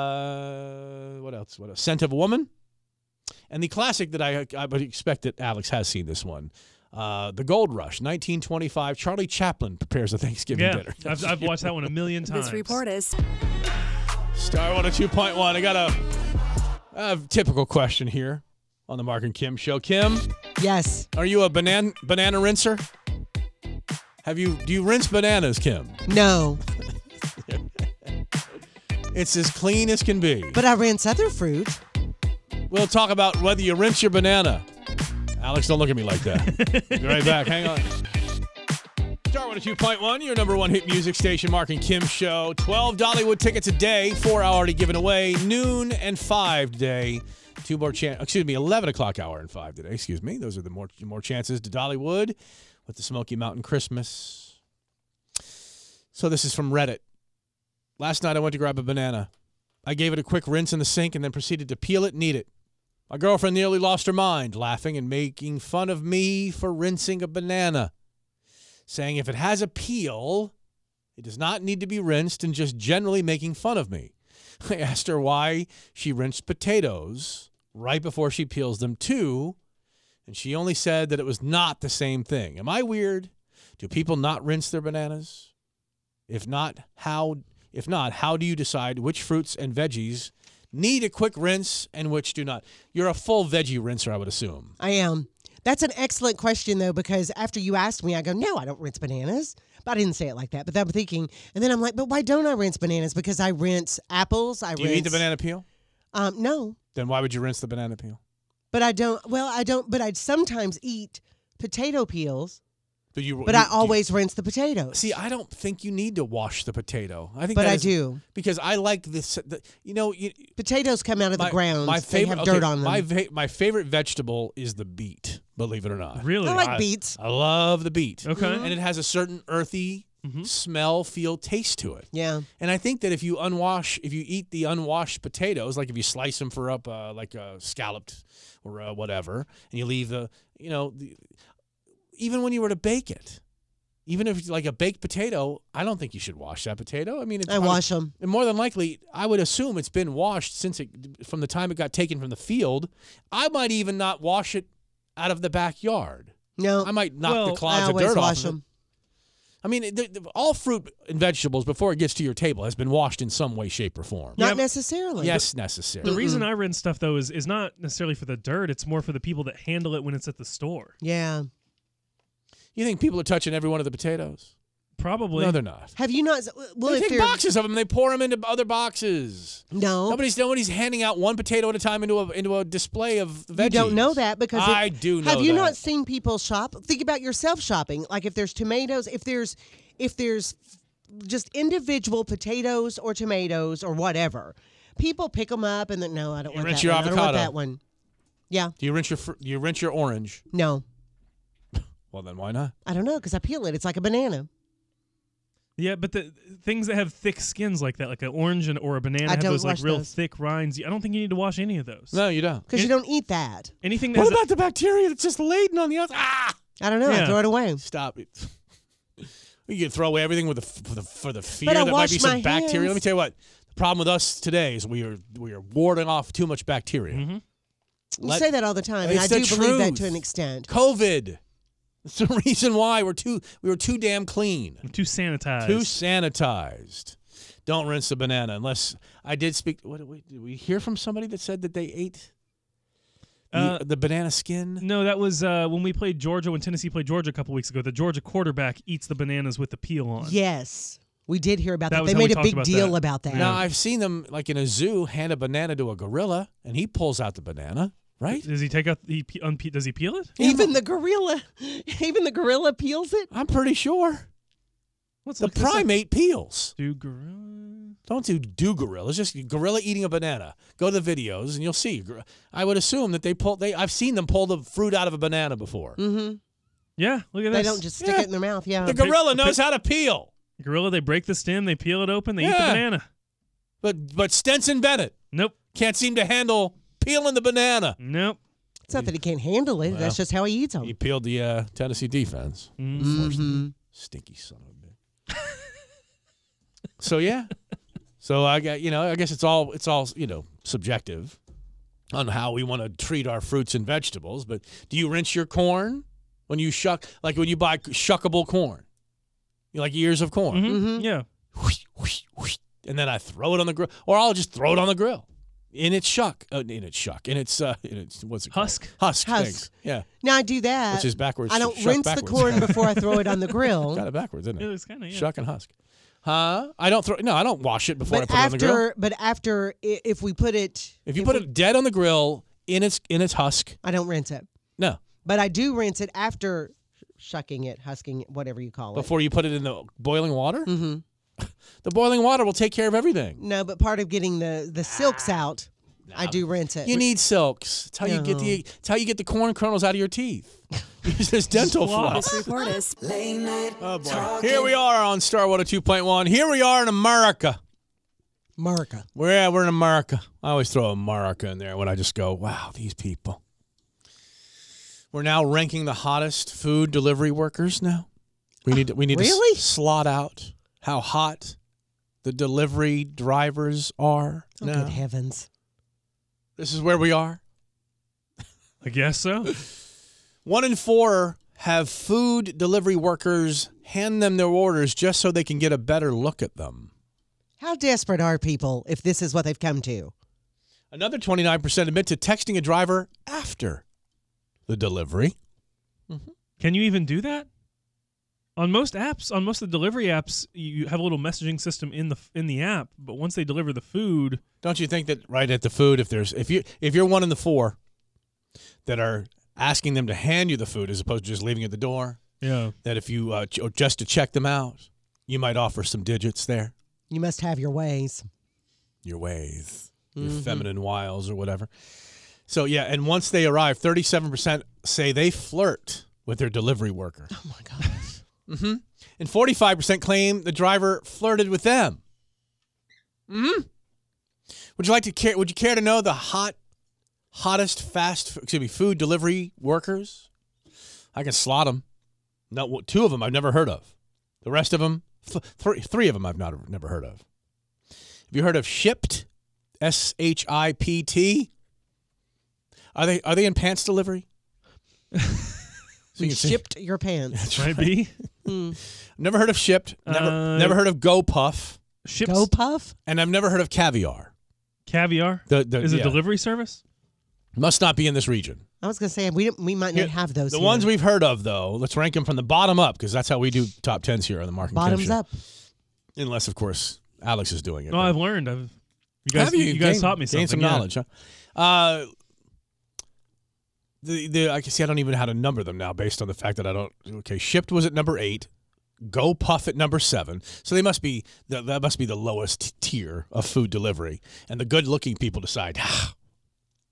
Speaker 4: Uh, what else? What else? Scent of a Woman, and the classic that I I would expect that Alex has seen this one. Uh, the Gold Rush, 1925. Charlie Chaplin prepares a Thanksgiving
Speaker 6: Yeah,
Speaker 4: dinner.
Speaker 6: I've, I've watched that one a million times.
Speaker 15: This report is
Speaker 4: Star 102.1. I got a, a typical question here on the Mark and Kim show. Kim,
Speaker 5: Yes.
Speaker 4: are you a banana banana rinser? Have you do you rinse bananas, Kim?
Speaker 5: No.
Speaker 4: It's as clean as can be.
Speaker 5: But I rinse other fruit.
Speaker 4: We'll talk about whether you rinse your banana. Alex, don't look at me like that. Be right back. Hang on. Star 102.1, your number one hit music station, Mark and Kim show. 12 Dollywood tickets a day, four hour already given away, noon and five today. Two more chance. excuse me, 11 o'clock hour and five today, excuse me. Those are the more, more chances to Dollywood with the Smoky Mountain Christmas. So this is from Reddit. Last night I went to grab a banana. I gave it a quick rinse in the sink and then proceeded to peel it and eat it. My girlfriend nearly lost her mind, laughing and making fun of me for rinsing a banana, saying if it has a peel, it does not need to be rinsed, and just generally making fun of me. I asked her why she rinsed potatoes right before she peels them, too, and she only said that it was not the same thing. Am I weird? Do people not rinse their bananas? If not, how if not, how do you decide which fruits and veggies need a quick rinse and which do not? You're a full veggie rinser, I would assume.
Speaker 5: I am. That's an excellent question, though, because after you asked me, I go, no, I don't rinse bananas. But I didn't say it like that, but I'm thinking. And then I'm like, but why don't I rinse bananas? Because I rinse apples. I
Speaker 4: Do you
Speaker 5: rinse.
Speaker 4: eat the banana peel?
Speaker 5: Um, no,
Speaker 4: Then why would you rinse the banana peel?
Speaker 5: but I don't. Well, I don't, but I'd sometimes eat potato peels,
Speaker 4: Do you?
Speaker 5: but
Speaker 4: you-
Speaker 5: I
Speaker 4: do you-
Speaker 5: always rinse the potatoes.
Speaker 4: see. I don't think you need to wash the potato. I think,
Speaker 5: But
Speaker 4: that
Speaker 5: I
Speaker 4: is-
Speaker 5: do.
Speaker 4: because I like this. The, you know, you,
Speaker 5: potatoes come out of the ground. they have
Speaker 4: okay,
Speaker 5: dirt on them.
Speaker 4: My va- my favorite vegetable is the beet. Believe it or not,
Speaker 6: Really?
Speaker 5: I like beets.
Speaker 4: I love the beet.
Speaker 6: Okay.
Speaker 4: and it has a certain earthy smell, feel, taste to it.
Speaker 5: Yeah.
Speaker 4: And I think that if you unwash, if you eat the unwashed potatoes, like if you slice them for up, uh, like uh, scalloped or uh, whatever, and you leave the, you know, the, even when you were to bake it, even if it's like a baked potato, I don't think you should wash that potato. I mean, it's
Speaker 5: I wash 'em.
Speaker 4: And more than likely, I would assume it's been washed since it, from the time it got taken from the field. I might even not wash it out of the backyard.
Speaker 5: No,
Speaker 4: I might knock
Speaker 5: Well,
Speaker 4: the
Speaker 5: I
Speaker 4: clods of
Speaker 5: always
Speaker 4: dirt off.
Speaker 5: wash
Speaker 4: of it.
Speaker 5: 'em.
Speaker 4: I mean, th th all fruit and vegetables before it gets to your table has been washed in some way, shape, or form.
Speaker 5: Not necessarily.
Speaker 4: Yes, necessary.
Speaker 6: The reason I rinse stuff though is is not necessarily for the dirt. It's more for the people that handle it when it's at the store.
Speaker 5: Yeah.
Speaker 4: You think people are touching every one of the potatoes?
Speaker 6: Probably.
Speaker 4: No, they're not.
Speaker 5: Have you not? Well,
Speaker 4: they
Speaker 5: if
Speaker 4: take
Speaker 5: they're-
Speaker 4: boxes of them and they pour them into other boxes.
Speaker 5: No.
Speaker 4: Nobody's nobody's handing out one potato at a time into a into a display of veggies.
Speaker 5: You don't know that because it-
Speaker 4: I do know
Speaker 5: Have you
Speaker 4: that.
Speaker 5: not seen people shop? Think about yourself shopping. Like if there's tomatoes, if there's if there's just individual potatoes or tomatoes or whatever, people pick them up and then no, I don't
Speaker 4: You
Speaker 5: want
Speaker 4: rinse
Speaker 5: that
Speaker 4: your
Speaker 5: one. I don't want
Speaker 4: avocado.
Speaker 5: that one. Yeah.
Speaker 4: Do you rinse your fr- do you rinse your orange?
Speaker 5: No,
Speaker 4: Well, then why not?
Speaker 5: I don't know because I peel it. It's like a banana.
Speaker 6: Yeah, but the things that have thick skins like that, like an orange and or a banana,
Speaker 5: I
Speaker 6: have
Speaker 5: don't
Speaker 6: those like
Speaker 5: wash
Speaker 6: real
Speaker 5: those.
Speaker 6: thick rinds. I don't think you need to wash any of those.
Speaker 4: No, you don't.
Speaker 5: Because you don't eat that.
Speaker 6: Anything.
Speaker 4: What about the bacteria that's just laden on the outside? Ah!
Speaker 5: I don't know. I
Speaker 4: Yeah.
Speaker 5: throw it away.
Speaker 4: Stop it. You can throw away everything with the f- for the, for the fear
Speaker 5: I
Speaker 4: that might
Speaker 5: wash
Speaker 4: be some
Speaker 5: my
Speaker 4: bacteria. Let me
Speaker 5: hands.
Speaker 4: tell you what. The problem with us today is we are we are warding off too much bacteria.
Speaker 6: Mm-hmm.
Speaker 5: You
Speaker 4: Let-
Speaker 5: say that all the time, and I
Speaker 4: It's
Speaker 5: do
Speaker 4: the
Speaker 5: believe that to
Speaker 4: truth.
Speaker 5: an extent.
Speaker 4: COVID. It's the reason why we're too we were too damn clean.
Speaker 6: too sanitized.
Speaker 4: Too sanitized. Don't rinse the banana unless I did speak. What did we, did we hear from somebody that said that they ate the,
Speaker 6: Uh,
Speaker 4: the banana skin?
Speaker 6: No, that was uh, when we played Georgia. When Tennessee played Georgia a couple weeks ago, the Georgia quarterback eats the bananas with the peel on.
Speaker 5: Yes, we did hear about
Speaker 6: That
Speaker 5: that.
Speaker 6: was
Speaker 5: They
Speaker 6: how we
Speaker 5: made a
Speaker 6: talked
Speaker 5: big
Speaker 6: about
Speaker 5: deal
Speaker 6: that.
Speaker 5: about that.
Speaker 4: Now I've seen them like in a zoo hand a banana to a gorilla and he pulls out the banana. Right?
Speaker 6: Does he take out? He pe- unpe- does he peel it?
Speaker 5: even the gorilla, even the gorilla peels it.
Speaker 4: I'm pretty sure.
Speaker 6: What's
Speaker 4: The primate peels.
Speaker 6: Do gorilla?
Speaker 4: Don't do do gorillas. Just gorilla eating a banana. Go to the videos and you'll see. Gor- I would assume that they pull. They I've seen them pull the fruit out of a banana before.
Speaker 5: Mm-hmm.
Speaker 6: Yeah, look at
Speaker 5: They
Speaker 6: this.
Speaker 5: don't just stick it in their mouth. Yeah,
Speaker 4: The gorilla knows how to peel.
Speaker 6: Gorilla, they break the stem, they peel it open, they eat
Speaker 4: Yeah.
Speaker 6: the banana.
Speaker 4: But but Stenson Bennett.
Speaker 6: Nope.
Speaker 4: Can't seem to handle peeling the banana.
Speaker 6: Nope.
Speaker 5: It's not that he can't handle it.
Speaker 4: Well.
Speaker 5: That's just how he eats them.
Speaker 4: He peeled the uh, Tennessee defense.
Speaker 5: Mhm.
Speaker 4: Stinky son of a bitch. so yeah. So I got you know I guess it's all it's all you know subjective on how we want to treat our fruits and vegetables. But do you rinse your corn when you shuck like when you buy shuckable corn, You know, like ears of
Speaker 5: Mm-hmm.
Speaker 4: corn?
Speaker 6: Yeah.
Speaker 4: Mm-hmm. and then I throw it on the grill, or I'll just throw it on the grill in its shuck, uh, in its shuck, in its uh, in its what's it husk, called? husk,
Speaker 5: Husk.
Speaker 4: thanks. yeah.
Speaker 5: Now I do that.
Speaker 4: Which is backwards.
Speaker 5: Uh, I don't
Speaker 4: Shuck
Speaker 5: rinse
Speaker 4: backwards.
Speaker 5: the corn before I throw it on the grill.
Speaker 4: kind of backwards, isn't it?
Speaker 6: It was kinda, yeah.
Speaker 4: Shuck and husk. Huh? I don't throw. No, I don't wash it before I
Speaker 5: But
Speaker 4: put it on the grill.
Speaker 5: after, but after, i- if we put it,
Speaker 4: If you put it dead on the grill in its in its husk,
Speaker 5: I don't rinse it.
Speaker 4: no,
Speaker 5: But I do rinse it after shucking it, husking it, whatever you call it.
Speaker 4: before you put it in the boiling water, mm-hmm. the boiling water will take care of everything.
Speaker 5: No, but part of getting the the silks out, I do rinse it.
Speaker 4: You need silks. It's how you get the it's how you get the corn kernels out of your teeth. Use this dental floss.
Speaker 15: report is late night.
Speaker 4: Oh boy. Here we are on Star oh Water 2.1. Here we are in America.
Speaker 5: America.
Speaker 4: We're, yeah, we're in America. I always throw America in there when I just go, wow, these people. We're now ranking the hottest food delivery workers now. We need to, we need
Speaker 5: Really?
Speaker 4: to s- slot out how hot the delivery drivers are
Speaker 5: Oh,
Speaker 4: now.
Speaker 5: good heavens!
Speaker 4: This is where we are.
Speaker 6: I guess so.
Speaker 4: One in four have food delivery workers hand them their orders just so they can get a better look at them.
Speaker 5: How desperate are people if this is what they've come to?
Speaker 4: Another 29% admit to texting a driver after the delivery.
Speaker 6: Can you even do that? On most apps, on most of the delivery apps, you have a little messaging system in the in the app. But once they deliver the food,
Speaker 4: Don't you think that right at the food, if there's if you if you're one in the four that are asking them to hand you the food as opposed to just leaving it at the door,
Speaker 6: yeah,
Speaker 4: that if you uh, ch- or just to check them out, you might offer some digits there,
Speaker 5: You must have your ways.
Speaker 4: your ways, your
Speaker 5: Mhm.
Speaker 4: feminine wiles or whatever. So yeah, and once they arrive, 37% say they flirt with their delivery worker. Oh my gosh. Mm-hmm. And 45% claim the driver flirted with them. Mm-hmm. Would you like to care? Would you care to know the hot, hottest fast? f- Excuse me, food delivery workers. I can slot them. No, well, two of them I've never heard of. The rest of them, th- three, three of them I've not never heard of. Have you heard of Shipped? S H I P T. Are they are they in pants delivery? so
Speaker 5: We
Speaker 4: can see-
Speaker 5: shipped your pants.
Speaker 4: That's right. Never heard of shipped. Never,
Speaker 5: Uh,
Speaker 4: never heard of Go Puff.
Speaker 6: Ships.
Speaker 5: Go Puff?
Speaker 4: And I've never heard of caviar.
Speaker 6: Caviar.
Speaker 4: The, the,
Speaker 6: Is it
Speaker 4: yeah.
Speaker 6: delivery service?
Speaker 4: Must not be in this region.
Speaker 5: I was gonna say we don't- we might
Speaker 4: Here-
Speaker 5: not have those.
Speaker 4: The
Speaker 5: here.
Speaker 4: ones we've heard of, though, let's rank them from the bottom up because that's how we do top tens here on the Mark and Kim
Speaker 5: Bottoms
Speaker 4: Show.
Speaker 5: up.
Speaker 4: Unless, of course, Alex is doing it.
Speaker 6: No, I've learned. I've you guys
Speaker 4: Have
Speaker 6: you, guys
Speaker 4: gained-
Speaker 6: taught me something.
Speaker 4: gained some
Speaker 6: yeah.
Speaker 4: knowledge, huh? Uh, the the I can see I don't even know how to number them now based on the fact that I don't. Okay, shipped was at number eight. Go Puff at number seven. So they must be that that must be the lowest tier of food delivery, and the good looking people decide. "Ah,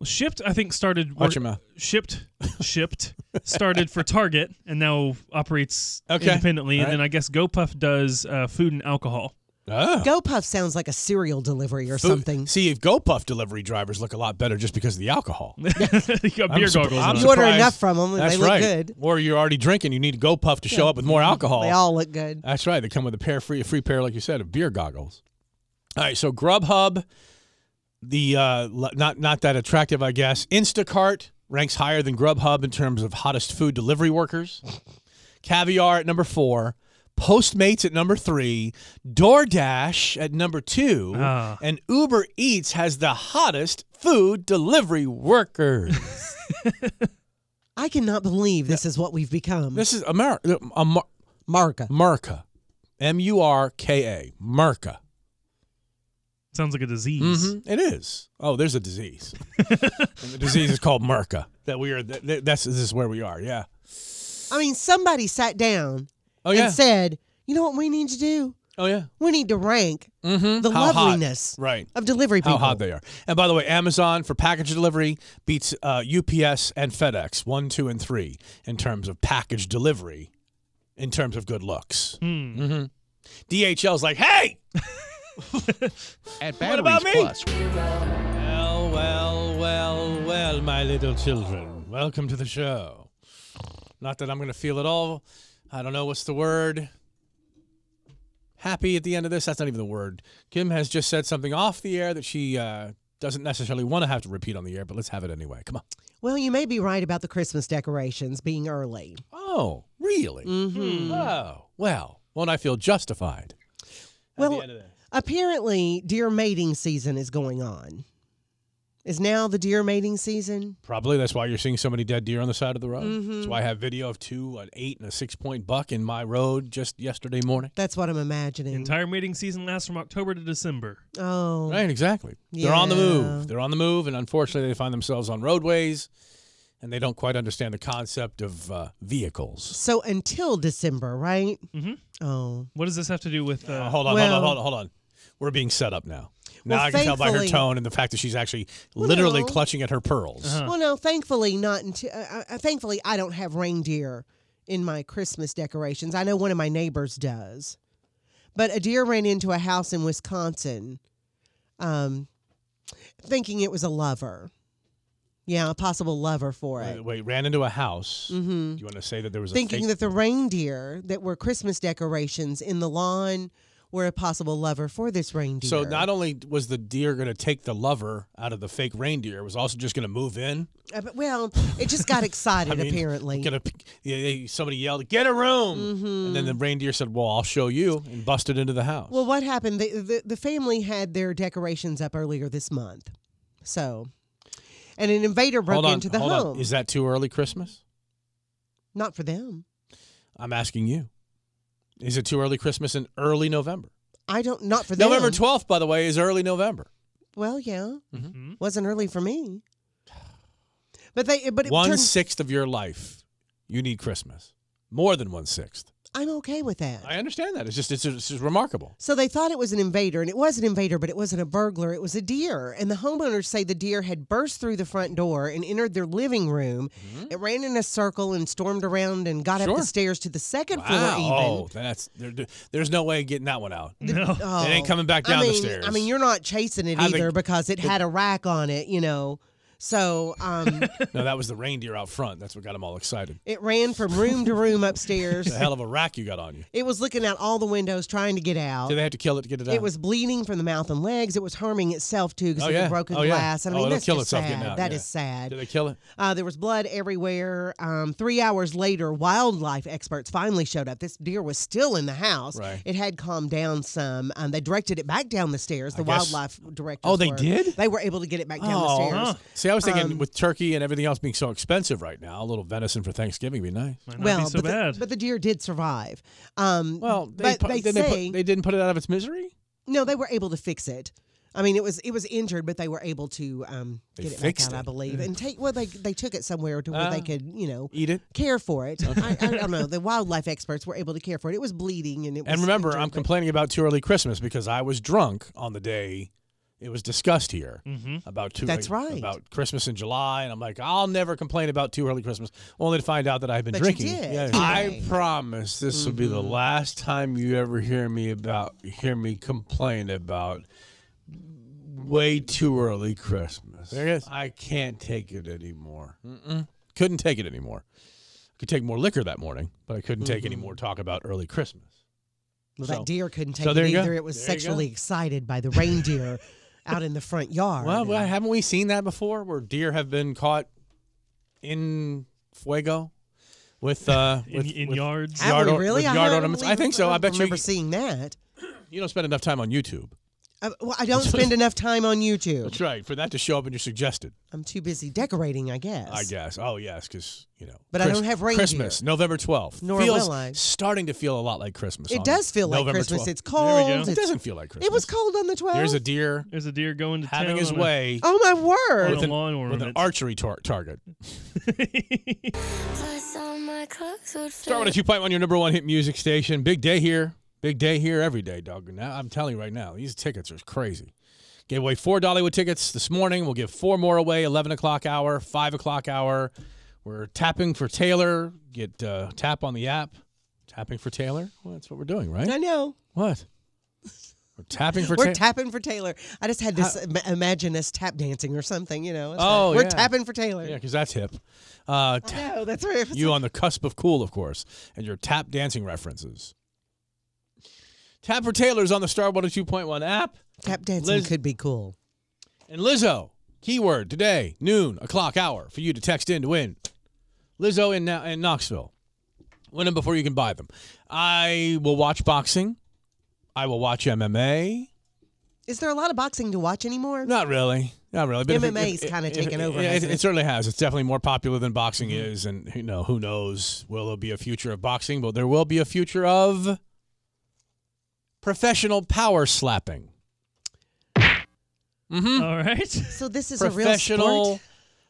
Speaker 6: Well, Shipped, I think, started.
Speaker 4: Watch your mouth.
Speaker 6: Shipped, shipped, started for Target and now operates
Speaker 4: Okay.
Speaker 6: independently.
Speaker 4: All
Speaker 6: And then I guess GoPuff does uh, food and alcohol.
Speaker 5: Go Puff sounds like a cereal delivery or
Speaker 4: food-
Speaker 5: something.
Speaker 4: See, if Go Puff delivery drivers look a lot better just because of the alcohol. you
Speaker 6: got beer goggles on.
Speaker 5: You order enough from 'em, they
Speaker 4: That's
Speaker 5: look
Speaker 4: right.
Speaker 5: good.
Speaker 4: Or you're already drinking. You need Go Puff to show
Speaker 5: Yeah.
Speaker 4: up with more alcohol.
Speaker 5: They all look good.
Speaker 4: That's right. They come with a pair free, a free pair, like you said, of beer goggles. All right. So Grubhub, the uh, le- not not that attractive, I guess. Instacart ranks higher than Grubhub in terms of hottest food delivery workers. Caviar at number four. Postmates at number three, DoorDash at number two,
Speaker 6: Ah.
Speaker 4: and Uber Eats has the hottest food delivery workers.
Speaker 5: I cannot believe this is what we've become.
Speaker 4: This is America. Amar-
Speaker 5: Marca.
Speaker 4: Marca. M U R K A. Marca.
Speaker 6: Sounds like a disease.
Speaker 4: Mhm, It is. Oh, there's a disease. and the disease is called Marca. That we are. That, that- that's this is where we are. Yeah.
Speaker 5: I mean, somebody sat down
Speaker 4: Oh, yeah.
Speaker 5: and said, "You know what we need to do?
Speaker 4: Oh yeah.
Speaker 5: We need to rank the
Speaker 4: Mm-hmm. How hot.
Speaker 5: loveliness
Speaker 4: Right.
Speaker 5: of delivery people."
Speaker 4: How hot they are. And by the way, Amazon for package delivery beats uh, UPS and FedEx one, two, and three in terms of package delivery, in terms of good looks.
Speaker 15: Hmm.
Speaker 4: Mm-hmm. DHL's like, hey,
Speaker 15: At
Speaker 4: What
Speaker 15: Batteries
Speaker 4: about me?
Speaker 15: Plus.
Speaker 4: Well, well, well, well, my little children. Welcome to the show. Not that I'm going to feel at all. I don't know what's the word. Happy at the end of this? That's not even the word. Kim has just said something off the air that she uh, doesn't necessarily want to have to repeat on the air, but let's have it anyway. Come on.
Speaker 5: Well, you may be right about the Christmas decorations being early.
Speaker 4: Oh, really?
Speaker 5: Mhm.
Speaker 4: Oh, well, won't I feel justified?
Speaker 5: well, apparently, deer mating season is going on. Is now the deer mating season?
Speaker 4: Probably that's why you're seeing so many dead deer on the side of the road.
Speaker 5: Mhm.
Speaker 4: That's why I have video of two, an eight, and a six point buck in my road just yesterday morning.
Speaker 5: That's what I'm imagining.
Speaker 6: Entire mating season lasts from October to December.
Speaker 5: oh,
Speaker 4: Right, exactly. They're on the
Speaker 5: Yeah.
Speaker 4: move. They're on the move, and unfortunately, they find themselves on roadways, and they don't quite understand the concept of uh, vehicles.
Speaker 5: So until December, right? Mm-hmm. Oh,
Speaker 6: What does this have to do with? Uh,
Speaker 4: Uh, hold on,
Speaker 5: Well-
Speaker 4: hold on, hold on, hold on. We're being set up now.
Speaker 5: Well,
Speaker 4: now I can tell by her
Speaker 5: thankfully-
Speaker 4: tone and the fact that she's actually literally
Speaker 5: no. Uh-huh.
Speaker 4: clutching at her pearls.
Speaker 5: Well, no, thankfully not until. Uh, uh, thankfully, I don't have reindeer in my Christmas decorations. I know one of my neighbors does, but a deer ran into a house in Wisconsin, um, thinking it was a lover. Yeah, a possible lover for
Speaker 4: Wait,
Speaker 5: it.
Speaker 4: wait, ran into a house.
Speaker 5: Mhm.
Speaker 4: Do you want to say that there was a
Speaker 5: Thinking
Speaker 4: fake-
Speaker 5: that the reindeer that were Christmas decorations in the lawn were a possible lover for this reindeer.
Speaker 4: So not only was the deer going to take the lover out of the fake reindeer, it was also just going to move in.
Speaker 5: Uh, but, well, it just got excited apparently.
Speaker 4: Gonna, yeah, they- somebody yelled, "Get a room!"
Speaker 5: Mm-hmm.
Speaker 4: And then the reindeer said, "Well, I'll show you," and busted into the house.
Speaker 5: Well, what happened? The, the the family had their decorations up earlier this month, so, and an invader broke
Speaker 4: hold on,
Speaker 5: into the
Speaker 4: hold
Speaker 5: home.
Speaker 4: on. Is that too early Christmas?
Speaker 5: Not for them.
Speaker 4: I'm asking you. Is it too early Christmas in early November?
Speaker 5: I don't. Not for them.
Speaker 4: November Mm-hmm. 12th, by the way, is early November.
Speaker 5: Well, yeah, wasn't early for me. But they. But it
Speaker 4: One
Speaker 5: turned,
Speaker 4: sixth of your life, you need Christmas. More than one sixth.
Speaker 5: I'm okay with that.
Speaker 4: I understand that. It's just it's, it's just remarkable.
Speaker 5: So they thought it was an invader, and it was an invader, but it wasn't a burglar. It was a deer. And the homeowners say the deer had burst through the front door and entered their living room. It ran in a circle and stormed around and got up
Speaker 4: Mm-hmm. Sure.
Speaker 5: the stairs to the second floor, even.
Speaker 4: Wow. Oh, that's there, there- there's no way of getting that one out.
Speaker 5: No.
Speaker 4: it ain't coming back
Speaker 5: Oh,
Speaker 4: down
Speaker 5: I mean,
Speaker 4: the stairs.
Speaker 5: I mean, you're not chasing it
Speaker 4: Having-
Speaker 5: either because it had a rack on it, you know. So um,
Speaker 4: no, that was the reindeer out front. That's what got them all excited.
Speaker 5: it ran from room to room upstairs.
Speaker 4: It's a hell of a rack you got on you.
Speaker 5: It was looking out all the windows trying to get out.
Speaker 4: Did they have to kill it to get it out?
Speaker 5: It was bleeding from the mouth and legs. It was harming itself too because
Speaker 4: Oh,
Speaker 5: it
Speaker 4: yeah.
Speaker 5: had broken
Speaker 4: Oh, yeah.
Speaker 5: glass. And I
Speaker 4: Oh,
Speaker 5: mean,
Speaker 4: it'll
Speaker 5: that's
Speaker 4: kill
Speaker 5: just
Speaker 4: itself
Speaker 5: sad.
Speaker 4: getting out,
Speaker 5: That
Speaker 4: yeah.
Speaker 5: is sad.
Speaker 4: Did they kill it?
Speaker 5: Uh, there was blood everywhere. Um, three hours later, wildlife experts finally showed up. This deer was still in the house.
Speaker 4: Right.
Speaker 5: It had calmed down some. Um, they directed it back down the stairs. The
Speaker 4: guess-
Speaker 5: wildlife directors.
Speaker 4: Oh, they
Speaker 5: were.
Speaker 4: did?
Speaker 5: They were able to get it back down
Speaker 4: Oh,
Speaker 5: the
Speaker 4: huh.
Speaker 5: stairs.
Speaker 4: See, I was thinking
Speaker 5: Um,
Speaker 4: with turkey and everything else being so expensive right now, a little venison for Thanksgiving would be nice.
Speaker 5: well, but, The, but the deer did survive. Um, well, but
Speaker 4: pu-
Speaker 5: they
Speaker 4: then
Speaker 5: say
Speaker 4: put- they didn't put it out of its misery.
Speaker 5: No, they were able to fix it. I mean, it was it was injured, but they were able to um,
Speaker 4: They
Speaker 5: get it back
Speaker 4: fixed
Speaker 5: out,
Speaker 4: it.
Speaker 5: I believe,
Speaker 4: Yeah.
Speaker 5: and take. Well, they they took it somewhere to where
Speaker 4: Ah.
Speaker 5: they could, you know,
Speaker 4: Eat it.
Speaker 5: care for it. I, I don't know. The wildlife experts were able to care for it. It was bleeding, and it was
Speaker 4: And remember,
Speaker 5: injured,
Speaker 4: I'm
Speaker 5: but-
Speaker 4: complaining about too early Christmas because I was drunk on the day it was discussed here
Speaker 5: Mhm.
Speaker 4: about too.
Speaker 5: That's
Speaker 4: like,
Speaker 5: right.
Speaker 4: about Christmas in July, and I'm like, I'll never complain about too early Christmas, only to find out that I've been
Speaker 5: But you
Speaker 4: drinking.
Speaker 5: did. Mm-hmm.
Speaker 4: Yeah. I promise this will be the last time you ever hear me about hear me complain about way too early Christmas. There it is. I can't take it anymore. Mm-mm. Couldn't take it anymore. I could take more liquor that morning, but I couldn't take any more talk about early Christmas.
Speaker 5: Well,
Speaker 4: So-
Speaker 5: that deer couldn't take
Speaker 4: so there
Speaker 5: it
Speaker 4: you go.
Speaker 5: either. It was
Speaker 4: There you go.
Speaker 5: sexually excited by the reindeer out in the front yard.
Speaker 4: Well, well, haven't we seen that before, where deer have been caught in fuego with uh,
Speaker 6: In-
Speaker 4: with,
Speaker 6: in
Speaker 4: with
Speaker 6: yards?
Speaker 5: Have
Speaker 4: yard,
Speaker 5: we
Speaker 4: or-
Speaker 5: really?
Speaker 4: with
Speaker 5: I
Speaker 4: yard
Speaker 5: don't
Speaker 4: ornaments? I
Speaker 5: believe-
Speaker 4: think so. I
Speaker 5: don't
Speaker 4: bet you
Speaker 5: remember seeing that.
Speaker 4: you don't spend enough time on YouTube.
Speaker 5: Uh, well, I don't spend enough time on YouTube.
Speaker 4: That's right. For that to show up in your suggested,
Speaker 5: I'm too busy decorating, I guess.
Speaker 4: I guess. Oh yes, because you know.
Speaker 5: But I don't have reindeer.
Speaker 4: Christmas, November twelfth.
Speaker 5: Nor
Speaker 4: feels
Speaker 5: will I.
Speaker 4: Starting to feel a lot like Christmas.
Speaker 5: It
Speaker 4: on
Speaker 5: does feel like
Speaker 4: November
Speaker 5: Christmas.
Speaker 4: 12th.
Speaker 5: It's cold.
Speaker 4: It
Speaker 5: It's-
Speaker 4: doesn't feel like Christmas.
Speaker 5: It was cold on the 12th.
Speaker 4: There's a deer.
Speaker 6: There's a deer going to
Speaker 4: having
Speaker 6: town
Speaker 4: his
Speaker 6: on a-
Speaker 4: way.
Speaker 5: Oh my word!
Speaker 4: With
Speaker 6: On a
Speaker 4: an,
Speaker 6: lawn
Speaker 4: with an
Speaker 6: ornament.
Speaker 4: archery tar- target. Start
Speaker 16: Start
Speaker 4: with a two pipe on your number one hit music station. Big day here. Big day here every day, dog. Now I'm telling you right now, these tickets are crazy. Gave away four Dollywood tickets this morning. We'll give four more away. Eleven o'clock hour, five o'clock hour. We're tapping for Taylor. Get uh, tap on the app. Tapping for Taylor. Well, that's what we're doing, right?
Speaker 5: I know.
Speaker 4: What? We're tapping for
Speaker 5: we're
Speaker 4: Taylor.
Speaker 5: tapping for Taylor. I just had to s- ima- imagine us tap dancing or something, you know. It's
Speaker 4: Oh,
Speaker 5: like, we're
Speaker 4: yeah.
Speaker 5: tapping Oh, for Taylor.
Speaker 4: yeah, because that's hip. Uh, ta-
Speaker 5: No, that's right.
Speaker 4: you on the cusp of cool, of course, and your tap dancing references. Tap for Taylor's on the Star 102.1 app.
Speaker 5: Tap dancing
Speaker 4: Liz-
Speaker 5: could be cool.
Speaker 4: And Lizzo, keyword today, noon, o'clock hour for you to text in to win. Lizzo in, Na- in Knoxville. Win them before you can buy them. I will watch boxing. I will watch MMA.
Speaker 5: Is there a lot of boxing to watch anymore?
Speaker 4: Not really. Not really. But if it-
Speaker 5: MMA's
Speaker 4: if-
Speaker 5: kinda
Speaker 4: if-
Speaker 5: taken
Speaker 4: if-
Speaker 5: over,
Speaker 4: It,
Speaker 5: hasn't
Speaker 4: it
Speaker 5: it? Mm-hmm.
Speaker 4: certainly has. It's definitely more popular than boxing is, and you know who knows will there be a future of boxing? Well, there will be a future of professional power slapping. Mm-hmm.
Speaker 6: All right.
Speaker 5: So this is a real
Speaker 4: professional.
Speaker 5: sport.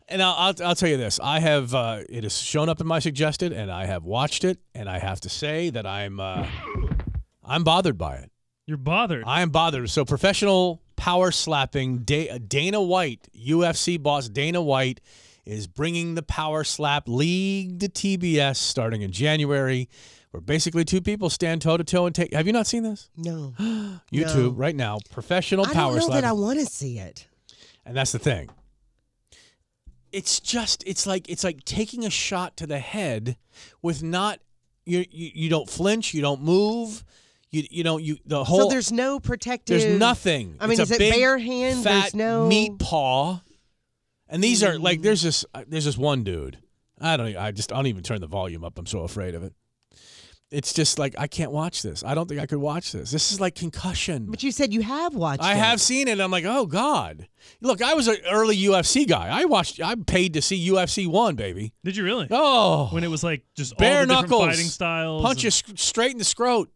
Speaker 4: and I'll, I'll I'll tell you this: I have uh, it has shown up in my suggested, and I have watched it, and I have to say that I'm uh, I'm bothered by it.
Speaker 6: You're bothered.
Speaker 4: I am bothered. So professional power slapping. Da- Dana White, UFC boss Dana White, is bringing the power slap league to TBS starting in January, where basically two people stand toe to toe and take. Have you not seen this?
Speaker 5: No.
Speaker 4: YouTube right now, professional
Speaker 5: I
Speaker 4: power
Speaker 5: don't know
Speaker 4: slapping.
Speaker 5: that I want to see it.
Speaker 4: And that's the thing. It's just it's like it's like taking a shot to the head with not you you, you don't flinch, you don't move. You you don't you the whole
Speaker 5: so there's no protective.
Speaker 4: Oh, there's nothing.
Speaker 5: I mean, is
Speaker 4: It's a
Speaker 5: it
Speaker 4: big,
Speaker 5: bare hand?
Speaker 4: Fat
Speaker 5: there's no Mm.
Speaker 4: meat paw. And these are like there's this uh, there's this one dude. I don't e- I just I don't even turn the volume up. I'm so afraid of it. It's just like I can't watch this. I don't think I could watch this. This is like concussion.
Speaker 5: But you said you have watched.
Speaker 4: I
Speaker 5: it.
Speaker 4: have seen it. and I'm like, oh god. Look, I was an early UFC guy. I watched. I paid to see UFC one, baby.
Speaker 6: Did you really?
Speaker 4: Oh,
Speaker 6: When it was like just
Speaker 4: bare
Speaker 6: all the different
Speaker 4: knuckles,
Speaker 6: fighting styles.
Speaker 4: punch you
Speaker 6: and-
Speaker 4: sc- straight in the scrot.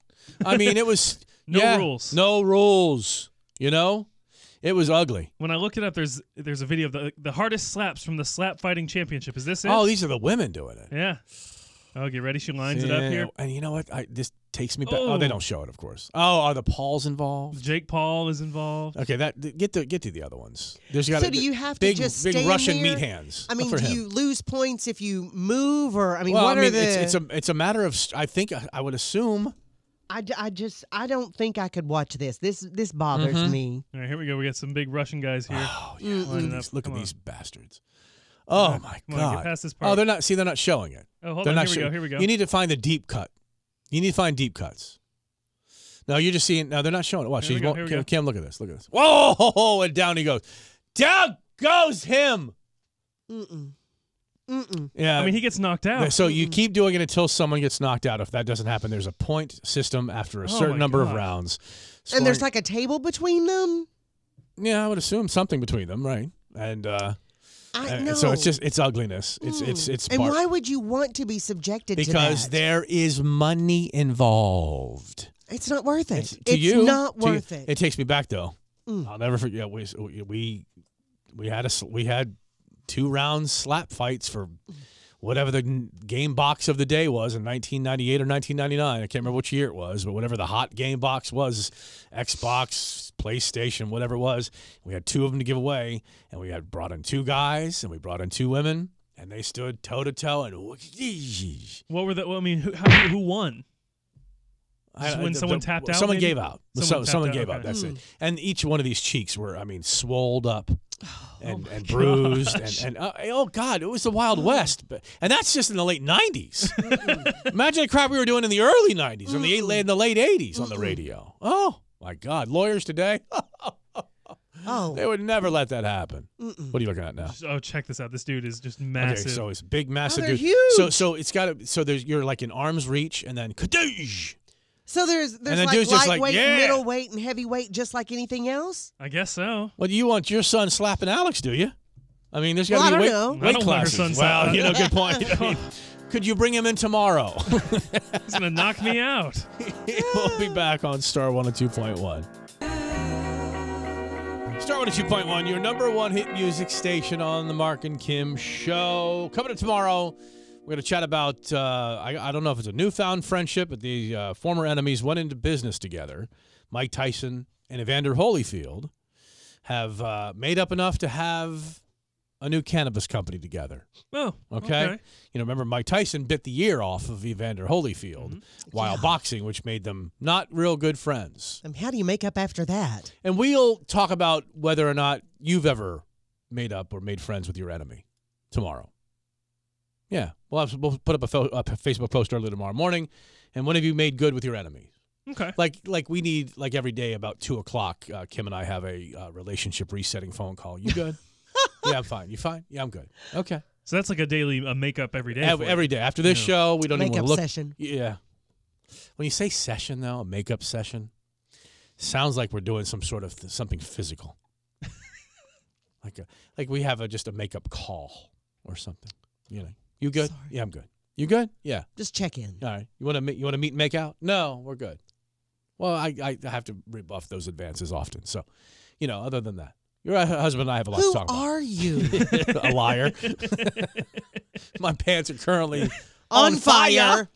Speaker 4: I mean, it was
Speaker 6: No
Speaker 4: yeah,
Speaker 6: rules.
Speaker 4: No rules. You know, it was ugly.
Speaker 6: When I looked it up, there's there's a video of the the hardest slaps from the slap fighting championship. Is this it?
Speaker 4: Oh, these are the women doing it.
Speaker 6: yeah. Oh, get ready. She lines it up here.
Speaker 4: And you know what? I, this takes me back. Oh, they
Speaker 6: Oh.
Speaker 4: don't show it, of course. Oh, are the Pauls involved?
Speaker 6: Jake Paul is involved.
Speaker 4: Okay, that th- get to get to the other ones. There's got
Speaker 5: so do you have
Speaker 4: big,
Speaker 5: to just
Speaker 4: big
Speaker 5: stay in
Speaker 4: Russian
Speaker 5: there?
Speaker 4: meat hands.
Speaker 5: I mean,
Speaker 4: for
Speaker 5: do
Speaker 4: him.
Speaker 5: you lose points if you move, or I mean,
Speaker 4: well,
Speaker 5: what
Speaker 4: I mean,
Speaker 5: are the?
Speaker 4: it's, it's a it's a matter of st- I think I, I would assume.
Speaker 5: I, d- I just I don't think I could watch this. This this bothers
Speaker 4: Mhm.
Speaker 5: me.
Speaker 6: All right, here we go. We got some big Russian guys here. Oh,
Speaker 5: yeah. Mm.
Speaker 4: Look at these- look at these bastards. Oh my
Speaker 6: come on,
Speaker 4: god!
Speaker 6: get past this
Speaker 4: Oh,
Speaker 6: part.
Speaker 4: they're not. See, they're not showing it.
Speaker 6: Oh, hold
Speaker 4: They're
Speaker 6: on,
Speaker 4: not
Speaker 6: here we
Speaker 4: show-
Speaker 6: go, here we go.
Speaker 4: You need to find the deep cut. You need to find deep cuts. No, you're just seeing. No, they're not showing it. Watch.
Speaker 6: Here we
Speaker 4: you
Speaker 6: go,
Speaker 4: won't-
Speaker 6: here we
Speaker 4: Cam, Cam,
Speaker 6: go.
Speaker 4: look at this. Look at this. Whoa! And down he goes. Down goes him.
Speaker 5: Mm-mm. Mm-mm.
Speaker 4: Yeah.
Speaker 6: I mean, he gets knocked out.
Speaker 4: So you keep doing it until someone gets knocked out. If that doesn't happen, there's a point system after a
Speaker 5: Oh
Speaker 4: certain
Speaker 5: my
Speaker 4: number of
Speaker 5: God.
Speaker 4: rounds.
Speaker 5: And there's
Speaker 4: Scoring-
Speaker 5: like a table between them.
Speaker 4: yeah, I would assume something between them, right? And uh,
Speaker 5: I
Speaker 4: and so it's
Speaker 5: know. Mm.
Speaker 4: just it's ugliness. It's it's it's
Speaker 5: and
Speaker 4: bar-
Speaker 5: why would you want to be subjected
Speaker 4: because
Speaker 5: to that?
Speaker 4: there is money involved.
Speaker 5: It's not worth it. It's,
Speaker 4: to you,
Speaker 5: not
Speaker 4: to you-
Speaker 5: worth it.
Speaker 4: It takes me back though.
Speaker 5: Mm.
Speaker 4: I'll never forget. We we we had a sl- we had two round slap fights for whatever the n- game box of the day was in 1998 or 1999. I can't remember which year it was, but whatever the hot game box was, Xbox, PlayStation, whatever it was, we had two of them to give away, and we had brought in two guys and we brought in two women, and they stood toe to toe and
Speaker 6: What were the? Well, I mean, who, how, who won?
Speaker 4: I-
Speaker 6: Just when
Speaker 4: the-
Speaker 6: someone
Speaker 4: the-
Speaker 6: tapped out.
Speaker 4: Someone
Speaker 6: maybe?
Speaker 4: gave out. So- Someone,
Speaker 6: tapped out,
Speaker 4: gave out.
Speaker 6: okay.
Speaker 4: That's it. And each one of these cheeks were, I mean, swolled up and, and
Speaker 6: gosh.
Speaker 4: bruised. And, and uh, oh, God, it was the Wild West. But, and that's just in the late 90s. Imagine the crap we were doing in the early 90s, or the, eight- in the late 80s on the radio. Oh, my God. Lawyers today,
Speaker 5: oh.
Speaker 4: they would never let that happen.
Speaker 5: Mm-mm.
Speaker 4: What are you looking at now?
Speaker 6: Just- Oh, check this out. This dude is just massive.
Speaker 4: Okay, so it's big, massive.
Speaker 5: they're
Speaker 4: dude. So, so it's got to, so there's, you're like in arm's reach, and then kadoosh.
Speaker 5: So there's there's
Speaker 4: the
Speaker 5: like
Speaker 4: dude's just like,
Speaker 5: lightweight,
Speaker 4: "Yeah."
Speaker 5: middleweight, and heavyweight, just like anything else.
Speaker 6: I guess so.
Speaker 4: Well, you want your son slapping Alex, do you? I mean, there's
Speaker 5: Well,
Speaker 4: got
Speaker 5: I
Speaker 4: to
Speaker 5: don't
Speaker 4: be weight,
Speaker 5: know.
Speaker 6: I
Speaker 4: weight
Speaker 6: don't let her
Speaker 4: classes.
Speaker 6: son slap
Speaker 4: well,
Speaker 6: him.
Speaker 4: you know, good point. I mean, could you bring him in tomorrow?
Speaker 6: He's gonna knock me out.
Speaker 4: we'll be back on Star 102.1. Star 102.1, your number one hit music station on the Mark and Kim show. Coming up tomorrow, we're going to chat about, uh, I, I don't know if it's a newfound friendship, but the uh, former enemies went into business together. Mike Tyson and Evander Holyfield have uh, made up enough to have a new cannabis company together.
Speaker 6: Oh,
Speaker 4: Okay? You know, remember Mike Tyson bit the ear off of Evander Holyfield while boxing, which made them not real good friends.
Speaker 5: I mean, how do you make up after that?
Speaker 4: And we'll talk about whether or not you've ever made up or made friends with your enemy tomorrow. Yeah, we'll, have, we'll put up a, fo- up a Facebook post early tomorrow morning, and when have you made good with your enemy?
Speaker 6: Okay.
Speaker 4: Like, like we need like every day about two o'clock. Uh, Kim and I have a uh, relationship resetting phone call. You good? yeah, I'm fine. You fine? Yeah, I'm good. Okay.
Speaker 6: So that's like a daily a makeup every day.
Speaker 4: Ev-
Speaker 6: for you.
Speaker 4: every day after this
Speaker 6: Yeah.
Speaker 4: show, we don't even
Speaker 5: Makeup
Speaker 4: wanna look.
Speaker 5: session.
Speaker 4: Yeah. When you say session though, a makeup session, sounds like we're doing some sort of th- something physical. like a, like we have a, just a makeup call or something. You know, you good? Yeah, I'm good. You good? Yeah.
Speaker 5: Just check in.
Speaker 4: All right. You want to meet? You want to meet and make out? No, we're good. Well, I, I I have to rebuff those advances often. So, you know, other than that, your hu- husband and I have a lot
Speaker 5: Who
Speaker 4: to talk about.
Speaker 5: are you?
Speaker 4: a liar. My pants are currently
Speaker 5: On fire.